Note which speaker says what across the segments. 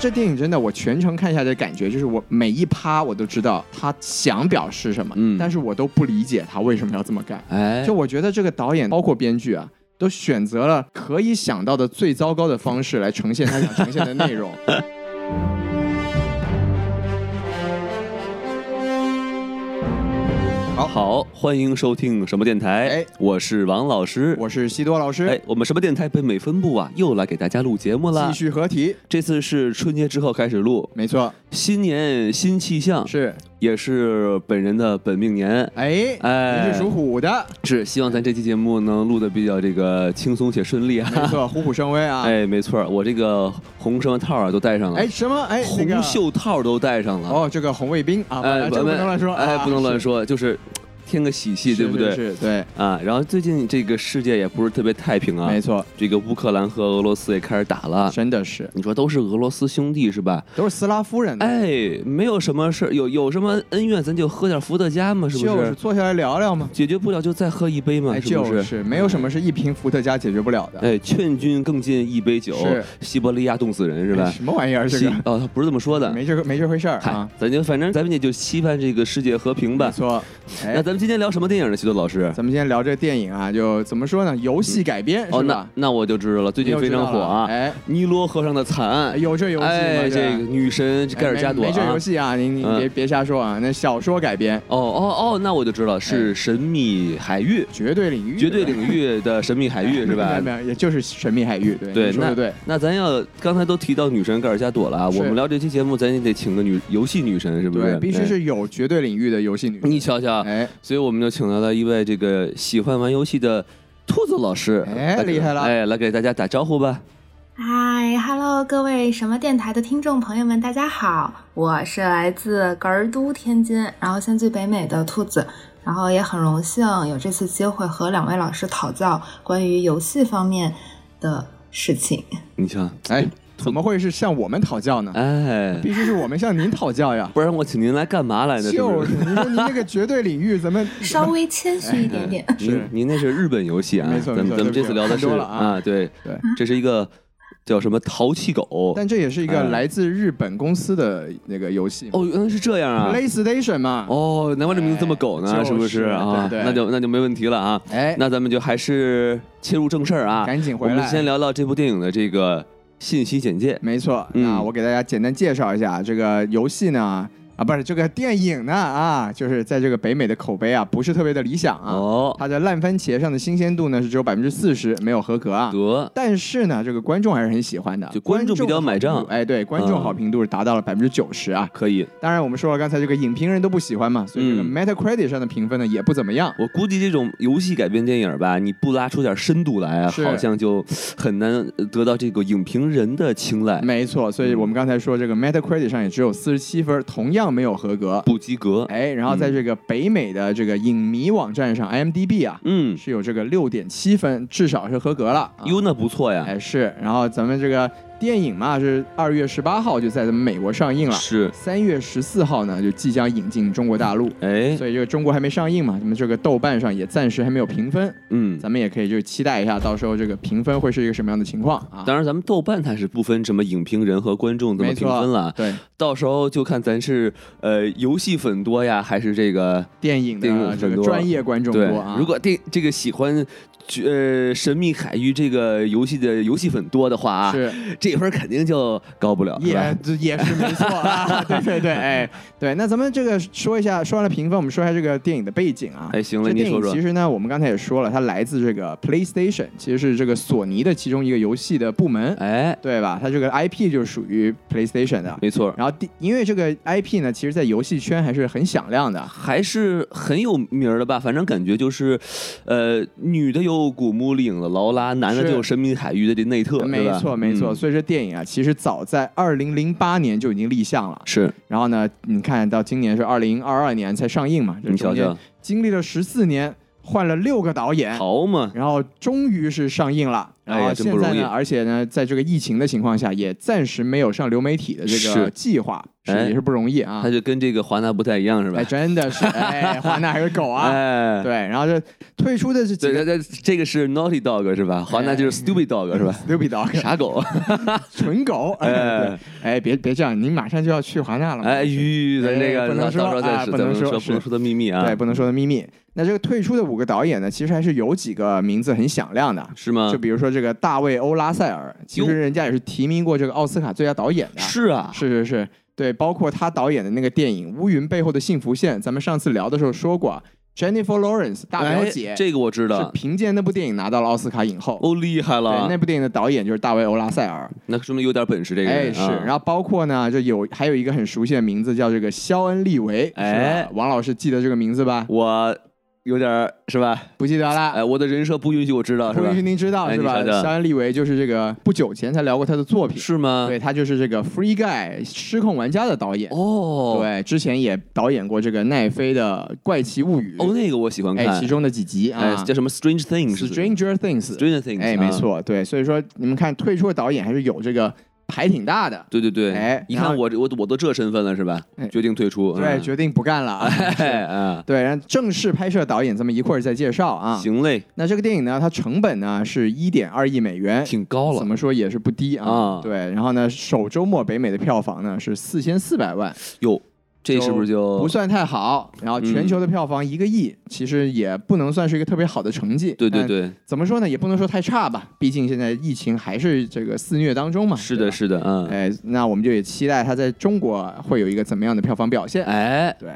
Speaker 1: 这电影真的，我全程看下来的感觉就是，我每一趴我都知道他想表示什么，
Speaker 2: 嗯
Speaker 1: 但是我都不理解他为什么要这么干。
Speaker 2: 哎
Speaker 1: 就我觉得这个导演包括编剧啊，都选择了可以想到的最糟糕的方式来呈现他想呈现的内 容。
Speaker 2: 好好，欢迎收听什么电台？
Speaker 1: 哎，
Speaker 2: 我是王老师。
Speaker 1: 我是西多老师，
Speaker 2: 哎，我们什么电台北美分部啊，又来给大家录节目啦
Speaker 1: 继。续合体，
Speaker 2: 这次是春节之后开始录，
Speaker 1: 没错，
Speaker 2: 新年新气象，
Speaker 1: 是
Speaker 2: 也是本人的本命年。
Speaker 1: 哎
Speaker 2: 哎
Speaker 1: 您是属虎的，
Speaker 2: 是希望咱这期节目能录的比较这个轻松且顺利
Speaker 1: 没
Speaker 2: 啊。
Speaker 1: 错，虎虎生威啊。
Speaker 2: 哎，没错，我这个红什么套啊都戴上了，
Speaker 1: 哎，什么？哎，那个
Speaker 2: 红袖套都戴上了。
Speaker 1: 哦，这个红卫兵啊，
Speaker 2: 哎，
Speaker 1: 这个不能乱说，
Speaker 2: 哎，
Speaker 1: 啊
Speaker 2: 不能乱，说，就是添个喜气，
Speaker 1: 是
Speaker 2: 对不对？
Speaker 1: 是，是对，
Speaker 2: 啊，然后最近这个世界也不是特别太平啊
Speaker 1: 没，错，
Speaker 2: 这个乌克兰和俄罗斯也开始打了。
Speaker 1: 真的是，
Speaker 2: 你说都是俄罗斯兄弟是吧？
Speaker 1: 都是斯拉夫人的，
Speaker 2: 哎，没有什么事儿，有有什么恩怨咱就喝点伏特加嘛，是不
Speaker 1: 就是坐下来聊聊嘛。
Speaker 2: 解决不了就再喝一杯嘛，
Speaker 1: 哎，
Speaker 2: 是
Speaker 1: 就
Speaker 2: 不是？
Speaker 1: 是没有什么是一瓶伏特加解决不了的，
Speaker 2: 哎，劝君更尽一杯酒
Speaker 1: 是，
Speaker 2: 西伯利亚冻死人是吧
Speaker 1: 哎？什么玩意儿？这
Speaker 2: 西
Speaker 1: 个
Speaker 2: 哦，不是这么说的。
Speaker 1: 没这个没这回事儿
Speaker 2: 嗨
Speaker 1: 啊，，
Speaker 2: 咱就反正咱们也就期盼这个世界和平
Speaker 1: 没
Speaker 2: 吧。
Speaker 1: 错。哎
Speaker 2: 那，咱们今天聊什么电影呢，徐豆老师？
Speaker 1: 咱们今天聊这电影啊，就怎么说呢？游戏改编
Speaker 2: 哦，
Speaker 1: 是
Speaker 2: 那
Speaker 1: 吧？
Speaker 2: 那我就知道了，最
Speaker 1: 你
Speaker 2: 近
Speaker 1: 又
Speaker 2: 非
Speaker 1: 知道
Speaker 2: 常
Speaker 1: 了
Speaker 2: 火啊，
Speaker 1: 哎，
Speaker 2: 尼罗河上的惨案。
Speaker 1: 有这游戏吗？
Speaker 2: 哎，这
Speaker 1: 吧
Speaker 2: 个女神
Speaker 1: 哎
Speaker 2: 盖尔加朵
Speaker 1: 没没这
Speaker 2: 啊
Speaker 1: 游。戏啊，你你
Speaker 2: 嗯
Speaker 1: 别别瞎说啊，那小说改编，
Speaker 2: 哦哦哦，那我就知道
Speaker 1: 哎
Speaker 2: 是《神秘海域
Speaker 1: 绝对领》，域，
Speaker 2: 绝对领域的《神秘海域》是吧
Speaker 1: 哎 没？有没有，也就是神秘海域，对
Speaker 2: 对
Speaker 1: 你说
Speaker 2: 那
Speaker 1: 的对，
Speaker 2: 那咱要刚才都提到女神盖尔加朵了啊，
Speaker 1: 是
Speaker 2: 我们聊这期节目，咱也得请个女游戏女神，是不是？
Speaker 1: 对，必须
Speaker 2: 哎。
Speaker 1: 是有绝对领域的游戏女。
Speaker 2: 你瞧瞧，
Speaker 1: 哎，
Speaker 2: 所以我们就请来了一位这个喜欢玩游戏的兔子老师，
Speaker 1: 哎
Speaker 2: 来给
Speaker 1: 厉害了
Speaker 2: 哎，来给大家打招呼吧。
Speaker 3: 嗨，Hello，各位什么电台的听众朋友们，大家好，我是来自格儿都天津，然后现居北美的兔子，然后也很荣幸有这次机会和两位老师讨教关于游戏方面的事情。
Speaker 2: 你瞧，
Speaker 1: 哎，怎么会是向我们讨教呢？
Speaker 2: 哎，
Speaker 1: 必须是我们向您讨教 呀。
Speaker 2: 不然我请您来干嘛来呢？是不
Speaker 1: 就是是您说您那个绝对领域，咱们
Speaker 3: 稍微谦虚一点点，
Speaker 2: 您
Speaker 1: 是
Speaker 2: 您那是日本游戏啊，
Speaker 1: 没错
Speaker 2: 咱
Speaker 1: 没
Speaker 2: 们
Speaker 1: 错
Speaker 2: 咱们
Speaker 1: 对
Speaker 2: 这
Speaker 1: 不
Speaker 2: 次
Speaker 1: 起
Speaker 2: 聊的
Speaker 1: 看
Speaker 2: 是
Speaker 1: 多了啊
Speaker 2: 啊，对
Speaker 1: 对
Speaker 2: 这是一个叫什么淘气狗，
Speaker 1: 但这也是一个
Speaker 2: 哎
Speaker 1: 来自日本公司的那个游戏嘛
Speaker 2: 哦，原来是这样啊，
Speaker 1: ，PlayStation 嘛。
Speaker 2: 哦，难怪这名字这么狗
Speaker 1: 哎
Speaker 2: 呢，
Speaker 1: 就是是
Speaker 2: 不啊？
Speaker 1: 对对
Speaker 2: 那就那就没问题了啊，
Speaker 1: 哎，
Speaker 2: 那咱们就还是切入正事儿啊，
Speaker 1: 赶紧
Speaker 2: 我
Speaker 1: 回
Speaker 2: 们
Speaker 1: 来。
Speaker 2: 先聊聊这部电影的这个信息简介，
Speaker 1: 没错，
Speaker 2: 嗯
Speaker 1: 那我给大家简单介绍一下这个游戏呢，啊，不是这个电影呢，啊，就是在这个北美的口碑啊，不是特别的理想啊。
Speaker 2: 哦，
Speaker 1: 它的烂番茄上的新鲜度呢是只有百分之四十，没有合格啊。
Speaker 2: 得。
Speaker 1: 但是呢，这个观众还是很喜欢的，
Speaker 2: 就观众比较买
Speaker 1: 观
Speaker 2: 账
Speaker 1: 众好评度哎，对，观众
Speaker 2: 嗯
Speaker 1: 好评度是达到了百分之九十啊。
Speaker 2: 可以，
Speaker 1: 当然，我们说了，刚才这个影评人都不喜欢嘛，所以这个
Speaker 2: 嗯
Speaker 1: Metacritic 上的评分呢也不怎么样。
Speaker 2: 我估计这种游戏改编电影吧，你不拉出点深度来啊，
Speaker 1: 是
Speaker 2: 好像就很难得到这个影评人的青睐，
Speaker 1: 没错，所以我们刚才说这个 Metacritic 上也只有四十七分，同样没有合格。
Speaker 2: 不及格。
Speaker 1: 哎，然后在这个北美的这个影迷网站上，IMDB 啊
Speaker 2: 嗯，
Speaker 1: 是有这个六点七分，至少是合格了。啊
Speaker 2: 哟，那不错呀，
Speaker 1: 哎是，然后咱们这个电影嘛是二月十八号就在咱们美国上映了，
Speaker 2: 是，
Speaker 1: 三月十四号呢就即将引进中国大陆。
Speaker 2: 哎，
Speaker 1: 所以这个中国还没上映嘛，那么这个豆瓣上也暂时还没有评分，
Speaker 2: 嗯，
Speaker 1: 咱们也可以就期待一下，到时候这个评分会是一个什么样的情况啊？
Speaker 2: 当然咱们豆瓣它是不分什么影评人和观众怎么
Speaker 1: 没
Speaker 2: 评
Speaker 1: 错
Speaker 2: 分了，
Speaker 1: 对，
Speaker 2: 到时候就看咱是呃游戏粉多呀，还是这个
Speaker 1: 电影
Speaker 2: 电影
Speaker 1: 的这个
Speaker 2: 很多
Speaker 1: 专业观众
Speaker 2: 对
Speaker 1: 多啊。。
Speaker 2: 如果这这个喜欢呃神秘海域这个游戏的游戏粉多的话啊，
Speaker 1: 是
Speaker 2: 这分肯定就高不 了，是吧
Speaker 1: 也？这也是没错 啊，对对对，哎，对，那咱们这个说一下，说完了评分，我们说一下这个电影的背景啊。
Speaker 2: 哎，行了，
Speaker 1: 这
Speaker 2: 你
Speaker 1: 电
Speaker 2: 说
Speaker 1: 影
Speaker 2: 说
Speaker 1: 其，实呢，我们刚才也说了，它来自这个 PlayStation，其实是这个索尼的其中一个游戏的部门，
Speaker 2: 哎，
Speaker 1: 对吧？它这个 IP 就属于 PlayStation 的。
Speaker 2: 没错。
Speaker 1: 然后第，因为这个 IP 呢，其实在游戏圈还是很响亮的。
Speaker 2: 还是很有名儿的吧，反正感觉就是，呃，女的有古墓丽影的劳拉，男的
Speaker 1: 是
Speaker 2: 就有神秘海域的这内特，对
Speaker 1: 没
Speaker 2: 吧
Speaker 1: 错，没错。
Speaker 2: 嗯
Speaker 1: 所以这电影啊，其实早在二零零八年就已经立项了。
Speaker 2: 是
Speaker 1: 然后呢，你看到今年是二零二二年才上映嘛，这
Speaker 2: 你瞧
Speaker 1: 中间
Speaker 2: 瞧，
Speaker 1: 经历了十四年，换了六个导演，
Speaker 2: 淘嘛，
Speaker 1: 然后终于是上映了。
Speaker 2: 哎
Speaker 1: 然后
Speaker 2: 呀，真不
Speaker 1: 现在
Speaker 2: 容易
Speaker 1: 呢，。而且呢，在这个疫情的情况下，也暂时没有上流媒体的这个
Speaker 2: 是
Speaker 1: 计划，是
Speaker 2: 哎
Speaker 1: 也是不容易啊
Speaker 2: 他。就跟这个华纳不太一样，是吧
Speaker 1: 哎，？真的 是，哎，华纳还是狗啊？
Speaker 2: 哎，
Speaker 1: 对，然后这退出的是几
Speaker 2: 对，
Speaker 1: 个哎
Speaker 2: 这这这个是 Naughty Dog 是吧？华纳就是 Stupid Dog 是吧？
Speaker 1: Stupid Dog
Speaker 2: 傻狗，
Speaker 1: 纯狗，哎，
Speaker 2: 哎
Speaker 1: 对哎，别别这样，你马上就要去华纳了嘛，
Speaker 2: 哎，吁，咱这
Speaker 1: 哎
Speaker 2: 个
Speaker 1: 不
Speaker 2: 到
Speaker 1: 能说
Speaker 2: 到时候
Speaker 1: 哎
Speaker 2: 再
Speaker 1: 不
Speaker 2: 咱
Speaker 1: 能
Speaker 2: 们
Speaker 1: 说
Speaker 2: 说不能
Speaker 1: 是
Speaker 2: 说的秘密啊，
Speaker 1: 对，不能说的秘密。那这个退出的五个导演呢，其实还是有几个名字很响亮的，
Speaker 2: 是吗
Speaker 1: 就？比如说这个大卫·欧拉塞尔，其实人家也是提名过这个奥斯卡最佳导演的，
Speaker 2: 是啊，
Speaker 1: 是是是，对，包括他导演的那个电影《乌云背后的幸福线》，咱们上次聊的时候说过啊，Jennifer Lawrence 大表
Speaker 2: 哎
Speaker 1: 姐、
Speaker 2: 这个我知
Speaker 1: 是
Speaker 2: 道，
Speaker 1: 凭借那部电影拿到了奥斯卡影后。
Speaker 2: 哦，厉害
Speaker 1: 对，
Speaker 2: 了
Speaker 1: 那，部电影的导演就是大卫·欧拉塞尔，
Speaker 2: 那说明有点本事，这个
Speaker 1: 哎
Speaker 2: 人
Speaker 1: 是，
Speaker 2: 啊
Speaker 1: 然后包括呢，就有还有一个很熟悉的名字叫这个肖恩·利维，
Speaker 2: 哎
Speaker 1: 是吧，王老师记得这个名字吧？
Speaker 2: 我有点儿是吧？
Speaker 1: 不记得了，
Speaker 2: 哎，我的人设不允许我知道是
Speaker 1: 不
Speaker 2: 吧
Speaker 1: 允许？您知道
Speaker 2: 哎
Speaker 1: 是吧？
Speaker 2: 你瞧瞧
Speaker 1: 肖恩·利维就是这个不久前才聊过他的作品，
Speaker 2: 是吗？
Speaker 1: 对他就是这个《Free Guy》失控玩家的导演，
Speaker 2: 哦，
Speaker 1: 对，之前也导演过这个奈飞的《怪奇物语》
Speaker 2: 哦，那个我喜欢
Speaker 1: 哎，
Speaker 2: 看
Speaker 1: 其，中的几集
Speaker 2: 哎
Speaker 1: 啊，，
Speaker 2: 叫什么 Strange Things 是
Speaker 1: Stranger Things》，
Speaker 2: Stranger Things，
Speaker 1: 哎，
Speaker 2: 啊
Speaker 1: 没，错，对，所以说你们看退出的导演还是有这个牌挺大的，
Speaker 2: 对对对，
Speaker 1: 哎
Speaker 2: 一
Speaker 1: 然后
Speaker 2: 看我这我我都这身份了是吧
Speaker 1: 哎？
Speaker 2: 决定退出，
Speaker 1: 对，
Speaker 2: 嗯
Speaker 1: 决定不干了啊，
Speaker 2: 哎啊，
Speaker 1: 对，然后正式拍摄导演咱们一会儿再介绍啊。
Speaker 2: 行嘞，
Speaker 1: 那这个电影呢，它成本呢是一点二亿美元，
Speaker 2: 挺高
Speaker 1: 怎
Speaker 2: 了，
Speaker 1: 么说也是不低啊。
Speaker 2: 哦啊
Speaker 1: 对，然后呢，首周末北美的票房呢是四千四百万，
Speaker 2: 哟，这是不是就
Speaker 1: 不算太好。然后
Speaker 2: 嗯
Speaker 1: 全球的票房一个亿，其实也不能算是一个特别好的成绩。
Speaker 2: 对对
Speaker 1: 但
Speaker 2: 对，
Speaker 1: 怎么说呢，也不能说太差吧，毕竟现在疫情还是这个肆虐当中嘛。
Speaker 2: 是
Speaker 1: 对
Speaker 2: 的，
Speaker 1: 吧。
Speaker 2: 是的，嗯，
Speaker 1: 哎，那我们就也期待它在中国会有一个怎么样的票房表现。
Speaker 2: 哎，
Speaker 1: 对，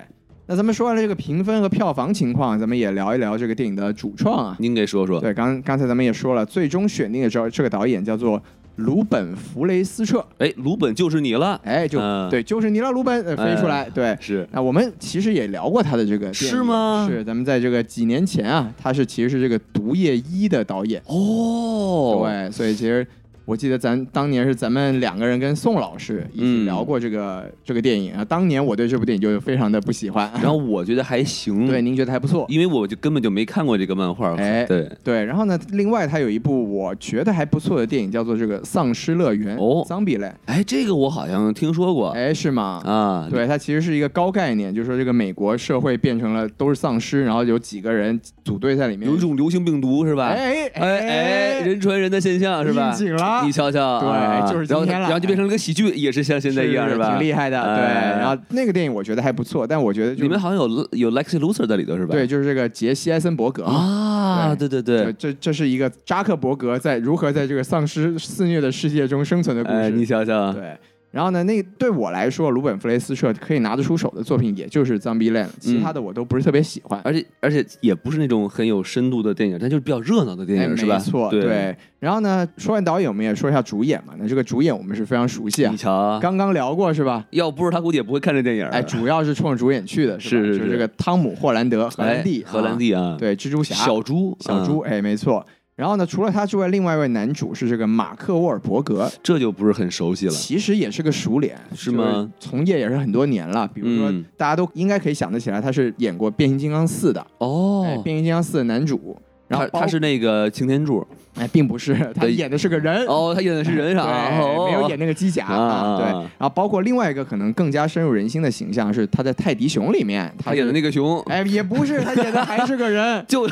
Speaker 1: 那咱们说完了这个评分和票房情况，咱们也聊一聊这个电影的主创啊。
Speaker 2: 您给说说，
Speaker 1: 对，刚刚才咱们也说了，最终选定的这这个导演叫做鲁本·弗雷斯彻，
Speaker 2: 哎，鲁本就是你了，
Speaker 1: 哎，就、
Speaker 2: 嗯
Speaker 1: 对，就是尼拉鲁本、呃、飞出来，对。
Speaker 2: 是
Speaker 1: 啊，我们其实也聊过他的这个电影
Speaker 2: 是吗
Speaker 1: 是，咱们在这个几年前啊，他是其实是这个《毒液一》的导演，
Speaker 2: 哦，
Speaker 1: 对，所以其实我记得咱当年是咱们两个人跟宋老师一起
Speaker 2: 嗯
Speaker 1: 聊过这个、这个电影啊，当年我对这部电影就非常的不喜欢，
Speaker 2: 然后我觉得还行，
Speaker 1: 对，，您觉得还不错，
Speaker 2: 因为我就根本就没看过这个漫画，
Speaker 1: 哎
Speaker 2: 对，
Speaker 1: 对，然后呢，另外他有一部我觉得还不错的电影，叫做这个《丧尸乐园》
Speaker 2: 哦
Speaker 1: 丧比类，
Speaker 2: 哎，这个我好像听说过
Speaker 1: 哎，是吗？
Speaker 2: 啊，
Speaker 1: 对，它其实是一个高概念，就是说这个美国社会变成了都是丧尸，然后有几个人组队在里面，
Speaker 2: 有一种流行病毒是吧？
Speaker 1: 哎
Speaker 2: 哎哎，人传人的现象是吧
Speaker 1: 应？景了
Speaker 2: 你瞧瞧，
Speaker 1: 对
Speaker 2: 啊
Speaker 1: 就是今
Speaker 2: 然后
Speaker 1: 天了
Speaker 2: 然后就变成了个喜剧，也是像现在一样
Speaker 1: 是
Speaker 2: 吧？
Speaker 1: 挺厉害的，对。
Speaker 2: 哎
Speaker 1: 然后那个电影我觉得还不错，但我觉得就
Speaker 2: 里面好像有有 Lexi Luthor 在里头是吧？
Speaker 1: 对，就是这个杰西·艾森伯格嘛。
Speaker 2: 啊，
Speaker 1: 对
Speaker 2: 对对
Speaker 1: 这
Speaker 2: 对，
Speaker 1: 这这是一个扎克伯格在如何在这个丧尸肆虐的世界中生存的故事。
Speaker 2: 哎，你瞧瞧，
Speaker 1: 对，然后呢，那对我来说，鲁本·弗雷斯彻可以拿得出手的作品，也就是《Zombieland》，其他的我都不是特别喜欢。
Speaker 2: 而且而且也不是那种很有深度的电影，它就是比较热闹的电
Speaker 1: 哎，
Speaker 2: 影是吧？
Speaker 1: 没错，
Speaker 2: 对，
Speaker 1: 然后呢，说完导演，我们也说一下主演嘛。那这个主演我们是非常熟悉啊
Speaker 2: 你，瞧，
Speaker 1: 刚刚聊过是吧？
Speaker 2: 要不是他估计也不会看这电影。啊
Speaker 1: 哎，主要是冲着主演去的，吧？
Speaker 2: 是是
Speaker 1: 就是
Speaker 2: 是
Speaker 1: 这个汤姆·霍兰德，荷兰弟，
Speaker 2: 哎荷兰
Speaker 1: 啊，
Speaker 2: 弟啊，
Speaker 1: 对，蜘蛛侠，
Speaker 2: 小猪
Speaker 1: 小猪，
Speaker 2: 啊
Speaker 1: 哎，没错。然后呢，除了他之外，另外一位男主是这个马克·沃尔伯格，
Speaker 2: 这就不是很熟悉了。
Speaker 1: 其实也是个熟脸，
Speaker 2: 是吗？
Speaker 1: 从业也是很多年了，比如说
Speaker 2: 嗯
Speaker 1: 大家都应该可以想得起来，他是演过《变形金刚四》的，哎，《
Speaker 2: 哦，
Speaker 1: 变形金刚四》的男主。然后
Speaker 2: 他
Speaker 1: 包
Speaker 2: 他是那个擎天柱，
Speaker 1: 哎，并不是，他
Speaker 2: 对
Speaker 1: 演的是个人，
Speaker 2: 哦，他演的是人
Speaker 1: 对，
Speaker 2: 啥？哦，
Speaker 1: 没有演那个机甲
Speaker 2: 啊啊
Speaker 1: 对。
Speaker 2: 啊
Speaker 1: 然后包括另外一个可能更加深入人心的形象是他在《泰迪熊》里面，
Speaker 2: 他演的那
Speaker 1: 个，
Speaker 2: 个熊，，
Speaker 1: 哎，也不是，他演的还是个人
Speaker 2: 就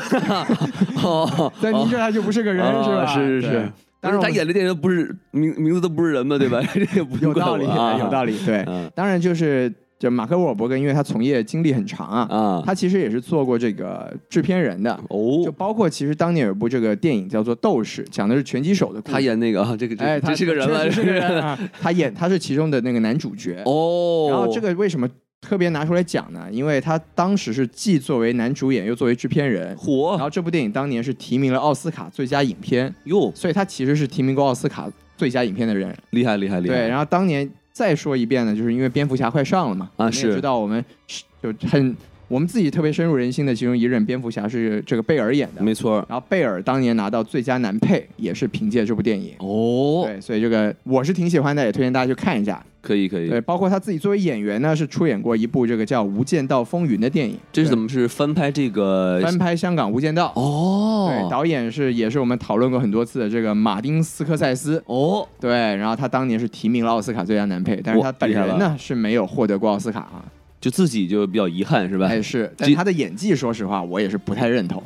Speaker 2: 哦，
Speaker 1: 在您这他就不是个人
Speaker 2: 哦
Speaker 1: 是吧？
Speaker 2: 是是
Speaker 1: 对
Speaker 2: 是。
Speaker 1: 当
Speaker 2: 但是
Speaker 1: 然
Speaker 2: 他
Speaker 1: 我
Speaker 2: 演的电影不是名名字都不是人嘛，对吧？ 这个不
Speaker 1: 有道理，有道
Speaker 2: 理
Speaker 1: 理，对。
Speaker 2: 啊
Speaker 1: 当然就是这马克·沃尔伯格，因为他从业经历很长啊，
Speaker 2: 啊
Speaker 1: 他其实也是做过这个制片人的，就
Speaker 2: 哦，
Speaker 1: 包括其实当年有一部这个电影叫做《斗士》，讲的是拳击手的故事。
Speaker 2: 他，演那个啊，这个
Speaker 1: 哎，
Speaker 2: 这
Speaker 1: 他
Speaker 2: 这是个人吗？
Speaker 1: 确实是个人
Speaker 2: 这
Speaker 1: 啊，他演他是其中的那个男主角。
Speaker 2: 哦，
Speaker 1: 然后这个为什么特别拿出来讲呢？因为他当时是既作为男主演又作为制片人。然
Speaker 2: 火
Speaker 1: 后这部电影当年是提名了奥斯卡最佳影片，
Speaker 2: 哟，
Speaker 1: 所以他其实是提名过奥斯卡最佳影片的人。
Speaker 2: 厉害厉害厉害！
Speaker 1: 对，然后当年再说一遍呢，就是因为蝙蝠侠快上了嘛，
Speaker 2: 啊
Speaker 1: 你们也
Speaker 2: 是
Speaker 1: 知道我们就很我们自己特别深入人心的其中一任蝙蝠侠是这个贝尔演的，
Speaker 2: 没错。
Speaker 1: 然后贝尔当年拿到最佳男配也是凭借这部电影。
Speaker 2: 哦，
Speaker 1: 对，所以这个我是挺喜欢的，也推荐大家去看一下。
Speaker 2: 可以可以，
Speaker 1: 对，包括他自己作为演员呢，是出演过一部这个叫《无间道风云》的电影，
Speaker 2: 这是怎
Speaker 1: 么
Speaker 2: 么是翻拍这个？
Speaker 1: 翻拍香港《无间道》对，
Speaker 2: 哦
Speaker 1: 导演是也是我们讨论过很多次的这个马丁斯科塞斯。
Speaker 2: 哦，
Speaker 1: 对，然后他当年是提名了奥斯卡最佳男配，但是他
Speaker 2: 哇
Speaker 1: 本
Speaker 2: 厉害
Speaker 1: 人
Speaker 2: 了
Speaker 1: 呢是没有获得过奥斯卡啊。
Speaker 2: 就自己就比较遗憾是吧？
Speaker 1: 哎，是，但
Speaker 2: 这
Speaker 1: 他的演技，说实话，我也是不太认同。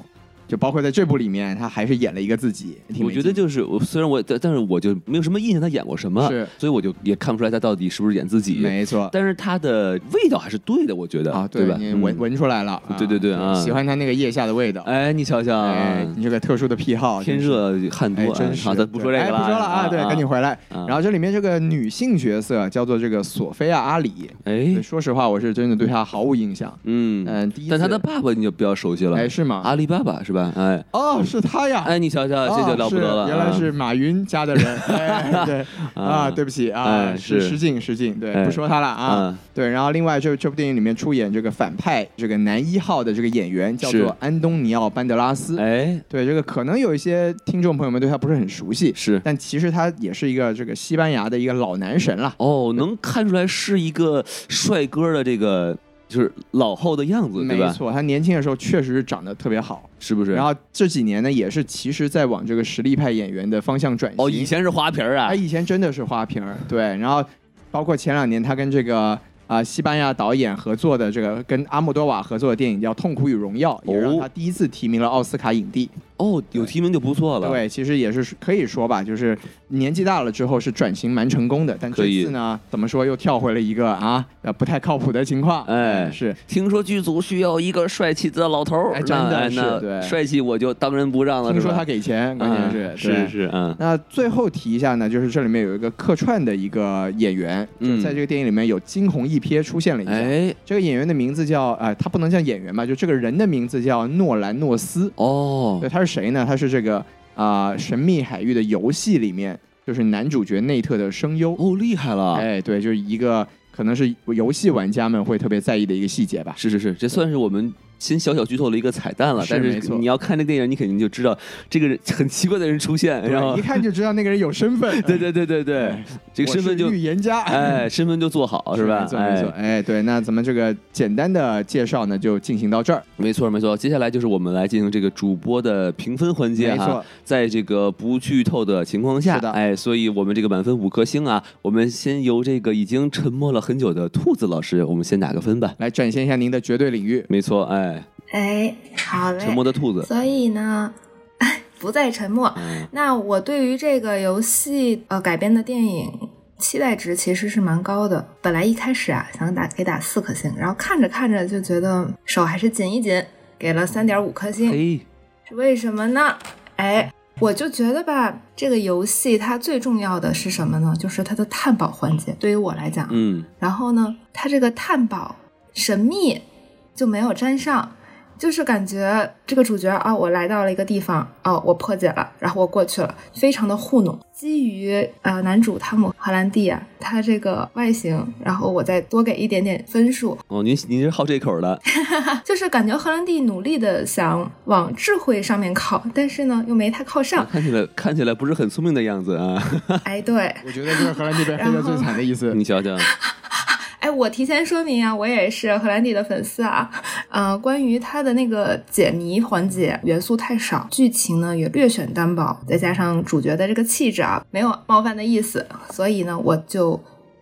Speaker 1: 就包括在这部里面，他还是演了一个自己。挺
Speaker 2: 我
Speaker 1: 没
Speaker 2: 觉得
Speaker 1: 劲
Speaker 2: 就是我，虽然我但但是我就没有什么印象他演过什么，
Speaker 1: 是
Speaker 2: 所以我就也看不出来他到底是不是演自己。
Speaker 1: 没错
Speaker 2: 但是他的味道还是对的，我觉得
Speaker 1: 啊，
Speaker 2: 对吧？
Speaker 1: 你
Speaker 2: 嗯
Speaker 1: 闻闻出来了，啊
Speaker 2: 对对对啊
Speaker 1: 喜欢他那个腋下的味道。
Speaker 2: 哎，你瞧瞧，
Speaker 1: 哎，你这个特殊的癖好，
Speaker 2: 天
Speaker 1: 真是
Speaker 2: 热汗
Speaker 1: 哎
Speaker 2: 多，，啊
Speaker 1: 真是，
Speaker 2: 好，咱不说这
Speaker 1: 对
Speaker 2: 个了，
Speaker 1: 哎不说了啊，对，赶紧。回来。
Speaker 2: 啊
Speaker 1: 然后这里面这个女性角色叫做这个索菲亚·阿里，
Speaker 2: 哎，
Speaker 1: 说实话，我是真的对她毫无印象。
Speaker 2: 嗯，
Speaker 1: 嗯，第一次，
Speaker 2: 但他的爸爸你就比较熟悉了，
Speaker 1: 哎是吗？
Speaker 2: 阿里巴巴是吧？哎，
Speaker 1: 哦，是她呀。
Speaker 2: 哎，你瞧瞧，这就了不得
Speaker 1: 哦
Speaker 2: 了，嗯
Speaker 1: 是原来是马云家的 人，哎对啊，
Speaker 2: 啊
Speaker 1: 对不起啊，
Speaker 2: 哎
Speaker 1: 是
Speaker 2: 是
Speaker 1: 失敬失敬，对，
Speaker 2: 哎
Speaker 1: 不说他了啊
Speaker 2: 嗯。
Speaker 1: 对，然后另外这这部电影里面出演这个反派这个男一号的这个演员叫
Speaker 2: 是
Speaker 1: 做安东尼奥·班德拉斯
Speaker 2: 嗯，哎，
Speaker 1: 对，这个可能有一些听众朋友们对他不是很熟悉，
Speaker 2: 是
Speaker 1: 但其实他也是一个这个西班牙的一个老男神了。
Speaker 2: 哦，能看出来是一个帅哥的这个就是老后的样子，对
Speaker 1: 没
Speaker 2: 吧？
Speaker 1: 错，他年轻的时候确实是长得特别好，
Speaker 2: 是不是？
Speaker 1: 然后这几年呢，也是其实在往这个实力派演员的方向转型。
Speaker 2: 哦，以前是花瓶儿啊
Speaker 1: 他，以前真的是花瓶儿，对，然后包括前两年他跟这个啊、西班牙导演合作的这个跟阿莫多瓦合作的电影叫《痛苦与荣耀》，也让他第一次提名了奥斯卡影帝。
Speaker 2: 哦，有提名就不错了。，
Speaker 1: 对，其实也是可以说吧，就是年纪大了之后是转型蛮成功的，但这
Speaker 2: 可以
Speaker 1: 次呢，怎么说又跳回了一个啊呃不太靠谱的情况。
Speaker 2: 哎
Speaker 1: 是
Speaker 2: 听说剧组需要一个帅气的老头儿，
Speaker 1: 哎
Speaker 2: 那
Speaker 1: 真的
Speaker 2: 哎
Speaker 1: 是
Speaker 2: 那
Speaker 1: 对
Speaker 2: 帅气我就当仁不让了，
Speaker 1: 听说
Speaker 2: 是吧
Speaker 1: 他给钱，关键是、
Speaker 2: 啊
Speaker 1: 对
Speaker 2: 是是嗯，
Speaker 1: 那最后提一下呢，就是这里面有一个客串的一个演员，
Speaker 2: 嗯
Speaker 1: 就在这个电影里面有惊鸿一瞥出现了一下。
Speaker 2: 哎
Speaker 1: 这个演员的名字叫，呃，他不能叫演员吧，就这个人的名字叫诺兰诺斯。
Speaker 2: 哦
Speaker 1: 对，他是谁呢？他是这个啊、呃神秘海域的游戏》里面就是男主角内特的声优。
Speaker 2: 哦厉害了，
Speaker 1: 哎，对，就是一个可能是游戏玩家们会特别在意的一个细节吧。
Speaker 2: 是是是，这算是我们。先小小剧透了一个彩蛋了，
Speaker 1: 是
Speaker 2: 但
Speaker 1: 没
Speaker 2: 是
Speaker 1: 错
Speaker 2: 你要看这个电影，你肯定就知道这个人很奇怪的人出现，然
Speaker 1: 对
Speaker 2: 后
Speaker 1: 一看就知道那个人有身 份。
Speaker 2: 对对对对对
Speaker 1: 哎，
Speaker 2: 这个身份
Speaker 1: 我
Speaker 2: 就是
Speaker 1: 预言家。
Speaker 2: 哎，身份就做好是吧
Speaker 1: 没？错没错
Speaker 2: 哎，，
Speaker 1: 哎，对，那咱们这个简单的介绍呢，就进行到这儿。
Speaker 2: 没错没错。接下来就是我们来进行这个主播的评分环节
Speaker 1: 没
Speaker 2: 哈
Speaker 1: 错。，
Speaker 2: 在这个不剧透的情况下
Speaker 1: 是的，
Speaker 2: 哎，所以我们这个满分五颗星啊，我们先由这个已经沉默了很久的兔子老师，我们先打个分吧。
Speaker 1: 来展现一下您的绝对领域。
Speaker 2: 没错，哎，
Speaker 3: 哎，好嘞。
Speaker 2: 沉默的兔子，
Speaker 3: 所以呢， 哎不再沉默。
Speaker 2: 嗯，
Speaker 3: 那我对于这个游戏呃改编的电影期待值其实是蛮高的。本来一开始啊想打给打四颗星，然后看着看着就觉得手还是紧一紧，给了三点五颗星。
Speaker 2: 嘿，
Speaker 3: 是为什么呢？哎，我就觉得吧，这个游戏它最重要的是什么呢？就是它的探宝环节。对于我来讲，啊
Speaker 2: 嗯，
Speaker 3: 然后呢，它这个探宝神秘就没有沾上，就是感觉这个主角啊，我来到了一个地方，哦，我破解了，然后我过去了，非常的糊弄。基于呃男主汤姆·荷兰弟啊，他这个外形，然后我再多给一点点分数，
Speaker 2: 哦，您您是好这口的，。
Speaker 3: 啊就是感觉荷兰弟努力的想往智慧上面靠，但是呢又没太靠上
Speaker 2: 看起来看起来不是很聪明的样子啊，
Speaker 3: 哎，对，
Speaker 1: 我觉得就是荷兰这 边黑的最惨的意思。
Speaker 2: 你瞧瞧，
Speaker 3: 哎，我提前说明啊，我也是荷兰弟的粉丝啊。呃，关于它的那个解谜环节元素太少，剧情呢也略显单薄，再加上主角的这个气质啊，没有冒犯的意思，所以呢，我就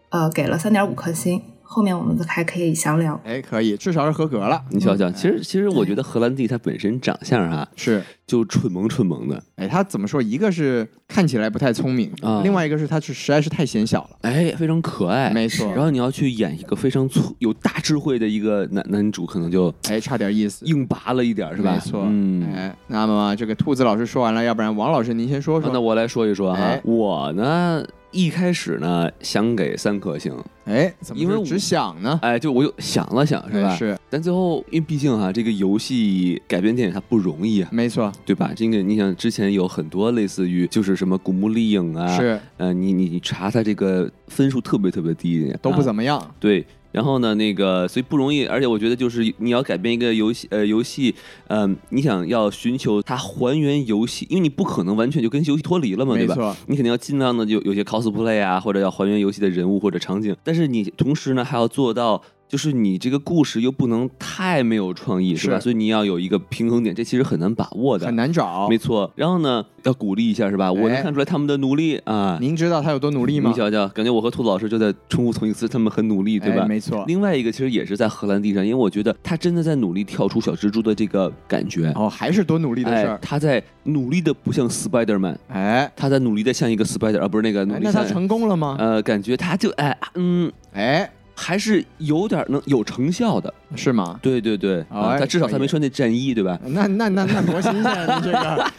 Speaker 3: 呃给了三点五颗星。后面我们还可以详聊。
Speaker 1: 哎，可以，至少是合格了。
Speaker 2: 你瞧瞧，其实其实我觉得荷兰弟他本身长相啊，
Speaker 1: 是，
Speaker 2: 就蠢萌蠢萌的，
Speaker 1: 哎，他怎么说？一个是看起来不太聪明，
Speaker 2: 啊
Speaker 1: 另外一个是他是实在是太显小了。
Speaker 2: 哎，非常可爱，
Speaker 1: 没错
Speaker 2: 然后你要去演一个非常粗有大智慧的一个男男主，可能就
Speaker 1: 哎，差点意思，
Speaker 2: 硬拔了一点儿，是吧？
Speaker 1: 没错。
Speaker 2: 嗯。
Speaker 1: 哎，那么这个兔子老师说完了，要不然王老师您先说
Speaker 2: 啊那
Speaker 1: 说。
Speaker 2: 我来说一说
Speaker 1: 哎
Speaker 2: 哈，我呢一开始呢想给三颗星，
Speaker 1: 哎，怎么
Speaker 2: 因为
Speaker 1: 是
Speaker 2: 我
Speaker 1: 只想呢？
Speaker 2: 哎，就我又想了想，是吧？
Speaker 1: 哎是，
Speaker 2: 但最后，因为毕竟哈、这个游戏改编电影它不容易啊，
Speaker 1: 没错，
Speaker 2: 对吧？这个你想，之前有很多类似于就是什么古墓丽影啊，
Speaker 1: 是
Speaker 2: 呃，你你你查它这个分数特别特别低，
Speaker 1: 都不
Speaker 2: 么、
Speaker 1: 怎么样。
Speaker 2: 对。然后呢，那个所以不容易，而且我觉得就是你要改编一个游戏，呃，游戏，嗯、你想要寻求它还原游戏，因为你不可能完全就跟游戏脱离了嘛，对
Speaker 1: 没
Speaker 2: 吧？
Speaker 1: 错，
Speaker 2: 你肯定要尽量的有有些 cosplay 啊，或者要还原游戏的人物或者场景，但是你同时呢还要做到，就是你这个故事又不能太没有创意，是吧？
Speaker 1: 是
Speaker 2: 所以你要有一个平衡点，这其实很难把握的
Speaker 1: 很。难找
Speaker 2: 没。错，然后呢，要鼓励一下，是吧？我能
Speaker 1: 哎
Speaker 2: 看出来他们的努力啊，
Speaker 1: 您知道他有多努力吗
Speaker 2: 你？瞧瞧，感觉我和兔子老师就在重复同一个词，他们很努力，对吧？
Speaker 1: 哎没错。
Speaker 2: 另外一个其实也是在荷兰地上，因为我觉得他真的在努力跳出小蜘蛛的这个感觉，
Speaker 1: 哦，还是多努力的事
Speaker 2: 哎
Speaker 1: 儿，。
Speaker 2: 他在努力的不像 Spider Man，
Speaker 1: 哎，
Speaker 2: 他在努力的像一个 Spider 啊，不是那个努
Speaker 1: 哎
Speaker 2: 力
Speaker 1: 那
Speaker 2: 像
Speaker 1: 他成功了吗？
Speaker 2: 呃，感觉他就哎嗯，
Speaker 1: 哎，
Speaker 2: 还是有点能有成效的，
Speaker 1: 是吗？
Speaker 2: 对对对，啊
Speaker 1: 哎
Speaker 2: 他至少
Speaker 1: 可以
Speaker 2: 他没穿那战衣，对吧？
Speaker 1: 那那那那多新鲜啊！你这 个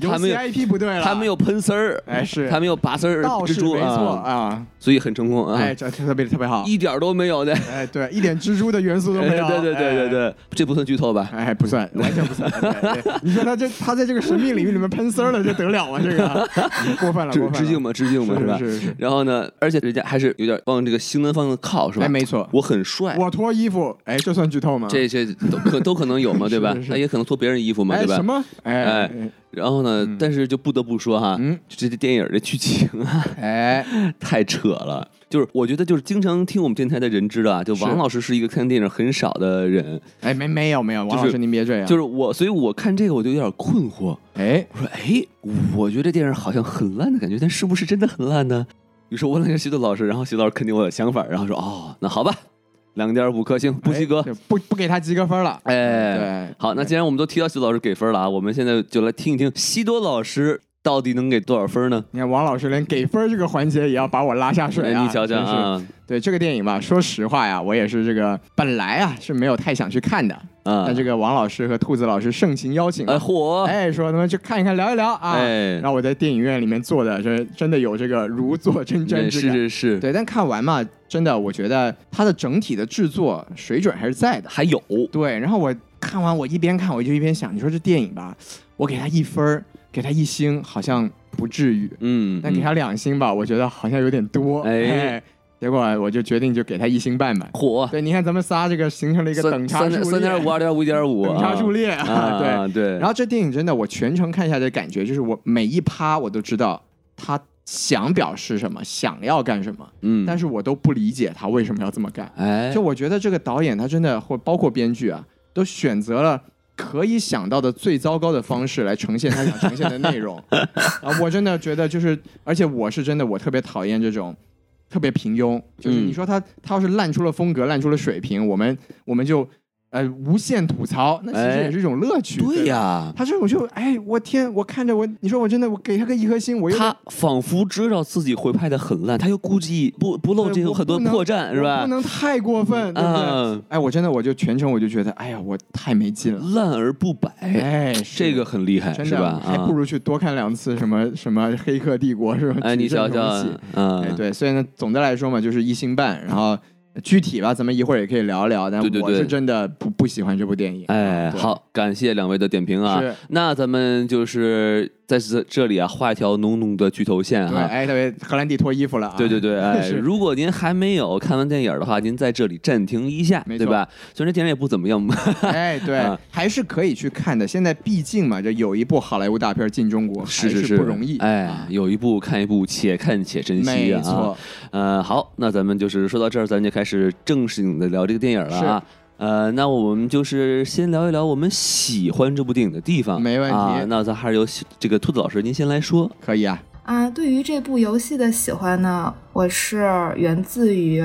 Speaker 1: 游
Speaker 2: 他没
Speaker 1: 戏
Speaker 2: 有
Speaker 1: IP 不对了，
Speaker 2: 他没有喷丝儿，
Speaker 1: 哎是
Speaker 2: 他没有拔丝儿
Speaker 1: 倒
Speaker 2: 蜘
Speaker 1: 是
Speaker 2: 蛛
Speaker 1: 没错
Speaker 2: 啊，
Speaker 1: 啊，
Speaker 2: 所以很成功啊
Speaker 1: 哎，，这特别特别好，
Speaker 2: 一点儿都没有的。
Speaker 1: 哎，对，一点蜘蛛的元素都没有，
Speaker 2: 对对对对
Speaker 1: 哎。
Speaker 2: 对，这不算剧透吧？
Speaker 1: 哎，不算，完全不算。哎对对你说他这他在这个神秘领域里面喷丝儿了，这得了吗？啊这个过分了，
Speaker 2: 致
Speaker 1: 过分了
Speaker 2: 致敬嘛，致敬嘛，
Speaker 1: 是
Speaker 2: 吧？
Speaker 1: 是是是
Speaker 2: 然后呢，而且人家还是有点往这个性能方向靠，是吧？
Speaker 1: 哎，没错，
Speaker 2: 我很帅，
Speaker 1: 我脱衣服，哎，这算剧透吗？
Speaker 2: 这些都可都可能有 嘛，对吧
Speaker 1: 是？是
Speaker 2: 那也可能脱别人衣服嘛，
Speaker 1: 哎
Speaker 2: 对吧
Speaker 1: 什？么？哎
Speaker 2: 然后呢，但是就不得不说哈，
Speaker 1: 嗯
Speaker 2: 这这电影的剧情啊，
Speaker 1: 哎
Speaker 2: 太扯了。就是我觉得，就是经常听我们电台的人知道啊，就是王老师是一个看电影很少的人，
Speaker 1: 哎，没没有没有，王
Speaker 2: 就是
Speaker 1: 老师您别这样，
Speaker 2: 就是我，所以我看这个我就有点困惑。
Speaker 1: 哎
Speaker 2: 我说，哎，我觉得这电影好像很烂的感觉，但是不是真的很烂呢？于是我问了一下徐豆老师，然后徐豆老师肯定我有想法，然后说，哦，那好吧，两点五颗星，不及格
Speaker 1: 哎。就不不给他及格分了。
Speaker 2: 哎，
Speaker 1: 对，
Speaker 2: 好，那既然我们都提到徐豆老师给分了啊，我们现在就来听一听西多老师到底能给多少分呢？
Speaker 1: 你看王老师连给分儿这个环节也要把我拉下水啊！
Speaker 2: 哎你瞧瞧
Speaker 1: 真是
Speaker 2: 啊
Speaker 1: 对这个电影吧，说实话呀，我也是这个本来啊是没有太想去看的，
Speaker 2: 啊
Speaker 1: 但，这个王老师和兔子老师盛情邀请
Speaker 2: 哎
Speaker 1: 啊，
Speaker 2: 嚯，
Speaker 1: 哎，说他们去看一看，聊一聊啊。
Speaker 2: 哎
Speaker 1: 然后我在电影院里面坐的，这真的有这个如坐针毡
Speaker 2: 嗯
Speaker 1: 之感。
Speaker 2: 是是是，
Speaker 1: 对，但看完嘛，真的我觉得它的整体的制作水准还是在的。
Speaker 2: 还有
Speaker 1: 对，然后我看完，我一边看我就一边想，你说这电影吧，我给它一分儿，给它一星，好像不至于。
Speaker 2: 嗯，
Speaker 1: 但给他两星吧，我觉得好像有点多。
Speaker 2: 哎
Speaker 1: 哎，结果我就决定就给他一星半吧。
Speaker 2: 火
Speaker 1: 对，你看咱们仨这个形成了一个等差
Speaker 2: 三
Speaker 1: 数列，
Speaker 2: 三点五、二点五、一点五，
Speaker 1: 等差数列啊，对。
Speaker 2: 啊，对，
Speaker 1: 然后这电影真的，我全程看下来的感觉就是，我每一趴我都知道他想表示什么，想要干什么，
Speaker 2: 嗯，
Speaker 1: 但是我都不理解他为什么要这么干。
Speaker 2: 哎
Speaker 1: 就，我觉得这个导演他真的，或包括编剧啊，都选择了可以想到的最糟糕的方式来呈现他想呈现的内 容啊！我真的觉得就是，而且我是真的，我特别讨厌这种特别平庸。就是
Speaker 2: 嗯
Speaker 1: 你说他他要是烂出了风格，烂出了水平，我们我们就呃无限吐槽，那其
Speaker 2: 哎
Speaker 1: 实也是一种乐趣。
Speaker 2: 对
Speaker 1: 吧。
Speaker 2: 呀，
Speaker 1: 他这种就哎，我天！我看着我，你说我真的，我给他个一颗星，我又
Speaker 2: 他仿佛知道自己会拍的很烂，他又估计不不露这
Speaker 1: 对呃
Speaker 2: 种
Speaker 1: 我
Speaker 2: 很多
Speaker 1: 不能
Speaker 2: 破绽是
Speaker 1: 我
Speaker 2: 吧
Speaker 1: 不？能太过分，对不对？
Speaker 2: 嗯
Speaker 1: 哎，我真的，我就全程我就觉得，哎呀，我太没劲了。
Speaker 2: 烂而不白，
Speaker 1: 哎，
Speaker 2: 这个很厉害
Speaker 1: 真
Speaker 2: 是
Speaker 1: 的
Speaker 2: 吧？
Speaker 1: 还
Speaker 2: 啊
Speaker 1: 不，如去多看两次什么什么《黑客帝国》是吧？
Speaker 2: 哎，你
Speaker 1: 矩阵
Speaker 2: 瞧瞧
Speaker 1: 重启，哎，
Speaker 2: 嗯，
Speaker 1: 对，所以呢，总的来说嘛，就是一星半。然后呃具体吧，咱们一会儿也可以聊一聊。但
Speaker 2: 对对
Speaker 1: 我
Speaker 2: 对
Speaker 1: 是真的不不喜欢这部电影。啊
Speaker 2: 哎，
Speaker 1: 嗯对，
Speaker 2: 好，感谢两位的点评啊
Speaker 1: 是。
Speaker 2: 那咱们就是在这这里啊，画一条浓浓的剧透线
Speaker 1: 对，
Speaker 2: 啊。
Speaker 1: 哎，特别荷兰弟脱衣服了啊！
Speaker 2: 对对对，哎，
Speaker 1: 是
Speaker 2: 如果您还没有看完电影的话，您在这里暂停一下，
Speaker 1: 没
Speaker 2: 对
Speaker 1: 错
Speaker 2: 吧？虽然这电影也不怎么样，
Speaker 1: 哎，对
Speaker 2: 啊，
Speaker 1: 还是可以去看的。现在毕竟嘛，这有一部好莱坞大片进中国，
Speaker 2: 是
Speaker 1: 还
Speaker 2: 是
Speaker 1: 不容易。
Speaker 2: 哎
Speaker 1: 啊，
Speaker 2: 有一部看一部，且看且珍惜啊。
Speaker 1: 没错，
Speaker 2: 呃，好，那咱们就是说到这儿，咱就开始正式的聊这个电影了啊。呃，那我们就是先聊一聊我们喜欢这部电影的地方，
Speaker 1: 没问题
Speaker 2: 啊、那咱还是由这个兔子老师您先来说，
Speaker 1: 可以啊。
Speaker 3: 啊，对于这部游戏的喜欢呢，我是源自于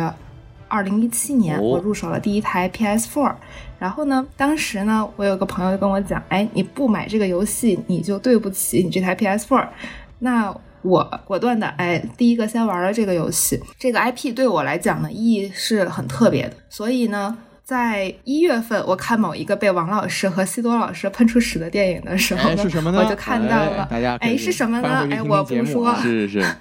Speaker 3: 二零一七年、
Speaker 2: 哦
Speaker 3: 我入手了第一台 PS4，然后呢，当时呢，我有个朋友就跟我讲，哎，你不买这个游戏，你就对不起你这台 PS4。那我果断的，哎，第一个先玩了这个游戏。这个 IP 对我来讲呢，意义是很特别的，所以呢。在一月份，我看某一个被王老师和西多老师喷出屎的电影的时候
Speaker 1: 哎，
Speaker 3: 呢，
Speaker 1: 是什么呢？
Speaker 3: 我就看到了
Speaker 1: 哎大家可以
Speaker 3: 哎是什么呢
Speaker 1: 翻回去
Speaker 3: 哎
Speaker 1: 听
Speaker 3: 我
Speaker 1: 听节
Speaker 3: 不
Speaker 1: 目
Speaker 3: 说
Speaker 1: 啊
Speaker 2: 是是是，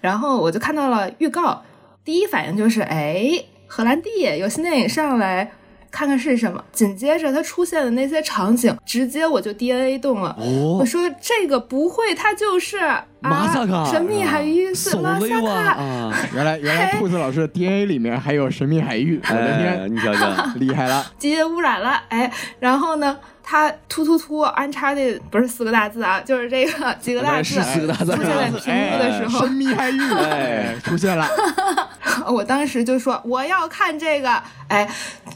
Speaker 3: 然后我就看到了预告，第一反应就是，哎，荷兰弟有新电影上来，看看是什么。紧接着它出现的那些场景，直接我就 DNA 动了。我
Speaker 2: 哦，
Speaker 3: 说这个不会，它就是啊
Speaker 2: 马萨卡嗯
Speaker 3: 神秘海域是
Speaker 2: 手
Speaker 3: 马萨
Speaker 2: 雷哇
Speaker 3: 卡。
Speaker 2: 啊！
Speaker 1: 原来原来兔子老师的 DNA 里面还有神秘海域，我的
Speaker 2: 哎，
Speaker 1: 天，
Speaker 2: 你瞧瞧，
Speaker 1: 厉害了！
Speaker 3: 基因污染了，哎，然后呢，它突突突安插的不是四个大字啊，就是这个几个大字，
Speaker 2: 是四个大字哎
Speaker 3: 出现在屏幕的时候
Speaker 1: 神秘海域哎出现 了，
Speaker 3: 我当时就说我要看这个，哎，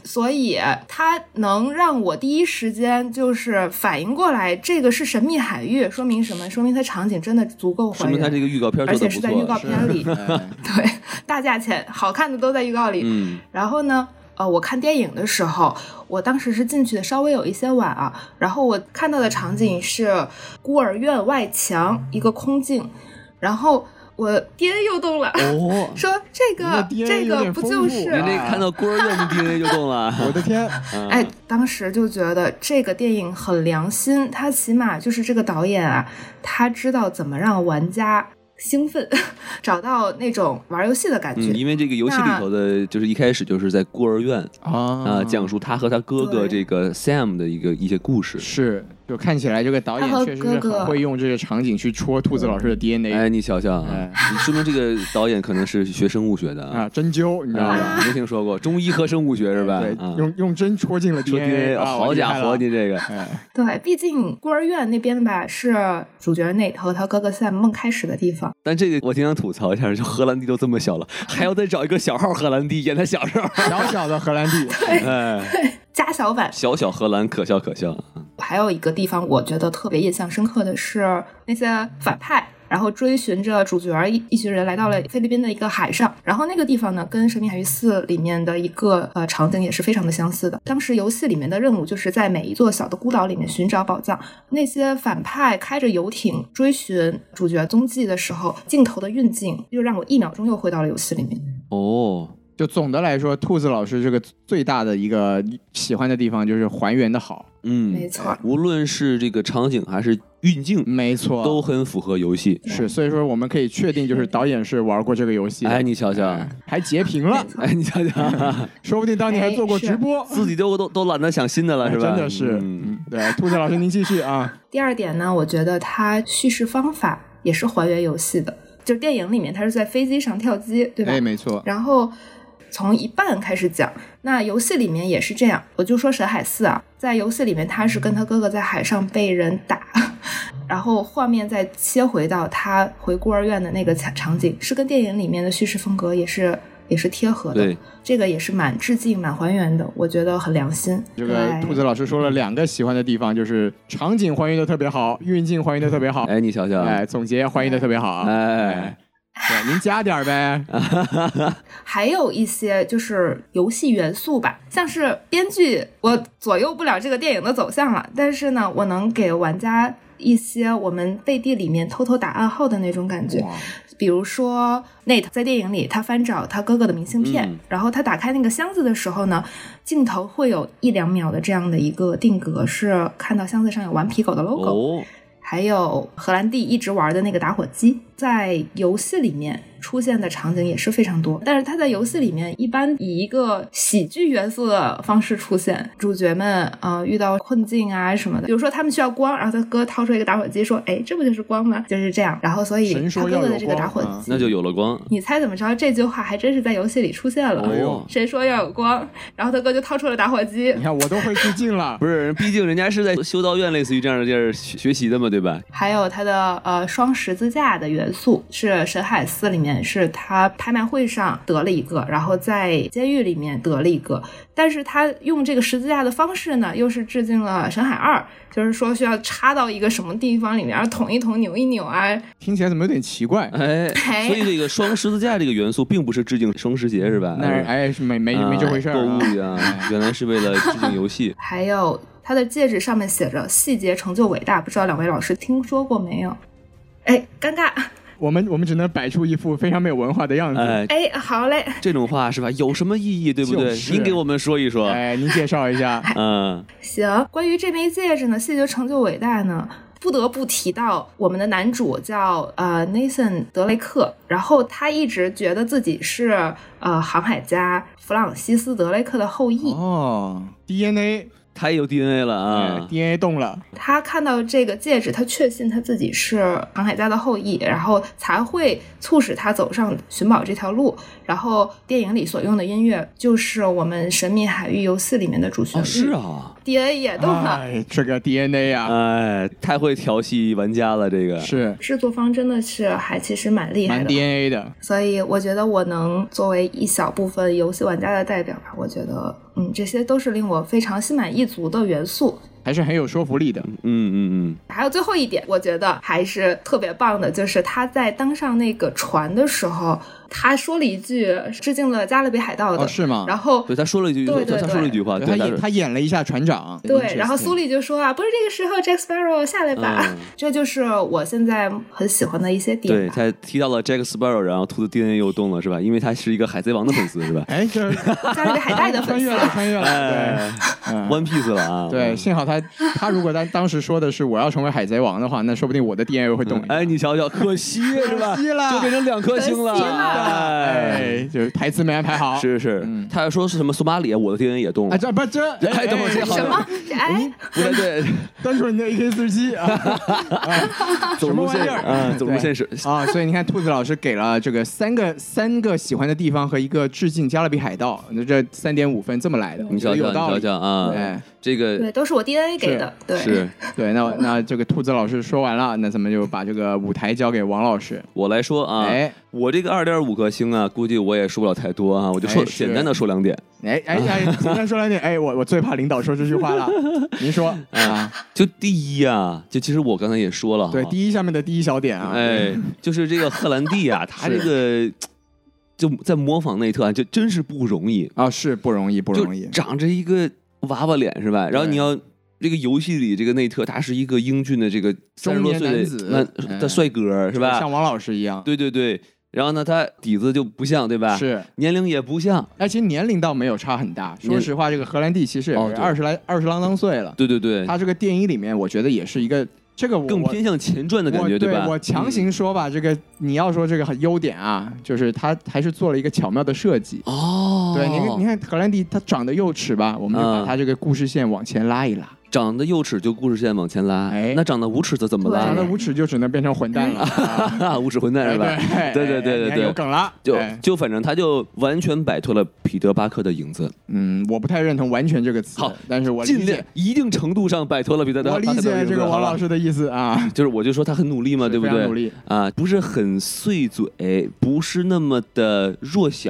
Speaker 3: 所以它能让我第一时间就是反应过来，这个是神秘海域，说明什么？说明它场景真的足够
Speaker 2: 说
Speaker 3: 还
Speaker 2: 明他这
Speaker 3: 原，
Speaker 2: 个预告片
Speaker 3: 而
Speaker 2: 做的
Speaker 3: 且
Speaker 2: 不
Speaker 3: 是在预告
Speaker 2: 错。
Speaker 3: 片 里，
Speaker 1: 哎
Speaker 3: 对，大价钱，好看的都在预告里，
Speaker 2: 嗯，
Speaker 3: 然后呢，呃，我看电影的时候，我当时是进去的稍微有一些晚啊，然后我看到的场景是孤儿院外墙一个空镜，然后我爹又动了，
Speaker 2: 哦，
Speaker 3: 说这
Speaker 1: 你的
Speaker 3: 个
Speaker 1: DNA
Speaker 3: 这
Speaker 1: 有
Speaker 3: 个
Speaker 1: 点
Speaker 3: 不
Speaker 1: 丰
Speaker 3: 就
Speaker 1: 富
Speaker 3: 是
Speaker 2: 您这看到孤儿院的 DNA 就动了。
Speaker 3: 啊
Speaker 1: 我的天，
Speaker 2: 嗯
Speaker 3: 哎，，当时就觉得这个电影很良心，他起码就是这个导演啊，他知道怎么让玩家兴奋， 找到那种玩游戏的感觉。
Speaker 2: 嗯，因为这个游戏里头的，就是一开始就是在孤儿院啊，
Speaker 1: 啊
Speaker 2: 讲述他和他哥哥
Speaker 3: 对
Speaker 2: 这个 Sam 的一个一些故事。
Speaker 1: 是，就看起来这个导演
Speaker 3: 他和
Speaker 1: 确实
Speaker 3: 哥
Speaker 1: 是
Speaker 3: 哥
Speaker 1: 很会用这个场景去戳兔子老师的 DNA
Speaker 2: 哎，你瞧瞧啊
Speaker 1: 哎，
Speaker 2: 说明这个导演可能是学生物学的啊
Speaker 1: 啊，，针灸，你知道吧？
Speaker 2: 啊，没听说过中医和生物学是吧？
Speaker 1: 对
Speaker 2: 啊，，
Speaker 1: 用用针戳进了
Speaker 2: 说
Speaker 1: DNA，
Speaker 2: DNA，
Speaker 1: 啊
Speaker 2: 哎好家伙，！
Speaker 1: 厉
Speaker 2: 你这个
Speaker 1: 害了哎，
Speaker 3: 对，毕竟孤儿院那边吧是主角内和他哥哥 Sam 梦开始的地方。
Speaker 2: 但这个我挺想吐槽一下，就荷兰弟都这么小 了，还要再找一个小号荷兰弟演他小时候，
Speaker 1: 小小的荷兰 弟，
Speaker 2: 哎，
Speaker 3: 加小版
Speaker 2: 小小荷兰可笑可笑。
Speaker 3: 还有一个地方，我觉得特别印象深刻的是那些反派，然后追寻着主角一一群人来到了菲律宾的一个海上，然后那个地方呢，跟《神秘海域四》里面的一个呃场景也是非常的相似的。当时游戏里面的任务就是在每一座小的孤岛里面寻找宝藏，那些反派开着游艇追寻主角踪迹的时候，镜头的运镜又让我一秒钟又回到了游戏里面。
Speaker 2: 哦，
Speaker 1: 就总的来说，兔子老师这个最大的一个喜欢的地方就是还原的好，
Speaker 3: 没
Speaker 2: 嗯，
Speaker 3: 错，
Speaker 2: 无论是这个场景还是运镜，
Speaker 1: 没错，
Speaker 2: 都很符合游戏。
Speaker 1: 嗯是，所以说我们可以确定，就是导演是玩过这个游戏的。
Speaker 2: 哎，你瞧瞧，
Speaker 1: 哎还截屏了，
Speaker 2: 哎，你瞧瞧，
Speaker 1: 说不定当年
Speaker 3: 哎
Speaker 1: 还做过直播，
Speaker 2: 自己都都都懒得想新的了，
Speaker 1: 哎
Speaker 2: 是
Speaker 1: 真
Speaker 2: 吧？
Speaker 1: 的是。
Speaker 2: 嗯
Speaker 1: 嗯，对，兔子老师您继续啊，
Speaker 3: 第二点呢，我觉得它叙事方法也是还原游戏的，就是电影里面它是在飞机上跳机， 对吧？
Speaker 1: 哎，没错，
Speaker 3: 然后从一半开始讲，那游戏里面也是这样。我就说沈海四啊，在游戏里面他是跟他哥哥在海上被人打， 然后画面再切回到他回孤儿院的那个场场景，是跟电影里面的叙事风格也是也是贴合的
Speaker 2: 对。，
Speaker 3: 这个也是蛮致敬、蛮还原的，我觉得很良心。
Speaker 1: 这个
Speaker 3: 对
Speaker 1: 兔子老师说了两个喜欢的地方，就是场景还原的特别好，运镜还原的特别好，
Speaker 2: 哎，你瞧瞧，
Speaker 1: 哎，总结还原的特别好，啊
Speaker 2: 哎， 啊
Speaker 1: 对，您加点儿呗，
Speaker 3: 还有一些就是游戏元素吧，像是编剧，我左右不了这个电影的走向了，但是呢，我能给玩家一些我们背地里面偷偷打暗号的那种感觉。
Speaker 1: 哇
Speaker 3: 比如说 Nate 在电影里，他翻找他哥哥的明信片，
Speaker 2: 嗯
Speaker 3: 然后他打开那个箱子的时候呢，镜头会有一两秒的这样的一个定格，是看到箱子上有顽皮狗的 logo，、
Speaker 2: 哦，
Speaker 3: 还有荷兰弟一直玩的那个打火机，在游戏里面出现的场景也是非常多，但是它在游戏里面一般以一个喜剧元素的方式出现，主角们呃遇到困境啊什么的，比如说他们需要光，然后他哥掏出一个打火机说：“哎，这不就是光吗？”就是这样，然后所以
Speaker 1: 神
Speaker 3: 他
Speaker 1: 说
Speaker 3: 哥
Speaker 1: 要
Speaker 3: 哥
Speaker 1: 有
Speaker 3: 的这个打火
Speaker 1: 光
Speaker 3: 机，
Speaker 1: 啊
Speaker 2: 那就有了光。
Speaker 3: 你猜怎么着？这句话还真是在游戏里出现了。
Speaker 2: 哎呦
Speaker 3: 谁说要有光？然后他哥就掏出了打火机
Speaker 1: 你，看我都会致敬了，
Speaker 2: 不是，毕竟人家是在修道院，类似于这样的地儿学学习的嘛，对吧？
Speaker 3: 还有它的呃双十字架的元素是《神海四》里面是他拍卖会上得了一个，然后在监狱里面得了一个，但是他用这个十字架的方式呢，又是致敬了《神海二》，就是说需要插到一个什么地方里面，然后捅一捅、扭一扭啊，
Speaker 1: 听起来怎么有点奇怪？
Speaker 2: 哎，
Speaker 3: 哎。
Speaker 2: 所以这个双十字架这个元素并不是致敬双十节，是吧？
Speaker 1: 那是 哎，是没没
Speaker 2: 啊
Speaker 1: 没这回事
Speaker 2: 购
Speaker 1: 儿啊，
Speaker 2: 物呀，原来是为了致敬 游戏
Speaker 3: 还有它的戒指上面写着“细节成就伟大”，不知道两位老师听说过没有？哎，尴尬，
Speaker 1: 我们我们只能摆出一副非常没有文化的样子。
Speaker 2: 哎，
Speaker 3: 哎，好嘞。
Speaker 2: 这种话是吧？有什么意义，对不对？
Speaker 1: 就是
Speaker 2: 您给我们说一说。
Speaker 1: 哎哎，您介绍一下，
Speaker 2: 嗯，
Speaker 3: 行，关于这枚戒指呢，谢绝成就伟大呢，不得不提到我们的男主叫呃 Nathan 德雷克，然后他一直觉得自己是呃航海家弗朗西斯德雷克的后裔。
Speaker 1: 哦，DNA
Speaker 2: 太有 DNA 了
Speaker 1: 哎
Speaker 2: 啊！
Speaker 1: DNA 动了，
Speaker 3: 他看到这个戒指，他确信他自己是航海家的后裔，然后才会促使他走上寻宝这条路。然后电影里所用的音乐就是我们《神秘海域游戏》里面的主旋
Speaker 2: 哦，
Speaker 3: 律、
Speaker 2: 是啊，
Speaker 3: ，DNA 也动了。
Speaker 1: 哎，这个 DNA 啊，
Speaker 2: 哎，太会调戏玩家了，这个
Speaker 1: 是
Speaker 3: 制作方真的是还其实蛮厉害
Speaker 1: 蛮
Speaker 3: 的，
Speaker 1: DNA 的。
Speaker 3: 所以我觉得我能作为一小部分游戏玩家的代表吧，我觉得嗯，这些都是令我非常心满意足的元素。
Speaker 1: 还是很有说服力的。
Speaker 2: 嗯嗯
Speaker 3: 还有最后一点，我觉得还是特别棒的，就是他在登上那个船的时候，他说了一句致敬了《加勒比海盗》的，
Speaker 1: 哦，是吗？
Speaker 3: 然后
Speaker 2: 嗯，对，他说了一句，
Speaker 3: 对对
Speaker 2: 他说了一
Speaker 3: 对
Speaker 2: 句话，
Speaker 1: 对他
Speaker 2: 对，他
Speaker 1: 演
Speaker 2: 是
Speaker 1: 他演了一下船长，
Speaker 3: 对，然后苏
Speaker 1: 丽
Speaker 3: 丽就说啊，不是这个时候，Jack Sparrow 下来吧，
Speaker 2: 嗯
Speaker 3: 这就是我现在很喜欢的一些点
Speaker 2: 对
Speaker 3: 吧。
Speaker 2: 他提到了 Jack Sparrow，然后兔子 DNA 又动了，是吧？因为他是一个海贼王的粉丝， 是吧
Speaker 1: 哎，这是
Speaker 3: 加勒比海盗的粉
Speaker 1: 穿 越
Speaker 3: 丝，
Speaker 1: 了，穿越了，
Speaker 2: 哎
Speaker 1: 对，嗯。
Speaker 2: ，One Piece 了 啊！
Speaker 1: 对，幸好 他他如果他当时说的是我要成为海贼王的话，那说不定我的 DNA 会动一下。
Speaker 2: 哎，你瞧瞧，可惜是吧？
Speaker 1: 可惜了
Speaker 2: 就变成两颗星了。
Speaker 3: 可惜了
Speaker 2: 哎，
Speaker 1: 哎，就是台词没安排好。
Speaker 2: 是是，
Speaker 1: 嗯
Speaker 2: 他还说是什么索马里，我的 DNA 也动
Speaker 1: 哎，
Speaker 2: 了。
Speaker 1: 这不这
Speaker 2: 哎等会儿这好
Speaker 3: 什么？哎，
Speaker 2: 不 对对，
Speaker 1: 单纯你的 AK 四七啊
Speaker 2: 走入现
Speaker 1: 什么玩意
Speaker 2: 实，
Speaker 1: 儿
Speaker 2: 啊，走入
Speaker 1: 对
Speaker 2: 现实。
Speaker 1: 啊！所以你看，兔子老师给了这个三个三个喜欢的地方和一个致敬《加勒比海盗》，那这三点五分这么来的，
Speaker 2: 你
Speaker 1: 觉
Speaker 2: 瞧
Speaker 1: 得
Speaker 2: 瞧，
Speaker 1: 有
Speaker 2: 你
Speaker 1: 道
Speaker 2: 瞧
Speaker 1: 理。
Speaker 2: 瞧啊
Speaker 1: 对，
Speaker 2: 这
Speaker 3: 对，
Speaker 2: 个
Speaker 3: 都是我 DNA 给的，对，
Speaker 2: 嗯是
Speaker 1: 对，那那这个兔子老师说完了，那咱们就把这个舞台交给王老师。
Speaker 2: 我来说啊，
Speaker 1: 哎
Speaker 2: 我这个二点五颗星啊，估计我也说不了太多啊，我就说
Speaker 1: 哎是
Speaker 2: 简单的说两点。
Speaker 1: 哎哎哎，简单说两点。哎，我我最怕领导说这句话 了。您说啊？
Speaker 2: 就第一啊，就其实我刚才也说了哈，
Speaker 1: 对，第一下面的第一小点啊，
Speaker 2: 哎，就是这个荷兰弟啊，他这个就在模仿内特啊，就真是不容易，
Speaker 1: 啊是不容易，不容易
Speaker 2: 就。长着一个娃娃脸是吧？然后你要这个游戏里这个内特，他是一个英俊的这个三十
Speaker 1: 中
Speaker 2: 多
Speaker 1: 年
Speaker 2: 岁
Speaker 1: 男
Speaker 2: 的
Speaker 1: 子
Speaker 2: 男
Speaker 1: 哎
Speaker 2: 的帅哥是吧
Speaker 1: 像？王老师一样，
Speaker 2: 对对对，然后呢，他底子就不像对吧？
Speaker 1: 是。
Speaker 2: 年龄也不像，
Speaker 1: 哎，其实年龄倒没有差很大。说
Speaker 2: 年
Speaker 1: 实话，这个荷兰弟其实也
Speaker 2: 哦
Speaker 1: 是
Speaker 2: 对
Speaker 1: 二十来、二十郎当岁了。
Speaker 2: 对对对，
Speaker 1: 他这个电影里面，我觉得也是一个这个我
Speaker 2: 更
Speaker 1: 我
Speaker 2: 偏向前传的感觉
Speaker 1: 我对
Speaker 2: 吧？
Speaker 1: 我强行说吧，这个你要说这个优点啊，就是他还是做了一个巧妙的设计。
Speaker 2: 哦，
Speaker 1: 对，你看，你看荷兰弟他长得幼齿吧，我们就把
Speaker 2: 嗯
Speaker 1: 他这个故事线往前拉一拉。
Speaker 2: 长得幼齿就故事线往前拉，
Speaker 1: 哎
Speaker 2: 那长得无齿的怎么
Speaker 3: 对
Speaker 2: 拉
Speaker 1: 长得
Speaker 2: 呢？
Speaker 1: 无耻就只能变成混蛋了， 啊
Speaker 2: 啊， 无齿混蛋是吧？
Speaker 1: 哎
Speaker 2: 对对对
Speaker 1: 哎
Speaker 2: 对
Speaker 1: 你看
Speaker 2: 对
Speaker 1: 有梗了。
Speaker 2: 就
Speaker 1: 哎
Speaker 2: 就反正他就完全摆脱了彼得巴克的影子，
Speaker 1: 嗯，我不太认同“完全”这个词，
Speaker 2: 好，
Speaker 1: 但是我理
Speaker 2: 尽
Speaker 1: 解
Speaker 2: 量，一定程度上摆脱了彼得巴
Speaker 1: 我
Speaker 2: 克的
Speaker 1: 理
Speaker 2: 影子。
Speaker 1: 解这个王
Speaker 2: 好吧
Speaker 1: 老，师的意思 啊，
Speaker 2: 就是我就说他很努力嘛，
Speaker 1: 是
Speaker 2: 对不
Speaker 1: 非常
Speaker 2: 对？
Speaker 1: 努力
Speaker 2: 啊，不是很碎嘴，不是那么的弱小，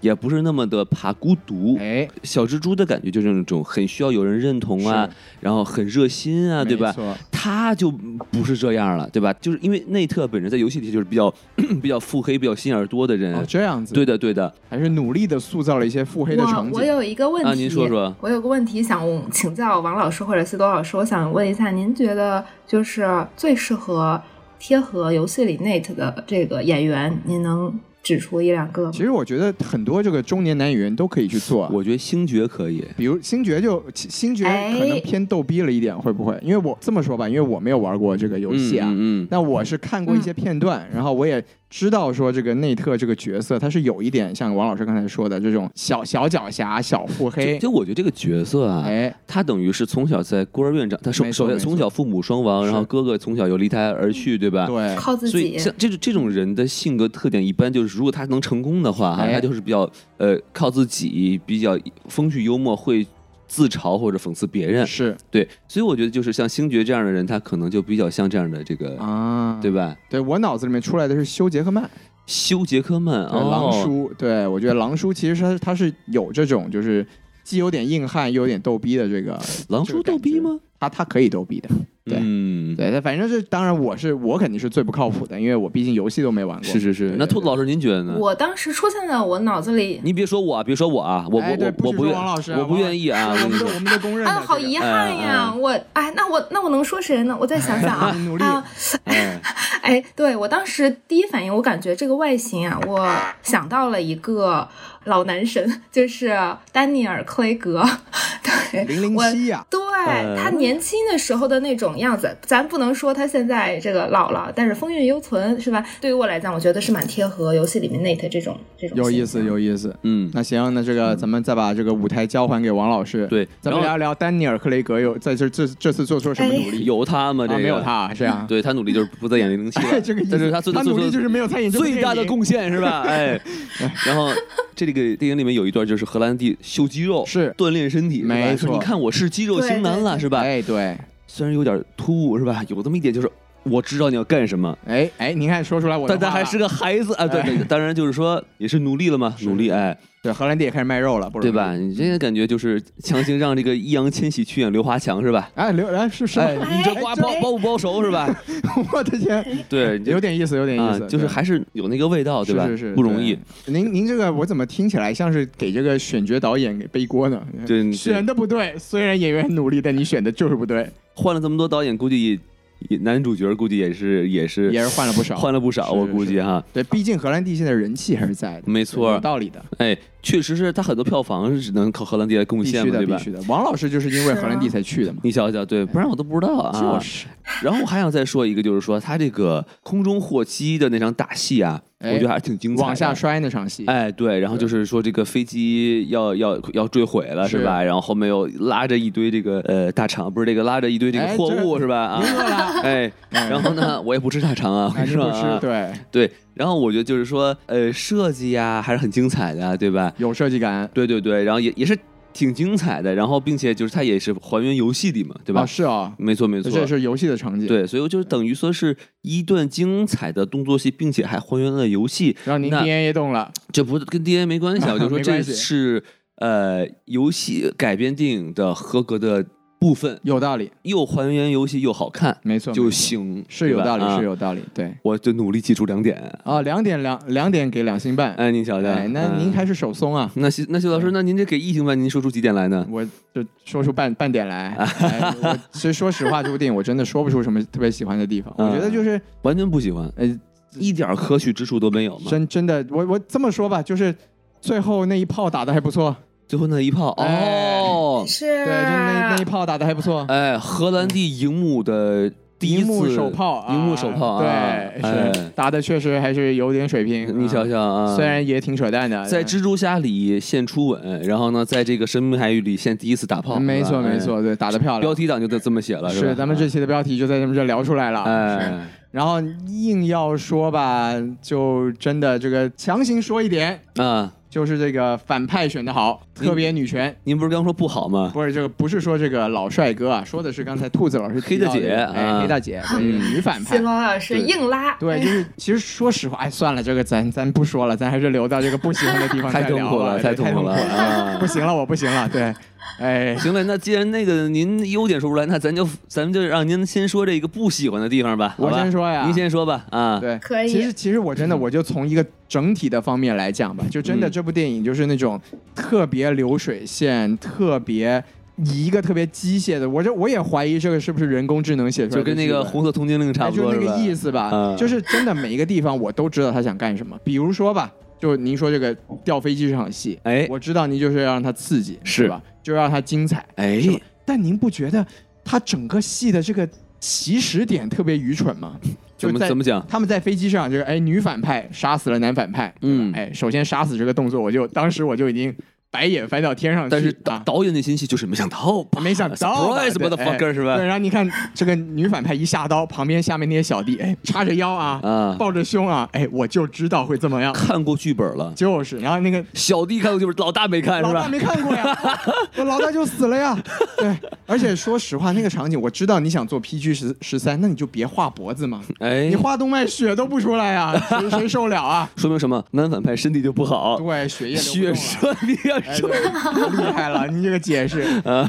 Speaker 2: 也不是那么的怕孤独。
Speaker 1: 哎，
Speaker 2: 小蜘蛛的感觉就是那种很需要有人认同啊
Speaker 1: 是，
Speaker 2: 然后很热心啊，对吧？
Speaker 1: 没错
Speaker 2: 他就不是这样了，对吧？就是因为内特本人在游戏里就是比较 比较腹黑、比较心眼儿多的人。
Speaker 1: 哦，这样子，
Speaker 2: 对，的，对的。
Speaker 1: 还是努力的塑造了一些腹黑的
Speaker 3: 我
Speaker 1: 场
Speaker 3: 我
Speaker 1: 景。
Speaker 3: 有一个问题，
Speaker 2: 啊您说说
Speaker 3: 我有个问题想请教王老师或者西多老师，我想问一下，您觉得就是最适合贴合游戏里 Nate 的这个演员，您能指出一两个吗
Speaker 1: 其？实我觉得很多这个中年男演员都可以去做，
Speaker 2: 我觉得星爵可以，
Speaker 1: 比如星爵就其星爵可能
Speaker 3: 哎
Speaker 1: 偏逗逼了一点，会不会？因为我这么说吧，因为我没有玩过这个游戏啊，
Speaker 2: 嗯嗯
Speaker 1: 但我是看过一些片段，然后我也知道说这个内特这个角色，他是有一点像王老师刚才说的这种小小狡黠、小腹
Speaker 2: 嗯。
Speaker 1: 黑
Speaker 2: 就，就我觉得这个角色啊，
Speaker 1: 哎，
Speaker 2: 他等于是从小在孤儿院长，他首
Speaker 1: 没错
Speaker 2: 首先
Speaker 1: 没错
Speaker 2: 从小父母双亡，
Speaker 1: 是
Speaker 2: 然后哥哥从小又离他而去，对吧？
Speaker 1: 对，
Speaker 3: 靠自
Speaker 2: 所以
Speaker 3: 己，
Speaker 2: 像这种这种人的性格特点，一般就是如果他能成功的话，哈
Speaker 1: 哎
Speaker 2: 他就是比较呃靠自己，比较风趣幽默，会自嘲或者讽刺别人。
Speaker 1: 是
Speaker 2: 对，所以我觉得就是像星爵这样的人，他可能就比较像这样的这个，
Speaker 1: 啊，
Speaker 2: 对吧？
Speaker 1: 对我脑子里面出来的是休·杰克曼，
Speaker 2: 修杰克曼，
Speaker 1: 对，狼
Speaker 2: 哦，
Speaker 1: 叔，对我觉得狼叔其实他他是有这种就是既有点硬汉又有点逗逼的这个，
Speaker 2: 狼
Speaker 1: 这
Speaker 2: 叔
Speaker 1: 个
Speaker 2: 逗
Speaker 1: 感
Speaker 2: 逼
Speaker 1: 觉
Speaker 2: 吗？
Speaker 1: 他他可以逗逼的，对
Speaker 2: 嗯，
Speaker 1: 对，他反正是当然我是我肯定是最不靠谱的，因为我毕竟游戏都没玩过，
Speaker 2: 是是是。
Speaker 1: 对
Speaker 2: 那兔子老师，您觉得呢？
Speaker 3: 我当时出现在我脑子里，
Speaker 2: 您别说我，啊，别说我啊，我
Speaker 1: 哎
Speaker 2: 我
Speaker 1: 对
Speaker 2: 我
Speaker 1: 不许
Speaker 2: 我不
Speaker 1: 说
Speaker 2: 愿
Speaker 1: 王老师啊
Speaker 2: 我不
Speaker 1: 王老
Speaker 2: 愿意啊， 我
Speaker 1: 我
Speaker 2: 跟你
Speaker 1: 们
Speaker 2: 说
Speaker 1: 都我们都公认的
Speaker 3: 啊，
Speaker 1: 这个，
Speaker 3: 好遗憾呀！
Speaker 2: 哎
Speaker 3: 我哎，那我那我能说谁呢？我再想 想啊
Speaker 1: 你努力
Speaker 3: 啊，
Speaker 2: 哎，
Speaker 3: 哎，对我当时第一反应，我感觉这个外形啊，我想到了一个老男神，就是丹尼尔·克雷格。对，
Speaker 1: 零零
Speaker 3: 我
Speaker 1: 七呀，啊嗯
Speaker 3: 对
Speaker 2: 呃
Speaker 3: 他年轻的时候的那种样子，咱不能说他现在这个老了，但是风韵犹存，是吧？对于我来讲，我觉得是蛮贴合游戏里面 Nate 这种这种
Speaker 1: 有意
Speaker 3: 形
Speaker 1: 思，
Speaker 3: 象
Speaker 1: 有意思。
Speaker 2: 嗯，
Speaker 1: 那行，那这个咱们再把这个舞台交还给王老师。，
Speaker 2: 对，
Speaker 1: 咱
Speaker 2: 然
Speaker 1: 们
Speaker 2: 后
Speaker 1: 聊
Speaker 2: 哎
Speaker 1: 一聊丹尼尔·克雷格有在这这这次做出了什么努力？
Speaker 2: 有他吗？这
Speaker 1: 啊，
Speaker 2: 个
Speaker 1: 没有他，啊，这样。
Speaker 2: 对他努力就是不在演零零七了，
Speaker 1: 这个意
Speaker 2: 但
Speaker 1: 思，
Speaker 2: 是他做
Speaker 1: 努力
Speaker 2: 做出
Speaker 1: 就是没有参演这部
Speaker 2: 最大的
Speaker 1: 电影
Speaker 2: 贡献是 吧？哎，然后这个电影里面有一段就是荷兰弟秀肌肉，
Speaker 1: 是
Speaker 2: 锻炼身体，是吧
Speaker 1: 没
Speaker 2: 说
Speaker 1: 错
Speaker 2: 你看我是肌肉型男了，是吧？
Speaker 1: 哎，对，
Speaker 2: 虽然有点突兀是吧？有这么一点就是我知道你要干什么，
Speaker 1: 哎哎，您看说出来我的
Speaker 2: 但
Speaker 1: 话了，
Speaker 2: 他还是个孩子啊。对
Speaker 1: 哎
Speaker 2: 对，当然就是说也是努力了嘛，
Speaker 1: 是
Speaker 2: 努力哎，
Speaker 1: 对荷兰弟也开始卖肉了，不容
Speaker 2: 对
Speaker 1: 易
Speaker 2: 吧？？你
Speaker 1: 嗯
Speaker 2: 这个感觉就是强行让这个易烊千玺去演刘华强是吧？
Speaker 1: 哎，刘哎是是吗，
Speaker 2: 哎，你这瓜包包不包熟是吧？
Speaker 1: 我的天，
Speaker 2: 对，你这
Speaker 1: 有点意思，有点意
Speaker 2: 啊
Speaker 1: 思，，
Speaker 2: 就是
Speaker 1: 对
Speaker 2: 还是有那个味道，对吧？
Speaker 1: 是是是
Speaker 2: 不容易。。
Speaker 1: 对您您这个我怎么听起来像是给这个选角导演给背锅呢？
Speaker 2: 对对
Speaker 1: 选的不对，虽然演员努力，但你选的就是不 对，
Speaker 2: 换了这么多导演，估计也也男主角估计也是也是
Speaker 1: 也是换了不少。
Speaker 2: 换了不
Speaker 1: 是
Speaker 2: 少，我
Speaker 1: 是
Speaker 2: 估计
Speaker 1: 是
Speaker 2: 哈。
Speaker 1: 对，毕竟荷兰弟现在人气还是在的，
Speaker 2: 没错
Speaker 1: 有道理的，
Speaker 2: 哎，确实是他很多票房是能靠荷兰弟来贡
Speaker 1: 必
Speaker 2: 献
Speaker 1: 须的，
Speaker 2: 嘛，对
Speaker 1: 必
Speaker 2: 吧？
Speaker 1: 须的。王老师就是因为
Speaker 3: 是啊
Speaker 1: 荷兰弟才去的嘛，
Speaker 2: 你想想，对，不然我都不知道啊。
Speaker 1: 就是
Speaker 2: 然后我还想再说一个，就是说他这个空中获击的那场打戏啊，
Speaker 1: 哎
Speaker 2: 我觉得还挺精彩的。啊
Speaker 1: 往下摔那场戏，
Speaker 2: 哎，对，然后就是说这个飞机要要要坠毁了是
Speaker 1: 是
Speaker 2: 吧？然后后面又拉着一堆这个呃大厂，不是这个拉着一堆这个
Speaker 1: 哎
Speaker 2: 货
Speaker 1: 这
Speaker 2: 物是吧？啊
Speaker 1: 赢，了，
Speaker 2: 哎，
Speaker 1: 哎
Speaker 2: 然后呢，我也不吃大肠啊，我
Speaker 1: 哎
Speaker 2: 跟你
Speaker 1: 你
Speaker 2: 说
Speaker 1: 不
Speaker 2: 啊
Speaker 1: 吃，对，
Speaker 2: 对，然后我觉得就是说，呃，设计呀、还是很精彩的、啊对吧？
Speaker 1: 有设计感，
Speaker 2: 对对对，然后也也是挺精彩的，然后并且就是它也是还原游戏里嘛，对吧？
Speaker 1: 啊，是啊，
Speaker 2: 没错没错，
Speaker 1: 这是游戏的场景，，
Speaker 2: 对，所以我就是等于说是一段精彩的动作戏，并且还还原了游戏，
Speaker 1: 让您
Speaker 2: 那
Speaker 1: DNA 动了，
Speaker 2: 这不跟 DNA 没关系啊， 我就说
Speaker 1: 没关
Speaker 2: 这
Speaker 1: 系
Speaker 2: 是呃游戏改编电影的合格的部分，
Speaker 1: 有道理，
Speaker 2: 又还原游戏又好看
Speaker 1: 没错，
Speaker 2: 就
Speaker 1: 没错
Speaker 2: 行，
Speaker 1: 是有
Speaker 2: 对吧
Speaker 1: 道理，
Speaker 2: 啊
Speaker 1: 是有道理，对。
Speaker 2: 我就努力记住两点。
Speaker 1: 啊，两点两两点给两星半，
Speaker 2: 哎，您瞧瞧，
Speaker 1: 哎，那您
Speaker 2: 嗯
Speaker 1: 还是手松啊，
Speaker 2: 那徐那徐老师，那您这给异性伴，您说出几点来呢？
Speaker 1: 我就说出半半点 来。哎我其实说实话，这部电影我真的说不出什么特别喜欢的地方，
Speaker 2: 嗯
Speaker 1: 我觉得就是
Speaker 2: 完全不喜欢，
Speaker 1: 呃，
Speaker 2: 一点可取之处都没有嘛。
Speaker 1: 真真的，我我这么说吧，就是。最后那一炮打的还不错，
Speaker 2: 最后那一炮，
Speaker 1: 哎
Speaker 2: 哦，
Speaker 3: 是啊
Speaker 1: 对，就是那那一炮打的还不错，
Speaker 2: 哎，荷兰弟荧幕的第一
Speaker 1: 荧幕
Speaker 2: 次
Speaker 1: 手，炮啊，
Speaker 2: 荧幕手炮啊
Speaker 1: 对，是
Speaker 2: 哎
Speaker 1: 打的确实还是有点水平。
Speaker 2: 你瞧
Speaker 1: 啊，
Speaker 2: 瞧啊，
Speaker 1: 虽然也挺扯淡的，
Speaker 2: 在蜘蛛侠里献初吻，然后呢，在这个深海域里献第一次打炮，
Speaker 1: 嗯没
Speaker 2: 是
Speaker 1: 错
Speaker 2: 吧
Speaker 1: 没，错，对，打的漂
Speaker 2: 哎标
Speaker 1: 亮。
Speaker 2: 题党就这这么写了，吧？
Speaker 1: 是，咱们这期的标题就在咱们这聊出来了。
Speaker 2: 哎，
Speaker 1: 然后硬要说吧，就真的这个强行说一点，
Speaker 2: 啊，
Speaker 1: 就是这个反派选的好，
Speaker 2: 您
Speaker 1: 特别女权。
Speaker 2: 您不是刚说不好吗？
Speaker 1: 不是这个，不是说这个老帅哥啊，说的是刚才兔子老师提到的
Speaker 2: 黑大姐啊
Speaker 1: 哎，黑大姐，对
Speaker 2: 嗯
Speaker 1: 女反派
Speaker 3: 新。罗老师
Speaker 1: 对
Speaker 3: 硬拉，哎
Speaker 1: 对，就是其实说实话，哎，算了，这个咱咱不说了，咱还是留到这个不喜欢的地方
Speaker 2: 太
Speaker 1: 再
Speaker 2: 痛
Speaker 1: 聊
Speaker 2: 苦
Speaker 1: 吧
Speaker 2: 了，
Speaker 1: 对太
Speaker 2: 太痛苦
Speaker 1: 苦
Speaker 2: 了啊
Speaker 1: 不行了，我不行了，对，哎，
Speaker 2: 行了，那既然那个您优点说不出来，那咱就咱们就让您先说这个不喜欢的地方吧。好
Speaker 1: 我
Speaker 2: 吧
Speaker 1: 先说呀
Speaker 2: 您先说吧。啊，
Speaker 1: 对，
Speaker 3: 可以
Speaker 1: 其实其实我真的我就从一个整体的方面来讲吧，就真的
Speaker 2: 嗯
Speaker 1: 这部电影就是那种特别流水线，特别一个特别机械的，我这我也怀疑这个是不是人工智能写出来
Speaker 2: 就
Speaker 1: 的剧
Speaker 2: 跟
Speaker 1: 本，
Speaker 2: 那个《红色通缉令》差
Speaker 1: 哎
Speaker 2: 不多
Speaker 1: 就是那
Speaker 2: 吧
Speaker 1: 个？意思吧，
Speaker 2: 嗯
Speaker 1: 就是真的每一个地方我都知道他想干什么，比如说吧，就您说这个掉飞机这场戏，
Speaker 2: 哎
Speaker 1: 我知道您就是要让它刺激，
Speaker 2: 是
Speaker 1: 吧？就要让它精彩，
Speaker 2: 哎，
Speaker 1: 是吧但您不觉得他整个戏的这个起始点特别愚蠢吗？就
Speaker 2: 怎么
Speaker 1: 在
Speaker 2: 怎么啊讲？
Speaker 1: 他们在飞机上就是哎，女反派杀死了男反派，
Speaker 2: 嗯
Speaker 1: 哎，首先杀死这个动作，我就当时我就已经白眼翻到天上去，
Speaker 2: 但是导
Speaker 1: 啊。
Speaker 2: 导演内心戏就是没想到吧，
Speaker 1: 没想到吧
Speaker 2: 啊 surprise
Speaker 1: 对
Speaker 2: motherfucker
Speaker 1: 哎
Speaker 2: 是吧
Speaker 1: 对，然后你看这个女反派一下刀，旁边下面那些小弟，哎，叉着腰啊，
Speaker 2: 啊
Speaker 1: 抱着胸啊，哎，我就知道会怎么样，
Speaker 2: 看过剧本了，
Speaker 1: 就是，然后那个
Speaker 2: 小弟看过剧本，老大没看是
Speaker 1: 老大
Speaker 2: 吧？
Speaker 1: 没看过呀， 我老大就死了呀。对，而且说实话，那个场景我知道你想做 PG 十十三，那你就别画脖子嘛，
Speaker 2: 哎
Speaker 1: 你，画动脉血都不出来呀，谁谁受了啊？
Speaker 2: 说明什么？男反派身体就不好，
Speaker 1: 对，血液流不动
Speaker 2: 血
Speaker 1: 了
Speaker 2: 栓比较
Speaker 1: 哎，
Speaker 2: 重
Speaker 1: 对，厉害了，你这个解释。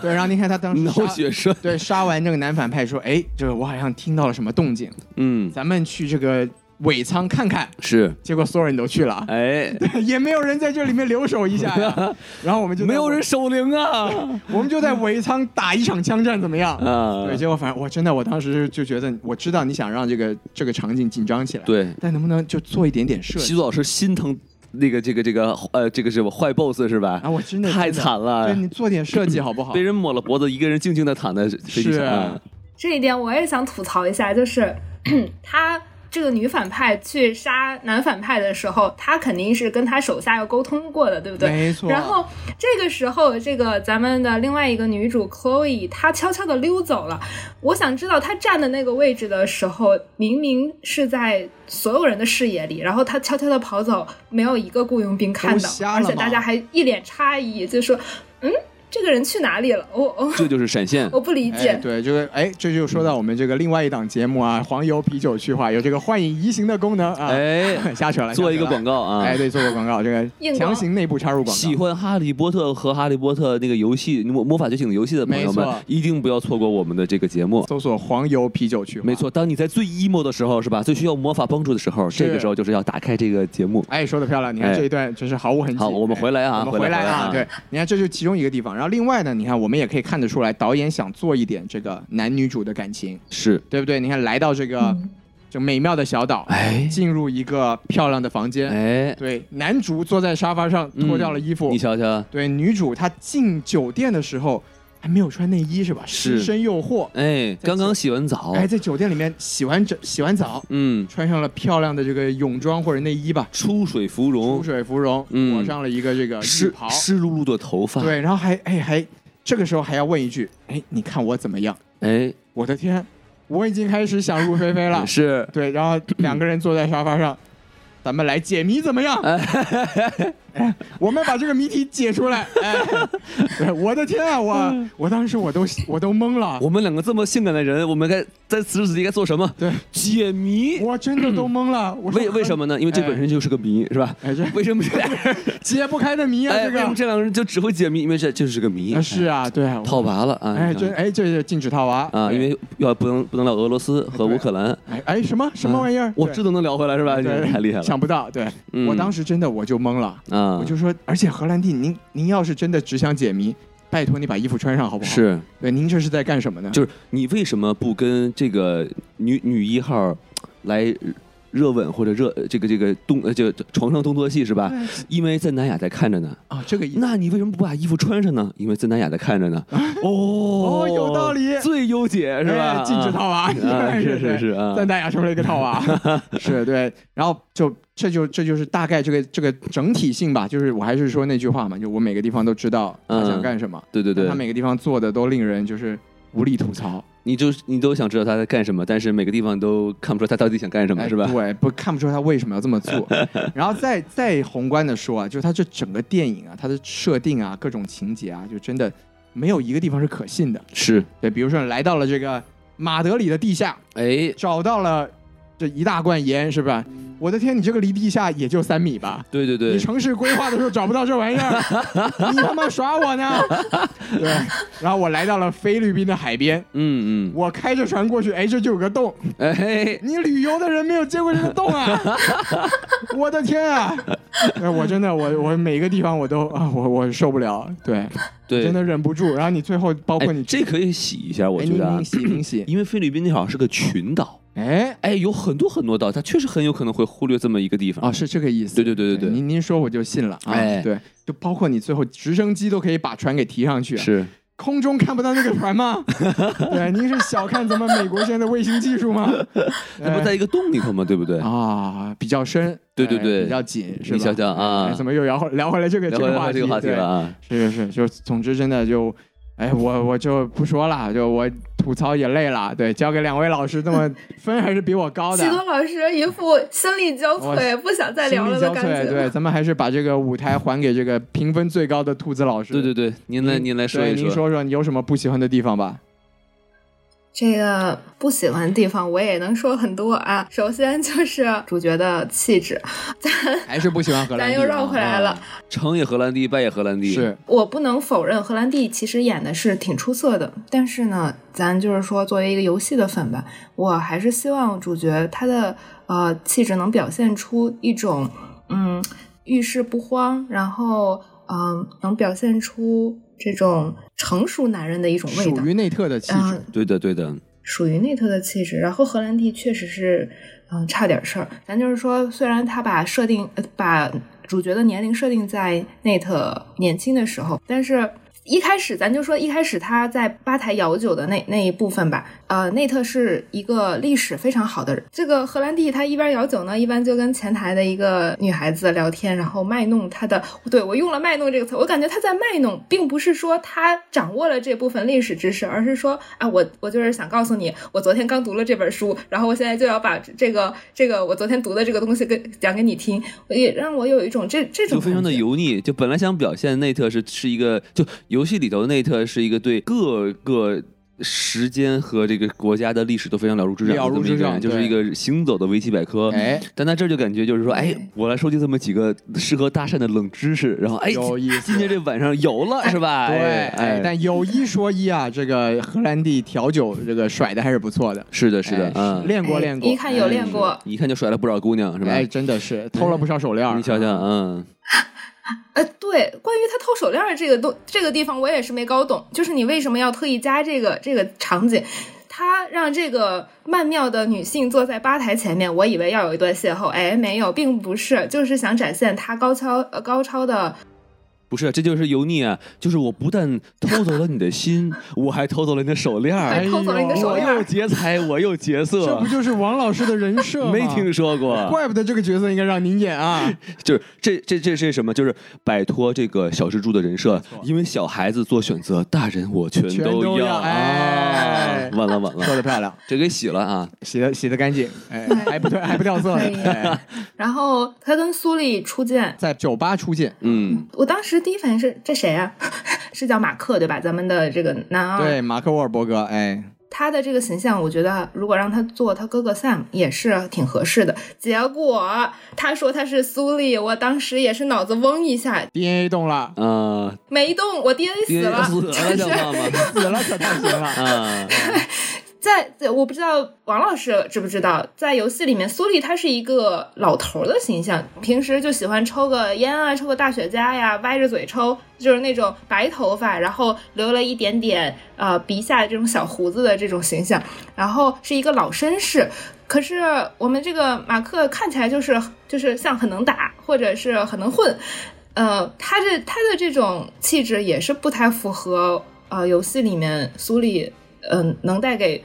Speaker 1: 对，然后您看他当时
Speaker 2: 啊脑
Speaker 1: 杀
Speaker 2: 血栓。
Speaker 1: 对杀完这个男反派说，哎，这个我好像听到了什么动静，
Speaker 2: 嗯，
Speaker 1: 咱们去这个尾舱看看。
Speaker 2: 是，
Speaker 1: 结果所有人都去了，
Speaker 2: 哎，
Speaker 1: 也没有人在这里面留守一下 呀。然后我们就在
Speaker 2: 没有人，守灵啊
Speaker 1: 我们就在尾舱打一场枪战，怎么样？
Speaker 2: 啊
Speaker 1: 对，！结果反正我真的我当时就觉得，我知道你想让这个这个场景紧张起来，，
Speaker 2: 对，
Speaker 1: 但能不能就做一点点设计？
Speaker 2: 徐老师心疼那个这个这个呃这个是坏 boss 是吧？
Speaker 1: 啊，我真的
Speaker 2: 太
Speaker 1: 真的
Speaker 2: 惨了
Speaker 1: 对，你做点设计好不好
Speaker 2: 被？人抹了脖子，一个人静静的躺在飞机
Speaker 1: 是
Speaker 2: 上。
Speaker 1: 啊
Speaker 3: 这一点我也想吐槽一下，就是 她这个女反派去杀男反派的时候，她肯定是跟她手下要沟通过的，对不对？
Speaker 1: 没错。
Speaker 3: 然后这个时候，这个咱们的另外一个女主 Chloe，她悄悄的溜走了。我想知道她站的那个位置的时候，明明是在所有人的视野里，然后她悄悄的跑走，没有一个雇佣兵看
Speaker 1: 都
Speaker 3: 到
Speaker 1: 瞎，了
Speaker 3: 而
Speaker 1: 吗
Speaker 3: 且大家还一脸诧异，就说：“嗯，这个人去哪里了？”我、我、
Speaker 2: 这就是闪现，
Speaker 3: 我不理解。
Speaker 1: 哎，对，这个哎，这就说到我们这个另外一档节目啊，黄油啤酒去化有这个幻影移形的功能啊。
Speaker 2: 哎，
Speaker 1: 瞎扯了，
Speaker 2: 做一个
Speaker 1: 瞎扯了
Speaker 2: 广告啊。
Speaker 1: 哎，对，做个广告，这个
Speaker 3: 硬广
Speaker 1: 强行内部插入广
Speaker 2: 喜
Speaker 1: 告。
Speaker 2: 欢《哈利波特》和《哈利波特》那个游戏魔魔法觉醒的游戏的朋友
Speaker 1: 没错
Speaker 2: 们，一定不要错过我们的这个节目。
Speaker 1: 搜索黄油啤酒去化，
Speaker 2: 没。错，当你在最 emo 的时候，是吧？最需要魔法帮助的时候，
Speaker 1: 是
Speaker 2: 这个时候就是要打开这个节目。
Speaker 1: 哎，说的漂亮！你看
Speaker 2: 哎
Speaker 1: 这一段真是毫无痕迹。
Speaker 2: 好我们回来
Speaker 1: 哎
Speaker 2: 啊
Speaker 1: 我们
Speaker 2: 回来
Speaker 1: 来
Speaker 2: 回来
Speaker 1: 对，你看这就是其中一个地方。然后另外呢，你看我们也可以看得出来，导演想做一点这个男女主的感情，
Speaker 2: 是，
Speaker 1: 对不对？你看来到这个
Speaker 3: 嗯
Speaker 1: 这美妙的小岛，
Speaker 2: 哎
Speaker 1: 进入一个漂亮的房间，
Speaker 2: 哎，
Speaker 1: 对，男主坐在沙发上
Speaker 2: 嗯
Speaker 1: 脱掉了衣服
Speaker 2: 你，瞧瞧，
Speaker 1: 对，女主她进酒店的时候还没有穿内衣是吧？
Speaker 2: 是
Speaker 1: 失身诱惑，
Speaker 2: 哎，
Speaker 1: 这
Speaker 2: 刚刚洗完澡，
Speaker 1: 哎，在酒店里面洗完整洗完澡，
Speaker 2: 嗯，
Speaker 1: 穿上了漂亮的这个泳装或者内衣吧，
Speaker 2: 出水
Speaker 1: 出
Speaker 2: 芙蓉，
Speaker 1: 水芙蓉，
Speaker 2: 嗯
Speaker 1: 裹上了一个这个浴
Speaker 2: 湿
Speaker 1: 袍，
Speaker 2: 湿漉漉的头发，
Speaker 1: 对，然后还哎还这个时候还要问一句，哎，你看我怎么样？
Speaker 2: 哎，。
Speaker 1: 我的天，我已经开始想入非非了
Speaker 2: 是，
Speaker 1: 对，然后两个人坐在沙发上，咱们来解谜怎么 样？哎，我们把这个谜题解出来。哎，对我的天啊，我我当时我都我都懵了，
Speaker 2: 我们两个这么性感的人，我们该在此时此地该做什么？
Speaker 1: 对，
Speaker 2: 解谜。
Speaker 1: 我真的都懵了。我说哎
Speaker 2: 为为什？么呢？因为这本身就是个谜，是吧？
Speaker 1: 哎，这
Speaker 2: 为什 么这俩人？
Speaker 1: 揭不开的谜啊，
Speaker 2: 哎，
Speaker 1: 这
Speaker 2: 为什么
Speaker 1: 个
Speaker 2: 这两个人就只会解谜？因为这就是个谜
Speaker 1: 啊。是啊，对啊
Speaker 2: 哎，，套娃了啊！
Speaker 1: 哎，
Speaker 2: 你看
Speaker 1: 这哎这是禁止套娃
Speaker 2: 啊，因为要不能不能聊俄罗斯和乌克兰，啊
Speaker 1: 哎哎什么什么玩意儿？
Speaker 2: 我
Speaker 1: 对
Speaker 2: 这都能聊回来是吧？
Speaker 1: 对
Speaker 2: 太厉害了
Speaker 1: 想不到，对
Speaker 2: 嗯
Speaker 1: 我当时真的我就懵了，
Speaker 2: 啊！
Speaker 1: 我就说，而且荷兰弟，您您要是真的只想解谜，拜托你把衣服穿上好不好？，
Speaker 2: 是
Speaker 1: 对，您这是在干什么呢？
Speaker 2: 就是你为什么不跟这个女女一号来热吻或者热这个这个动呃这个床上动作戏是吧？因为在南雅在看着呢。
Speaker 1: 啊，这个意思。
Speaker 2: 那你为什么不把衣服穿上呢？因为在南雅在看着呢。哦
Speaker 1: 啊哦有道理
Speaker 2: 最优解是吧？
Speaker 1: 哎禁止套娃，
Speaker 2: 啊，是是是
Speaker 1: 对，
Speaker 2: 啊
Speaker 1: 赞，大雅成为了一个套 娃，是对。然后就这就这就是大概这个这个整体性吧，就是我还是说那句话嘛，就我每个地方都知道他想干什么，
Speaker 2: 对嗯对对
Speaker 1: 但他，每个地方做的都令人就是无力吐槽，
Speaker 2: 你就你都想知道他在干什么，但是每个地方都看不出他到底想干什么
Speaker 1: 哎
Speaker 2: 是吧？
Speaker 1: 对，不看不出他为什么要这么 做。然后再再宏观的说啊，就是他这整个电影啊，它的设定啊，各种情节啊，就真的没有一个地方是可信的。
Speaker 2: 是，
Speaker 1: 对，比如说来到了这个马德里的地下，
Speaker 2: 哎，
Speaker 1: 找到了这一大罐盐，是吧？我的天，你这个离地下也就三米吧？
Speaker 2: 对对
Speaker 1: 你
Speaker 2: 对，
Speaker 1: 城市规划的时候找不到这玩意 儿，你他妈耍我呢？对，然后我来到了菲律宾的海边，
Speaker 2: 嗯嗯，
Speaker 1: 我开着船过去，哎，这就有个洞，
Speaker 2: 哎，
Speaker 1: 你旅游的人没有见过这个洞 啊！我的天啊！哎我真的，我我每个地方我都啊，我我受不了，对，
Speaker 2: 对，
Speaker 1: 真的忍不住。然后你最后包括
Speaker 2: 哎
Speaker 1: 你，
Speaker 2: 这可以洗一下，我
Speaker 1: 哎
Speaker 2: 觉
Speaker 1: 你
Speaker 2: 得啊
Speaker 1: 你，洗你洗，
Speaker 2: 因为菲律宾那好像是个群岛，
Speaker 1: 哎，
Speaker 2: 哎，有很多很多岛，它确实很有可能会忽略这么一个地方。
Speaker 1: 哦，是这个意思。
Speaker 2: 对对对对对，
Speaker 1: 您您说我就信了啊。
Speaker 2: 哎
Speaker 1: 对，就包括你最后直升机都可以把船给提上去，啊
Speaker 2: 是，
Speaker 1: 空中看不到那个船 吗？对，您是小看咱们美国现在的卫星技术吗？
Speaker 2: 那不
Speaker 1: 哎
Speaker 2: 在一个洞里头吗？对不对？
Speaker 1: 啊，比较深，
Speaker 2: 对对
Speaker 1: 哎
Speaker 2: 对
Speaker 1: 比较紧，是吧？
Speaker 2: 你想想啊
Speaker 1: 哎怎么又聊回聊回来这个
Speaker 2: 聊回来
Speaker 1: 话
Speaker 2: 这个话题
Speaker 1: 对
Speaker 2: 了啊，
Speaker 1: 是是是，就总之真的就，哎，我我就不说了，就我吐槽也累了，对，交给两位老师，那 么分还是比我高的
Speaker 3: 西，多老师一副心力交瘁、不想再
Speaker 1: 心
Speaker 3: 聊了
Speaker 1: 力
Speaker 3: 的
Speaker 1: 交
Speaker 3: 感
Speaker 1: 瘁，
Speaker 3: 觉。
Speaker 1: 对，咱们还是把这个舞台还给这个评分最高的兔子老师，
Speaker 2: 对对对，您来您来说
Speaker 1: 对
Speaker 2: 一
Speaker 1: 您说说你有什么不喜欢的地方吧？
Speaker 3: 这个不喜欢的地方我也能说很多啊。首先就是主角的气质，
Speaker 1: 还是不喜欢荷兰
Speaker 3: 咱
Speaker 1: 弟啊？
Speaker 3: 又绕回来了。
Speaker 1: 啊
Speaker 2: 成也荷兰弟，败也荷兰弟，
Speaker 1: 是
Speaker 3: 我不能否认，荷兰弟其实演的是挺出色的，但是呢，咱就是说作为一个游戏的粉吧，我还是希望主角他的呃气质能表现出一种嗯遇事不慌，然后嗯、能表现出这种成熟男人的一种味道
Speaker 1: 属，于内特的气质
Speaker 3: 嗯，
Speaker 2: 对的对的，
Speaker 3: 属于内特的气质。然后荷兰弟确实是，嗯，差点事儿。咱就是说，虽然他把设定、呃把主角的年龄设定在 Nate 年轻的时候，但是。一开始咱就说，一开始他在吧台摇酒的那那一部分吧，呃，内特是一个历史非常好的人。这个荷兰弟他一边摇酒呢，一般就跟前台的一个女孩子聊天，然后卖弄他的。对我用了“卖弄”这个词，我感觉他在卖弄，并不是说他掌握了这部分历史知识，而是说啊，我我就是想告诉你，我昨天刚读了这本书，然后我现在就要把这个这个我昨天读的这个东西跟讲给你听，也让我有一种这这种
Speaker 2: 就非常的
Speaker 3: 感觉
Speaker 2: 油腻。就本来想表现内特是是一个，就游戏里头内特是一个对各个时间和这个国家的历史都非常了如指掌的
Speaker 1: 了
Speaker 2: 这
Speaker 1: 如
Speaker 2: 么一
Speaker 1: 指
Speaker 2: 个
Speaker 1: 掌
Speaker 2: 人，就是
Speaker 1: 对
Speaker 2: 一个行走的维基百科。
Speaker 3: 嗯
Speaker 1: 哎，
Speaker 2: 但他这就感觉就是说，哎
Speaker 3: 对，
Speaker 2: 我来收集这么几个适合搭讪的冷知识，然后哎，
Speaker 1: 有意思
Speaker 2: 今天这晚上有了是吧？
Speaker 1: 对，
Speaker 2: 哎
Speaker 1: 哎，，但有一说一啊，这个荷兰弟调酒这个甩的还是不错的，
Speaker 2: 是的，是的
Speaker 1: 哎，
Speaker 2: 嗯，
Speaker 1: 练过
Speaker 3: 哎
Speaker 1: 练过，
Speaker 3: 一看有练过
Speaker 2: 是一看就甩了不少姑娘是吧？
Speaker 1: 哎，真的是偷了不少手链儿。啊
Speaker 2: 你想想，嗯，
Speaker 3: 呃，对，关于他偷手链儿这个东这个地方，我也是没搞懂，就是你为什么要特意加这个这个场景？他让这个曼妙的女性坐在吧台前面，我以为要有一段邂逅，哎，没有，并不是，就是想展现他高超呃高超的，
Speaker 2: 不是，这就是油腻啊！就是我不但偷走了你的心，我还偷走了你的手链
Speaker 3: 对
Speaker 2: 儿，
Speaker 3: 呃偷走了你的
Speaker 1: 哎呦
Speaker 3: 手
Speaker 2: 我
Speaker 3: 链
Speaker 2: 又
Speaker 3: 儿。
Speaker 2: 劫财，我又劫
Speaker 1: 这
Speaker 2: 色
Speaker 1: 不，就是王老师的人设吗？
Speaker 2: 没听说 过。
Speaker 1: 怪不得这个角色应该让您演啊！
Speaker 2: 就是这这这是什么？就是摆脱这个小蜘蛛的人设
Speaker 1: 错，
Speaker 2: 因为小孩子做选择，大人我全
Speaker 1: 全
Speaker 2: 都
Speaker 1: 都要
Speaker 2: 啊
Speaker 1: 哎！
Speaker 2: 晚了晚
Speaker 1: 说
Speaker 2: 了，
Speaker 1: 的漂亮，
Speaker 2: 这给洗了啊！
Speaker 1: 洗的洗的干净，哎，
Speaker 3: 哎
Speaker 1: 还不掉还不掉色
Speaker 3: 可以
Speaker 1: 呢。哎
Speaker 3: 然后他跟苏丽初见，
Speaker 1: 在酒吧出现，
Speaker 2: 嗯，
Speaker 3: 我当时第一反应是这谁啊？ 是叫马克对吧？咱们的这个男二，
Speaker 1: 对马克沃尔伯格，哎，
Speaker 3: 他的这个形象，我觉得如果让他做他哥哥 Sam 也是挺合适的。结果他说他是苏丽，我当时也是脑子嗡一下，
Speaker 1: DNA 动了，嗯
Speaker 2: 啊，
Speaker 3: 没动，我 DNA
Speaker 2: 爹
Speaker 3: 死了，
Speaker 2: 死了，
Speaker 3: 就
Speaker 2: 知
Speaker 3: 是
Speaker 2: 道吗？
Speaker 1: 死了可太行了。
Speaker 2: 啊，
Speaker 3: 在在我不知道王老师知不知道，在游戏里面，苏丽他是一个老头儿的形象，平时就喜欢抽个烟啊，抽个大雪茄呀，歪着嘴抽，就是那种白头发，然后留了一点点呃鼻下这种小胡子的这种形象，然后是一个老绅士。可是我们这个马克看起来就是就是像很能打，或者是很能混，呃，他这他的这种气质也是不太符合呃游戏里面苏里嗯、呃、能带给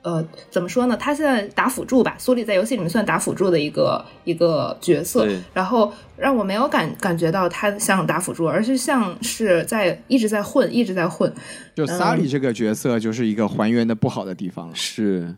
Speaker 3: 呃怎么说呢？他现在打辅助吧，苏里在游戏里面算打辅助的一个一个角色
Speaker 2: 对，
Speaker 3: 然后让我没有感感觉到他像打辅助，而是像是在一直在混，一直在混，
Speaker 1: 就萨里这个角色就是一个还原的不好的地方了。
Speaker 2: 是。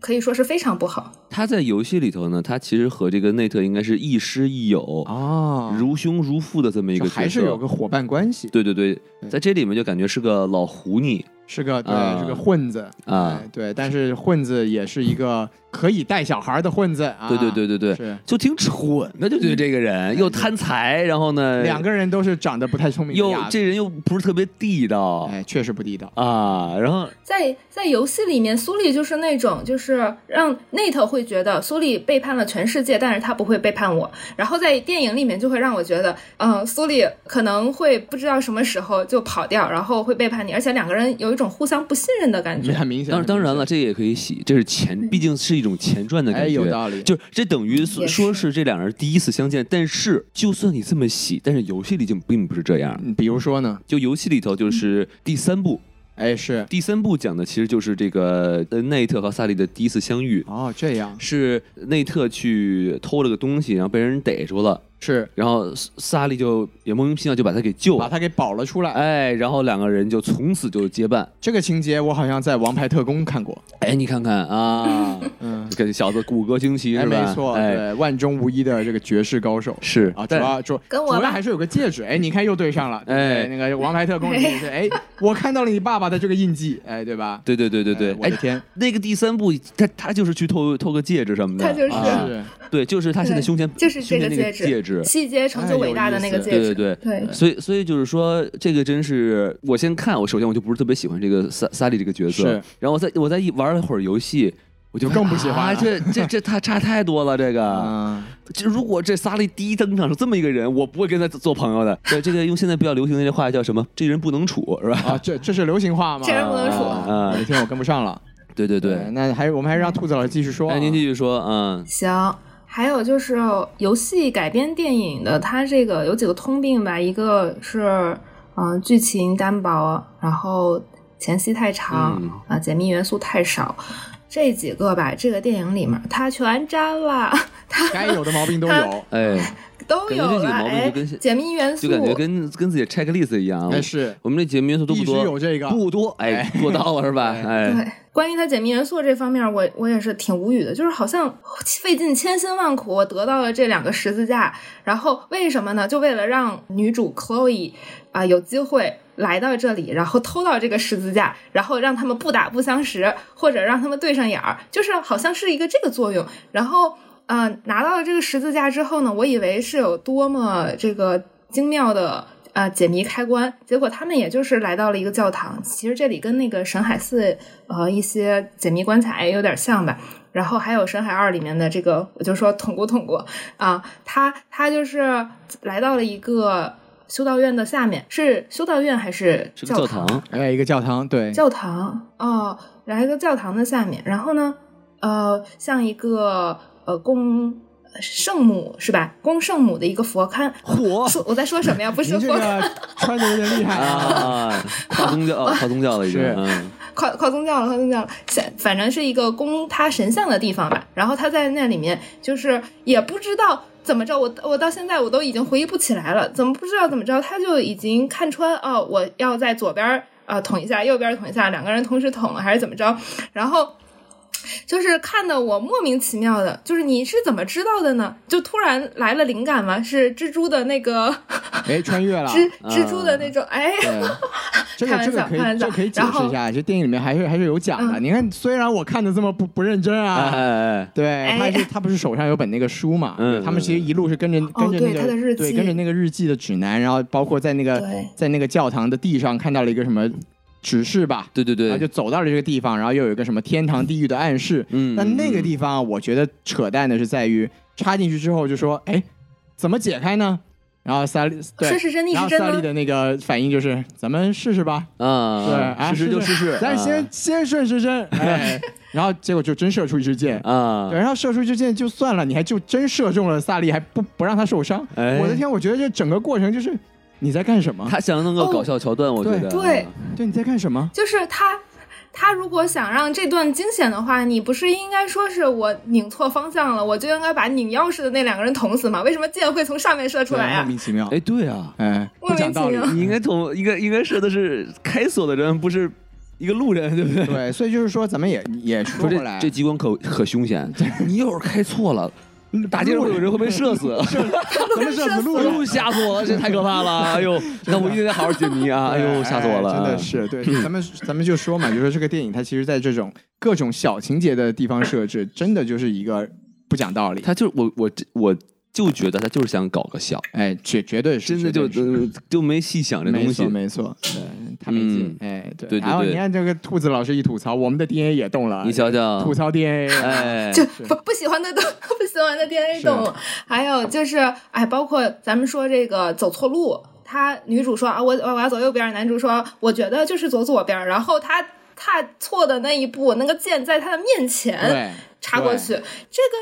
Speaker 3: 可以说是非常不好。
Speaker 2: 他在游戏里头呢，他其实和这个内特应该是亦师亦友，
Speaker 1: 哦，
Speaker 2: 如兄如父的这么一
Speaker 1: 就
Speaker 2: 个角色，
Speaker 1: 还是有个伙伴关系，
Speaker 2: 对对对，
Speaker 1: 对
Speaker 2: 在这里面就感觉是个老狐狸
Speaker 1: 是个对
Speaker 2: 啊，
Speaker 1: 是个混子
Speaker 2: 啊
Speaker 1: 哎，对，但是混子也是一个可以带小孩的混子啊。
Speaker 2: 对对对对对，
Speaker 1: 是
Speaker 2: 就挺蠢的，就觉得这个人又贪财，然后呢，
Speaker 1: 两个人都是长得不太聪明的
Speaker 2: 又
Speaker 1: 样子，
Speaker 2: 这人又不是特别地道
Speaker 1: 哎，确实不地道。
Speaker 2: 啊，然后
Speaker 3: 在在游戏里面，苏丽就是那种，就是让 Nate 会觉得苏丽背叛了全世界，但是他不会背叛我。然后在电影里面就会让我觉得，嗯、苏丽可能会不知道什么时候就跑掉，然后会背叛你，而且两个人有一种互相不信任的感觉。
Speaker 1: 很明显，
Speaker 2: 嗯当然当然了，
Speaker 1: 很
Speaker 2: 这也可以洗，这是前，毕竟是一种前传的
Speaker 1: 明显，哎，
Speaker 2: 感觉。
Speaker 1: 有道理。
Speaker 2: 就这等于说
Speaker 3: 也是
Speaker 2: 说是这两人第一次相见，但是就算你这么洗，但是游戏里就并不是这样。
Speaker 1: 嗯比如说呢，
Speaker 2: 就游戏里
Speaker 3: 嗯
Speaker 2: 头就是第三部，
Speaker 1: 哎，是
Speaker 2: 第三部讲的其实就是这个呃内特和萨利的第一次相遇，
Speaker 1: 哦，这样
Speaker 2: 是内特去偷了个东西，然后被人逮住了，
Speaker 1: 是
Speaker 2: 然后萨萨利就也莫名其妙就把他给救
Speaker 1: 把
Speaker 2: 了，
Speaker 1: 他给保了出来。
Speaker 2: 哎，然后两个人就从此就结伴。
Speaker 1: 这个情节我好像在《王牌特工》看过，
Speaker 2: 哎，你看看 啊，
Speaker 1: 嗯，
Speaker 2: 感觉小子骨骼惊奇
Speaker 1: 哎，
Speaker 2: 是吧？
Speaker 1: 没错，
Speaker 2: 哎，
Speaker 1: 对，万中无一的这个绝世高手
Speaker 2: 是
Speaker 1: 啊，主
Speaker 2: 但
Speaker 1: 要主
Speaker 3: 跟我
Speaker 1: 主要
Speaker 3: 吧
Speaker 1: 还是有个戒指，哎，你看又对上了，对不
Speaker 2: 哎
Speaker 1: 对那个《王牌特工》里 面是，哎，我看到了你爸爸的这个印记，哎，对吧？
Speaker 2: 对对对对对，
Speaker 1: 哎我的天，
Speaker 2: 那个第三部，他他就是去偷偷个戒指什么的，
Speaker 3: 他就是
Speaker 2: 啊
Speaker 1: 是
Speaker 2: 对，就是他现在
Speaker 3: 对
Speaker 2: 胸前
Speaker 3: 就是这
Speaker 2: 胸前那
Speaker 3: 戒
Speaker 2: 个
Speaker 3: 指，
Speaker 2: 戒指，
Speaker 3: 细节成就伟大的那个
Speaker 1: 哎有意思
Speaker 3: 戒指，
Speaker 2: 对对
Speaker 3: 对
Speaker 2: 所以所以就是说，这个真是我先看，我首先我就不是特别喜欢这个萨萨利这个角色
Speaker 1: 是，
Speaker 2: 然后我再我再一玩了会儿游戏。我就发现
Speaker 1: 更不喜欢
Speaker 2: 啊
Speaker 1: 了
Speaker 2: 这这这他差太多了。这个，
Speaker 1: 啊，
Speaker 2: 这如果这萨利第一登场是这么一个人，我不会跟他做 朋友的。对，这个用现在比较流行的这话叫什么？这人不能处，是吧？
Speaker 1: 啊，这这是流行话吗？
Speaker 3: 这人不能说
Speaker 1: 啊我的天，我跟不上了。
Speaker 2: 对对对。
Speaker 1: 那还我们还是让兔子老师继续说啊。
Speaker 2: 哎，您继续说，嗯，
Speaker 3: 行。还有就是游戏改编电影的，它这个有几个通病吧，一个是嗯、呃剧情单薄，然后前戏太长啊、
Speaker 2: 嗯。
Speaker 3: 解密元素太少，这几个吧，这个电影里面它全沾了， 它
Speaker 1: 该有的毛病都有
Speaker 3: 哎
Speaker 2: 哎，
Speaker 3: 都
Speaker 2: 感
Speaker 3: 有
Speaker 2: 觉这几
Speaker 3: 了，
Speaker 2: 个毛病就
Speaker 3: 哎
Speaker 2: 跟，
Speaker 3: 解密元素
Speaker 2: 就感觉跟跟自己 checklist 一
Speaker 3: 嗯
Speaker 2: 样。
Speaker 1: 但哎是
Speaker 2: 我们这节目元素都不
Speaker 1: 必须
Speaker 2: 多，
Speaker 1: 有这个
Speaker 2: 不多，哎，做到了是吧？哎，
Speaker 3: 对，关于它解密元素这方面，我我也是挺无语的，就是好像费尽千辛万苦，我得到了这两个十字架，然后为什么呢？就为了让女主 Chloe 啊、有机会来到这里，然后偷到这个十字架，然后让他们不打不相识，或者让他们对上眼儿，就是好像是一个这个作用，然后。呃，拿到了这个十字架之后呢，我以为是有多么这个精妙的呃解谜开关，结果他们也就是来到了一个教堂。其实这里跟那个沈海四呃一些解谜关卡也有点像吧。然后还有《沈海二》里面的这个，我就说捅咕捅咕啊，他他就是来到了一个修道院的下面，是修道院还是
Speaker 2: 是个教
Speaker 3: 堂？
Speaker 2: 堂，
Speaker 1: 哎，一个教堂，对，
Speaker 3: 教堂哦，来个教堂的下面，然后呢，呃，像一个呃供呃圣母是吧？供圣母的一个佛龛。
Speaker 2: 火
Speaker 3: 说我在说什么呀？不是
Speaker 1: 您这
Speaker 3: 佛龛，
Speaker 1: 个 穿的有点厉害啊。
Speaker 2: 啊，跨 宗教，跨宗教了已经。
Speaker 1: 是
Speaker 2: 嗯
Speaker 3: 跨跨宗教了，跨宗教了，反反正是一个供他神像的地方吧。然后他在那里面，就是也不知道。怎么着？我我到现在我都已经回忆不起来了，怎么不知道怎么着？他就已经看穿哦，我要在左边啊、呃捅一下，右边捅一下，两个人同时捅还是怎么着？然后就是看的我莫名其妙的，就是你是怎么知道的呢？就突然来了灵感吗？是蜘蛛的那个
Speaker 1: 哎，穿越了。
Speaker 3: 蜘蜘蛛的那种，哎，
Speaker 1: 嗯对，这
Speaker 3: 开
Speaker 1: 个这
Speaker 3: 玩
Speaker 1: 个
Speaker 3: 笑
Speaker 1: 可以
Speaker 3: 开玩笑
Speaker 1: 这可以解
Speaker 3: 然
Speaker 1: 释
Speaker 3: 后
Speaker 1: 一下，这电影里面还是还是有讲的。
Speaker 3: 嗯
Speaker 1: 你看，虽然我看的这么不不认真
Speaker 2: 哎
Speaker 1: 啊，
Speaker 2: 哎哎，
Speaker 1: 对，他是他不是手上有本那个书嘛？
Speaker 2: 嗯
Speaker 1: 他们其实一路是跟着跟着
Speaker 3: 哦对
Speaker 1: 那个
Speaker 3: 他的日记
Speaker 1: 对跟着那个日记的指南，然后包括在那个
Speaker 3: 对
Speaker 1: 在那个教堂的地上看到了一个什么指示吧，
Speaker 2: 对对
Speaker 1: 然后啊就，
Speaker 2: 对
Speaker 1: 走到了这个地方，然后又有一个什么天堂地狱的暗示。
Speaker 2: 嗯
Speaker 1: 但那个地方我觉得扯淡的是在于插进去之后就说，哎，怎么解开呢？然后萨利对，
Speaker 3: 说是真逆
Speaker 1: 然
Speaker 3: 是
Speaker 1: 后
Speaker 3: 真
Speaker 1: 萨利
Speaker 3: 呢？
Speaker 1: 的那个反应就是，咱们试试吧。对，
Speaker 2: 啊，
Speaker 1: 哎
Speaker 2: 试试就试试，
Speaker 1: 咱
Speaker 2: 啊
Speaker 1: 先先顺时针， 哎，然后结果就真射出一支箭。
Speaker 2: 啊
Speaker 1: 对，，然后射出一支箭就算了，你还就真射中了萨利，还不不让他受伤。
Speaker 2: 哎
Speaker 1: 我的天，我觉得这整个过程就是你在干什么？
Speaker 2: 他想弄个
Speaker 3: 哦
Speaker 2: 搞笑桥段，我觉
Speaker 1: 对
Speaker 2: 得
Speaker 3: 对
Speaker 1: 对，你在干什么？
Speaker 3: 就是他。他如果想让这段惊险的话，你不是应该说是我拧错方向了，我就应该把拧钥匙的那两个人捅死吗？为什么箭会从上面射出来啊
Speaker 1: 对莫
Speaker 3: 呀、
Speaker 1: 名其妙。
Speaker 2: 哎对啊，
Speaker 1: 哎，不
Speaker 3: 莫
Speaker 1: 讲
Speaker 3: 名
Speaker 1: 道理
Speaker 3: 其妙。。
Speaker 2: 你应该捅，应该应该射的是开锁的人，不是一个路人，对 不对？
Speaker 1: 对，所以就是说，咱们也也说
Speaker 2: 说
Speaker 1: 回来，
Speaker 2: 这这激光可可凶险，你一会儿开错了，
Speaker 1: 嗯
Speaker 2: 大街上会有人会被射死。
Speaker 1: 咱们这路
Speaker 2: 哎
Speaker 1: 人
Speaker 2: 呦，吓死我了！这太可怕了！哎呦，那我一定得好好解谜啊！哎呦，吓死我了！
Speaker 1: 真的是对，咱们咱们就说嘛，就说这个电影它其实在这种各种小情节的地方设置，真的就是一个不讲道理。
Speaker 2: 他就是我我我就觉得他就是想搞个笑，
Speaker 1: 哎，绝绝对是，
Speaker 2: 真的就
Speaker 1: 绝对是
Speaker 2: 呃就没细想这
Speaker 1: 没
Speaker 2: 东
Speaker 1: 错
Speaker 2: 西。嗯
Speaker 1: 没错，对，他没劲，哎，
Speaker 2: 对
Speaker 1: 对。
Speaker 2: 对
Speaker 1: 然后
Speaker 2: 对
Speaker 1: 你看这个兔子老师一吐槽，我们的 DNA 也动了，
Speaker 2: 你瞧
Speaker 1: 吐
Speaker 2: 瞧，
Speaker 1: 槽 DNA，
Speaker 2: 哎，
Speaker 3: 就不不喜欢的动，不喜欢的 DNA
Speaker 1: 是
Speaker 3: 动物，还有就是哎，包括咱们说这个走错路，他女主说啊，我我要走右边，男主说我觉得就是走左边，然后他踏错的那一步，那个箭在他的面前
Speaker 1: 对，
Speaker 3: 插过去，这个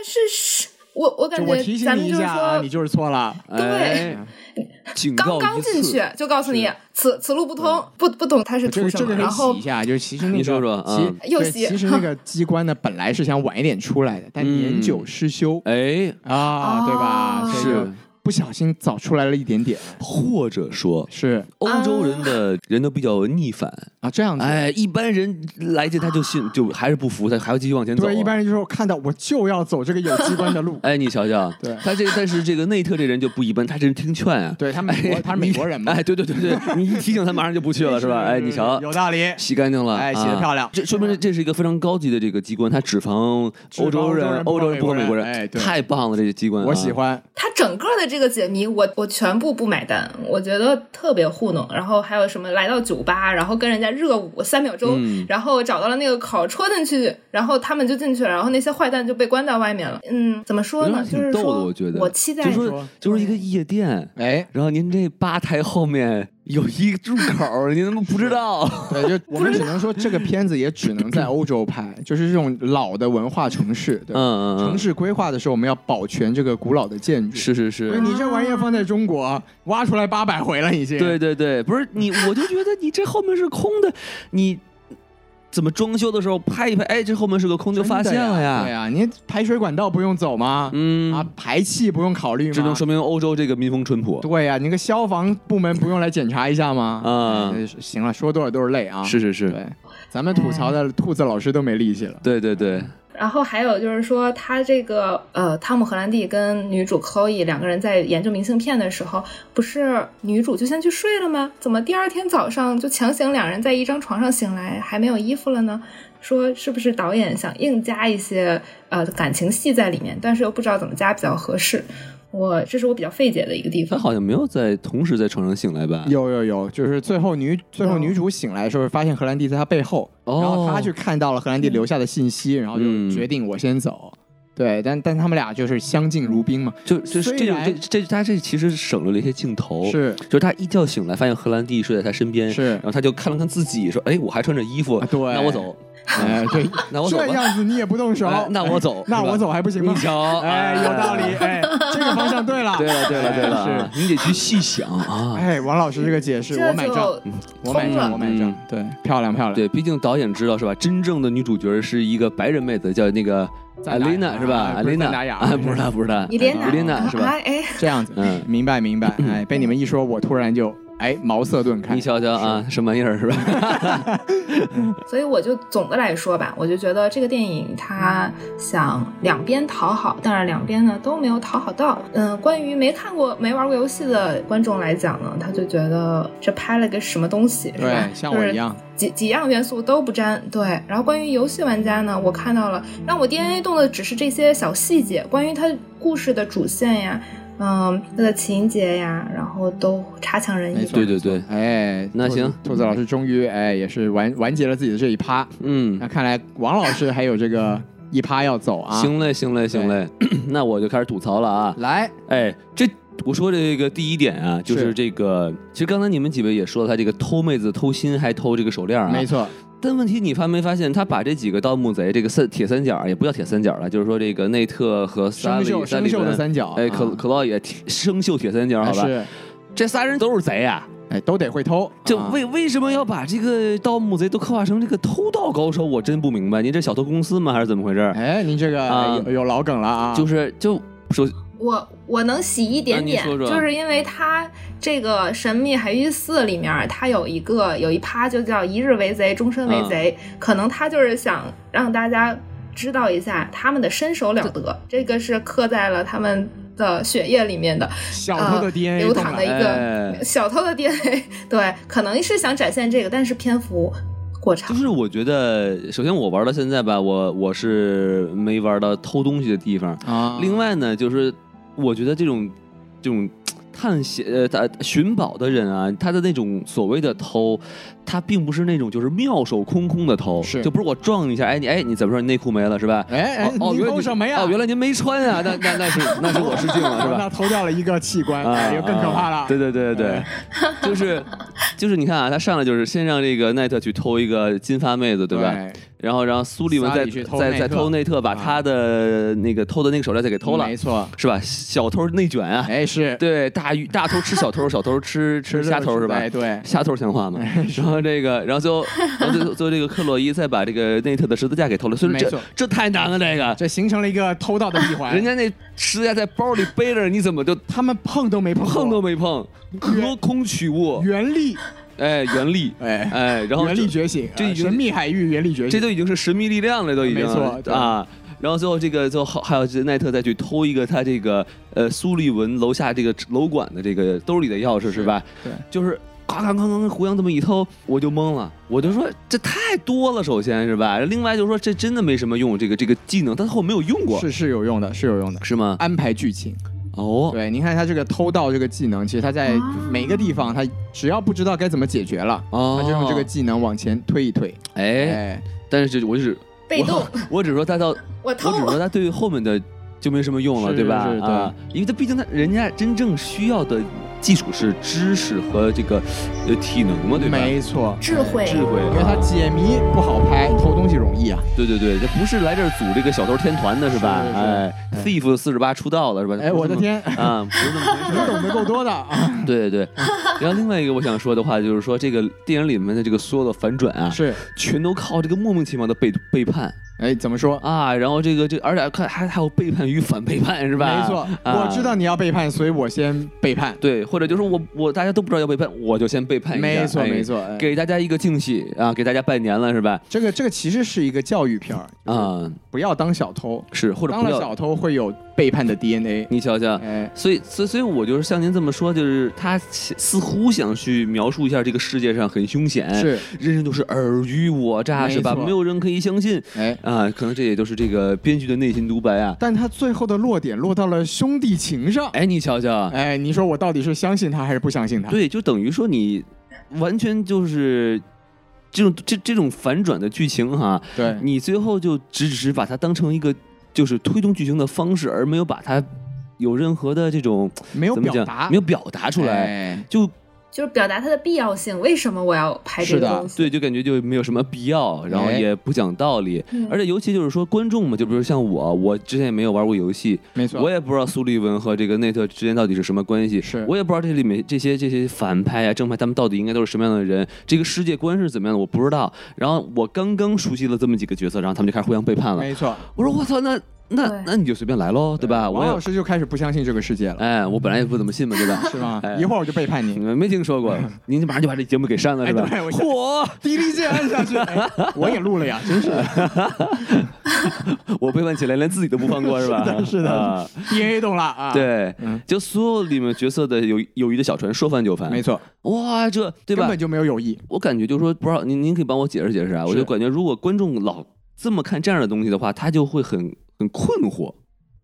Speaker 3: 是是，我我
Speaker 1: 就
Speaker 3: 感
Speaker 1: 我
Speaker 3: 觉
Speaker 1: 提醒
Speaker 3: 咱
Speaker 1: 你
Speaker 3: 们
Speaker 1: 一
Speaker 3: 就是
Speaker 1: 下啊，
Speaker 3: 说
Speaker 1: 你就是错了。
Speaker 2: 哎， 警告
Speaker 3: 刚刚
Speaker 2: 一次嗯
Speaker 3: 进去就告诉你此此路不通，不不懂他是
Speaker 2: 啊
Speaker 1: 这
Speaker 3: 图
Speaker 1: 个
Speaker 3: 什
Speaker 1: 这
Speaker 3: 么，
Speaker 1: 个可
Speaker 3: 然
Speaker 1: 以
Speaker 3: 后
Speaker 1: 洗一下，就是其实那个
Speaker 2: 你说说
Speaker 1: 其
Speaker 2: 嗯
Speaker 3: 又
Speaker 1: 对
Speaker 3: 洗
Speaker 1: 其实 那个机关呢，本来是想晚一点出来的，但
Speaker 2: 嗯
Speaker 1: 年久失修
Speaker 2: 哎，
Speaker 1: 啊，对吧？
Speaker 3: 哦
Speaker 1: 所以就是不小心早出来了一点点，
Speaker 2: 或者说
Speaker 1: 是
Speaker 2: 欧洲人
Speaker 3: 啊
Speaker 2: 的人都比较逆反，
Speaker 1: 啊，这样子。
Speaker 2: 哎，一般人来这他就信，就还是不服，他还要继续往前走啊。，
Speaker 1: 对，一般人就是我看到我就要走这个有机关的路
Speaker 2: 哎，你瞧瞧，
Speaker 1: 对
Speaker 2: 他这但是这个内特这人就不一般，他这人听劝啊，
Speaker 1: 对他美国
Speaker 2: 哎
Speaker 1: 他是美国人嘛
Speaker 2: 哎，对对对对，你一提醒他马上就不去了是吧？哎，你瞧，
Speaker 1: 有道理。
Speaker 2: 洗干净了，
Speaker 1: 哎
Speaker 2: 啊
Speaker 1: 洗得漂亮
Speaker 2: 这说明这是一个非常高级的这个机关，它只防
Speaker 1: 只防
Speaker 2: 欧洲人，欧
Speaker 1: 欧洲
Speaker 2: 洲
Speaker 1: 人
Speaker 2: 人
Speaker 1: 不
Speaker 2: 不防
Speaker 1: 防
Speaker 2: 美
Speaker 1: 美
Speaker 2: 国
Speaker 1: 国
Speaker 2: 人
Speaker 1: 人，哎对
Speaker 2: 太棒了，这个机关
Speaker 1: 我喜
Speaker 2: 啊。
Speaker 1: 欢，
Speaker 3: 他整个的这个解谜，我我全部不买单，我觉得特别糊弄。然后还有什么来到酒吧，然后跟人家热舞三秒钟，
Speaker 2: 嗯
Speaker 3: 然后找到了那个口戳进去，然后他们就进去了，然后那些坏蛋就被关到外面了。嗯，怎么说
Speaker 2: 我
Speaker 3: 呢？
Speaker 2: 觉
Speaker 3: 就
Speaker 2: 得挺
Speaker 3: 是
Speaker 2: 逗的
Speaker 3: 说，
Speaker 2: 我觉得
Speaker 3: 期待
Speaker 2: 就
Speaker 1: 说
Speaker 2: 是就是一个夜店，
Speaker 1: 哎，
Speaker 2: 然后您这吧台后面有一入口，你怎么不知道？
Speaker 1: 对， 就我们只能说这个片子也只能在欧洲拍，就是这种老的文化城市，对吧？
Speaker 2: 嗯嗯
Speaker 1: 城
Speaker 2: 嗯，
Speaker 1: 市规划的时候，我们要保全这个古老的建筑。
Speaker 2: 是是
Speaker 1: 不是
Speaker 2: 是，
Speaker 1: 你这玩意儿放在中国挖出来八百回了，已经。
Speaker 2: 对对对，不是你，我就觉得你这后面是空的，你怎么装修的时候拍一拍，哎，这后面是个空，就
Speaker 1: 真的
Speaker 2: 发现了
Speaker 1: 呀。对呀，你排水管道不用走吗？
Speaker 2: 嗯，
Speaker 1: 啊，排气不用考虑吗？
Speaker 2: 这能说明欧洲这个民风淳朴
Speaker 1: 对呀，你个消防部门不用来检查一下吗？
Speaker 2: 啊。
Speaker 1: 哎行了，说多少都是泪啊。
Speaker 2: 是是是，
Speaker 1: 对，咱们吐槽的兔子老师都没力气了。
Speaker 2: 对对对，
Speaker 3: 然后还有就是说，他这个呃，汤姆·荷兰弟跟女主 Chloe 两个人在研究明信片的时候，不是女主就先去睡了吗？怎么第二天早上就强行两人在一张床上醒来，还没有衣服了呢？说是不是导演想硬加一些呃感情戏在里面，但是又不知道怎么加比较合适？我这是我比较费解的一个地
Speaker 2: 他
Speaker 3: 方。
Speaker 2: 好像没有在同时在床上醒来吧？
Speaker 1: 有有有，就是最后女最后
Speaker 3: 有
Speaker 1: 女主醒来的时候，发现荷兰弟在她背后，然后
Speaker 2: 哦
Speaker 1: 她去看到了荷兰弟留下的信息，然后就
Speaker 2: 嗯
Speaker 1: 决定我先走。对，但但他们俩就是相敬如宾嘛，
Speaker 2: 就就
Speaker 1: 虽
Speaker 2: 这种
Speaker 1: 然
Speaker 2: 这这他这其实省略了一些镜头，
Speaker 1: 是
Speaker 2: 就是他一觉醒来发现荷兰弟睡在他身边，
Speaker 1: 是
Speaker 2: 然后他就看了看自己，说：“哎，我还穿着衣服，
Speaker 1: 啊对
Speaker 2: 那我走，
Speaker 1: 哎，对，
Speaker 2: 那我走
Speaker 1: 这
Speaker 2: 吧，
Speaker 1: 样子你也不动手
Speaker 2: 哎，那我走，
Speaker 1: 那
Speaker 2: 是吧
Speaker 1: 我走还不行吗
Speaker 2: 你？瞧，
Speaker 1: 哎，有道理，哎，这个方向对了，
Speaker 2: 对了，对了，对
Speaker 1: 哎
Speaker 2: 了嗯
Speaker 1: 是，，
Speaker 2: 你得去细想啊。
Speaker 1: 哎，王老师这个解释，我
Speaker 3: 这
Speaker 1: 买账，嗯
Speaker 3: 就
Speaker 1: 我买
Speaker 3: 通
Speaker 1: 账，
Speaker 3: 了
Speaker 1: 我买账
Speaker 2: 嗯，
Speaker 1: 对，漂亮漂亮，
Speaker 2: 对，毕竟导演知道是吧？真正的女主角是一个白人妹子，叫那个
Speaker 1: 赞
Speaker 2: 艾
Speaker 1: 达
Speaker 2: 琳
Speaker 1: 雅
Speaker 2: 娜是吧？
Speaker 1: 哎
Speaker 2: 艾
Speaker 1: 不是
Speaker 2: 琳娜
Speaker 1: 赞达雅，
Speaker 2: 哎不是她，不是她，
Speaker 3: 伊莲娜，
Speaker 2: 伊莲娜是吧？
Speaker 3: 哎哎，
Speaker 1: 这样子，
Speaker 2: 嗯
Speaker 1: 明白明白， 哎，被你们一说，我突然就哎茅塞顿开
Speaker 2: 你，瞧瞧啊，什么玩意儿是吧？
Speaker 3: 所以我就总的来说吧，我就觉得这个电影它想两边讨好，但是两边呢都没有讨好到。嗯，关于没看过、没玩过游戏的观众来讲呢，他就觉得这拍了个什么东西，是吧
Speaker 1: 对，？像我一样。
Speaker 3: 就是几几样元素都不沾。对，然后关于游戏玩家呢，我看到了让我 DNA 动的只是这些小细节，关于它故事的主线呀，嗯，它的情节呀，然后都差强人
Speaker 1: 没
Speaker 3: 意
Speaker 1: 错。
Speaker 2: 对对对，
Speaker 1: 哎，
Speaker 2: 那
Speaker 1: 兔子
Speaker 2: 行
Speaker 1: 兔子老师终于哎也是完完结了自己的这一趴。
Speaker 2: 嗯
Speaker 1: 那，看来王老师还有这 个一趴要走啊。，
Speaker 2: 行嘞，行嘞，行嘞， 那我就开始吐槽了啊。
Speaker 1: 来，
Speaker 2: 哎，这我说这个第一点啊，就是是这个，其实刚才你们几位也说了，他这个偷妹子、偷心，还偷这个手链啊。
Speaker 1: 没错，
Speaker 2: 但问题你发没发现，他把这几个盗墓贼，这个三铁三角啊也不叫铁三角了，就是说这个内特和
Speaker 1: 生
Speaker 2: 萨利、
Speaker 1: 锈
Speaker 2: 萨
Speaker 1: 生
Speaker 2: 利
Speaker 1: 锈的
Speaker 2: 文，
Speaker 1: 三角，
Speaker 2: 哎，
Speaker 1: 啊
Speaker 2: 可可洛也铁生锈铁三角，
Speaker 1: 哎
Speaker 2: 好吧？
Speaker 1: 是，
Speaker 2: 这仨人都是贼啊。
Speaker 1: 哎都得会偷。
Speaker 2: 这
Speaker 1: 啊
Speaker 2: 为为什么要把这个盗墓贼都刻画成这个偷盗高手？我真不明白，您这小偷公司吗？还是怎么回事？
Speaker 1: 哎您这个
Speaker 2: 啊
Speaker 1: 有有老梗了啊，
Speaker 2: 就是就首
Speaker 3: 我我能洗一点点，
Speaker 2: 啊你说说
Speaker 3: 就是因为它这个《神秘海域四》里面，它有一个有一趴就叫“一日为贼，终身为贼”，
Speaker 2: 嗯
Speaker 3: 可能他就是想让大家知道一下他们的身手了得，这个是刻在了他们的血液里面的。
Speaker 1: 小偷的
Speaker 3: 呃
Speaker 1: DNA
Speaker 3: 流
Speaker 1: 动
Speaker 3: 淌
Speaker 1: 了
Speaker 3: 的一个
Speaker 2: 哎
Speaker 3: 小偷的 DNA，对， 可能是想展现这个，但是篇幅过
Speaker 2: 就
Speaker 3: 长。
Speaker 2: 是我觉得，首先我玩到现在吧，我我是没玩到偷东西的地方。
Speaker 1: 啊。
Speaker 2: 另外呢，就是我觉得这种这种探险呃他寻宝的人啊，他的那种所谓的偷，他并不是那种就是妙手空空的偷，
Speaker 1: 是
Speaker 2: 就不是我撞一下，哎你哎你怎么说你内裤没了是吧？
Speaker 1: 哎哎，
Speaker 2: 哦哦
Speaker 1: 你
Speaker 2: 原来
Speaker 1: 偷
Speaker 2: 你
Speaker 1: 什么呀？
Speaker 2: 哦，原来您没穿啊，那那那是那是我失敬了是吧？
Speaker 1: 那偷掉了一个器官，
Speaker 2: 啊
Speaker 1: 哎，又更可怕
Speaker 2: 啊
Speaker 1: 了。
Speaker 2: 对对对对对
Speaker 1: 哎，
Speaker 2: 就是就是，你看啊，他上来就是先让这个奈特去偷一个金发妹子，对吧？然后然后苏利文
Speaker 1: 萨
Speaker 2: 再
Speaker 1: 里去偷
Speaker 2: 再
Speaker 1: 内
Speaker 2: 再
Speaker 1: 特
Speaker 2: 偷内特，把
Speaker 1: 啊
Speaker 2: 他的那个偷的那个手链再给偷了
Speaker 1: 没，错。
Speaker 2: 是吧？小偷内卷啊，
Speaker 1: 哎，是
Speaker 2: 对，大鱼大头吃小偷，小偷吃 吃虾头是吧哎
Speaker 1: 哎，？对，
Speaker 2: 虾头像话吗？然后这个，然后最后，然后最后最后这个克洛伊再把这个内特的十字架给偷了，所以
Speaker 1: 没
Speaker 2: 这
Speaker 1: 错
Speaker 2: 这太难了，这个
Speaker 1: 这形成了一个偷盗的闭环。
Speaker 2: 人家那十字架在包里背着，你怎么就
Speaker 1: 他们碰都没碰过，
Speaker 2: 碰都没碰，隔空取物，
Speaker 1: 原力，
Speaker 2: 哎，原力，
Speaker 1: 哎，
Speaker 2: 哎，然后
Speaker 1: 原力
Speaker 2: 这
Speaker 1: 觉醒，
Speaker 2: 这
Speaker 1: 啊
Speaker 2: 已经
Speaker 1: 神秘海域原力觉
Speaker 2: 这
Speaker 1: 醒，
Speaker 2: 都已经是神秘力量了，都已
Speaker 1: 没
Speaker 2: 经
Speaker 1: 错
Speaker 2: 啊。然后最后这个就好，还有这奈特再去偷一个他这个呃苏利文楼下这个楼管的这个兜里的钥匙是吧？
Speaker 1: 对，
Speaker 2: 就是咔咔咔咔胡杨这么一偷，我就懵了，我就说这太多了，首先是吧？另外就是说这真的没什么用，这个这个技能，但是我没有用过，
Speaker 1: 是是有用的，是有用的。
Speaker 2: 是吗？
Speaker 1: 安排剧情，
Speaker 2: 哦，
Speaker 1: 对，您看他这个偷盗这个技能，其实他在
Speaker 3: 啊
Speaker 1: 每个地方，他只要不知道该怎么解决了，他
Speaker 2: 哦，
Speaker 1: 就用这个技能往前推一推。
Speaker 2: 哎，
Speaker 1: 哎，
Speaker 2: 但是就我就是
Speaker 3: 被 动，
Speaker 2: 我，我只说他到
Speaker 3: 我
Speaker 2: 我只
Speaker 3: 偷
Speaker 2: 说他对后面的就没什么用了，
Speaker 1: 是
Speaker 2: 对吧？
Speaker 1: 是是
Speaker 2: 啊，因为他毕竟他人家真正需要的基础是知识和这个呃体能嘛，对吧？
Speaker 1: 没错，
Speaker 3: 智慧，
Speaker 2: 智慧，
Speaker 1: 因为它解谜不好拍，偷东西容易啊。
Speaker 2: 对对对，这不是来这儿组这个小偷天团的是吧？
Speaker 1: 是是
Speaker 2: 哎
Speaker 1: 哎
Speaker 2: ，Thief 四十八出道了是吧？
Speaker 1: 哎，我的天，
Speaker 2: 啊，不是那么回
Speaker 1: 你
Speaker 2: 事儿。
Speaker 1: 懂得够多 的啊！
Speaker 2: 对 对，然后另外一个我想说的话就是说，这个电影里面的这个所有的反转啊，
Speaker 1: 是，
Speaker 2: 全都靠这个莫名其妙的背背叛
Speaker 1: 哎，怎么说？
Speaker 2: 啊，然后这个这而且还还还有背叛与反背叛是吧？
Speaker 1: 没错，
Speaker 2: 啊
Speaker 1: 我知道你要背叛，所以我先背叛。
Speaker 2: 对，或者就是我我大家都不知道要背叛，我就先背叛一下，
Speaker 1: 没错，
Speaker 2: 哎
Speaker 1: 没，错。哎
Speaker 2: 给大家一个惊喜啊，给大家拜年了是吧？
Speaker 1: 这个这个其实是一个教育片儿，
Speaker 2: 啊，
Speaker 1: 不要当小偷，
Speaker 2: 是或者
Speaker 1: 当
Speaker 2: 不
Speaker 1: 了
Speaker 2: 要，
Speaker 1: 小偷会有背叛的 DNA。
Speaker 2: 你瞧瞧，
Speaker 1: 哎，
Speaker 2: 所以，所以，所以我就是像您这么说，就是他似似乎想去描述一下这个世界上很凶险，
Speaker 1: 是，
Speaker 2: 人人都是尔虞我诈，
Speaker 1: 没
Speaker 2: 是吧？
Speaker 1: 错
Speaker 2: 没有人可以相信
Speaker 1: 哎，
Speaker 2: 啊、可能这也就是这个编剧的内心独白啊。
Speaker 1: 但他最后的落点落到了兄弟情上。
Speaker 2: 哎，你瞧瞧，
Speaker 1: 哎，你说我到底是相信他还是不相信他？
Speaker 2: 对，就等于说你完全就是这种这这种反转的剧情哈，
Speaker 1: 对
Speaker 2: 你最后就只只是把它当成一个就是推动剧情的方式，而没有把它有任何的这种
Speaker 1: 没有
Speaker 2: 怎么
Speaker 1: 表
Speaker 2: 讲
Speaker 1: 达，
Speaker 2: 没有表达出来，
Speaker 1: 哎
Speaker 2: 就
Speaker 3: 就是表达它的必要性。为什么我要拍这
Speaker 1: 是
Speaker 3: 个
Speaker 1: 的
Speaker 3: 东西？
Speaker 2: 对，就感觉就没有什么必要，然后
Speaker 1: 哎
Speaker 2: 也不讲道理，
Speaker 3: 嗯
Speaker 2: 而且尤其就是说观众嘛，就比如像我，我之前也没有玩过游戏，
Speaker 1: 没错，
Speaker 2: 我也不知道苏利文和这个内特之间到底是什么关系，
Speaker 1: 是
Speaker 2: 我也不知道这里面这些这些反派啊、正派他们到底应该都是什么样的人，这个世界观是怎么样的，我不知道。然后我刚刚熟悉了这么几个角色，然后他们就开始互相背叛了。
Speaker 1: 没错。
Speaker 2: 我说我操，那那
Speaker 3: 对
Speaker 2: 那你就随便来喽，对吧？我
Speaker 1: 王老
Speaker 2: 也
Speaker 1: 师就开始不相信这个世界了，
Speaker 2: 哎，我本来也不怎么信嘛，对吧？
Speaker 1: 是吗
Speaker 2: 哎？
Speaker 1: 一会儿我就背叛
Speaker 2: 你
Speaker 1: 你，
Speaker 2: 们没听 说过，您马上就把这节目给删了是吧
Speaker 1: 哎对？我
Speaker 2: 嚯，
Speaker 1: 滴滴键按下去，哎我也录了呀，真是
Speaker 2: 我背叛起来连自己都不放过是吧？
Speaker 1: 的 是的
Speaker 2: 啊
Speaker 1: DNA 动了啊！，
Speaker 2: 对
Speaker 1: 嗯，
Speaker 2: 就所有里面角色的友友谊的小船，说翻就翻，
Speaker 1: 没。错，
Speaker 2: 哇，这对
Speaker 1: 根
Speaker 2: 吧
Speaker 1: 本？就没有友谊。
Speaker 2: 我感觉就是说，不知道您您可以帮我解释解释啊？我就感觉如果观众老这么看这样的东西的话，他就会很很困惑，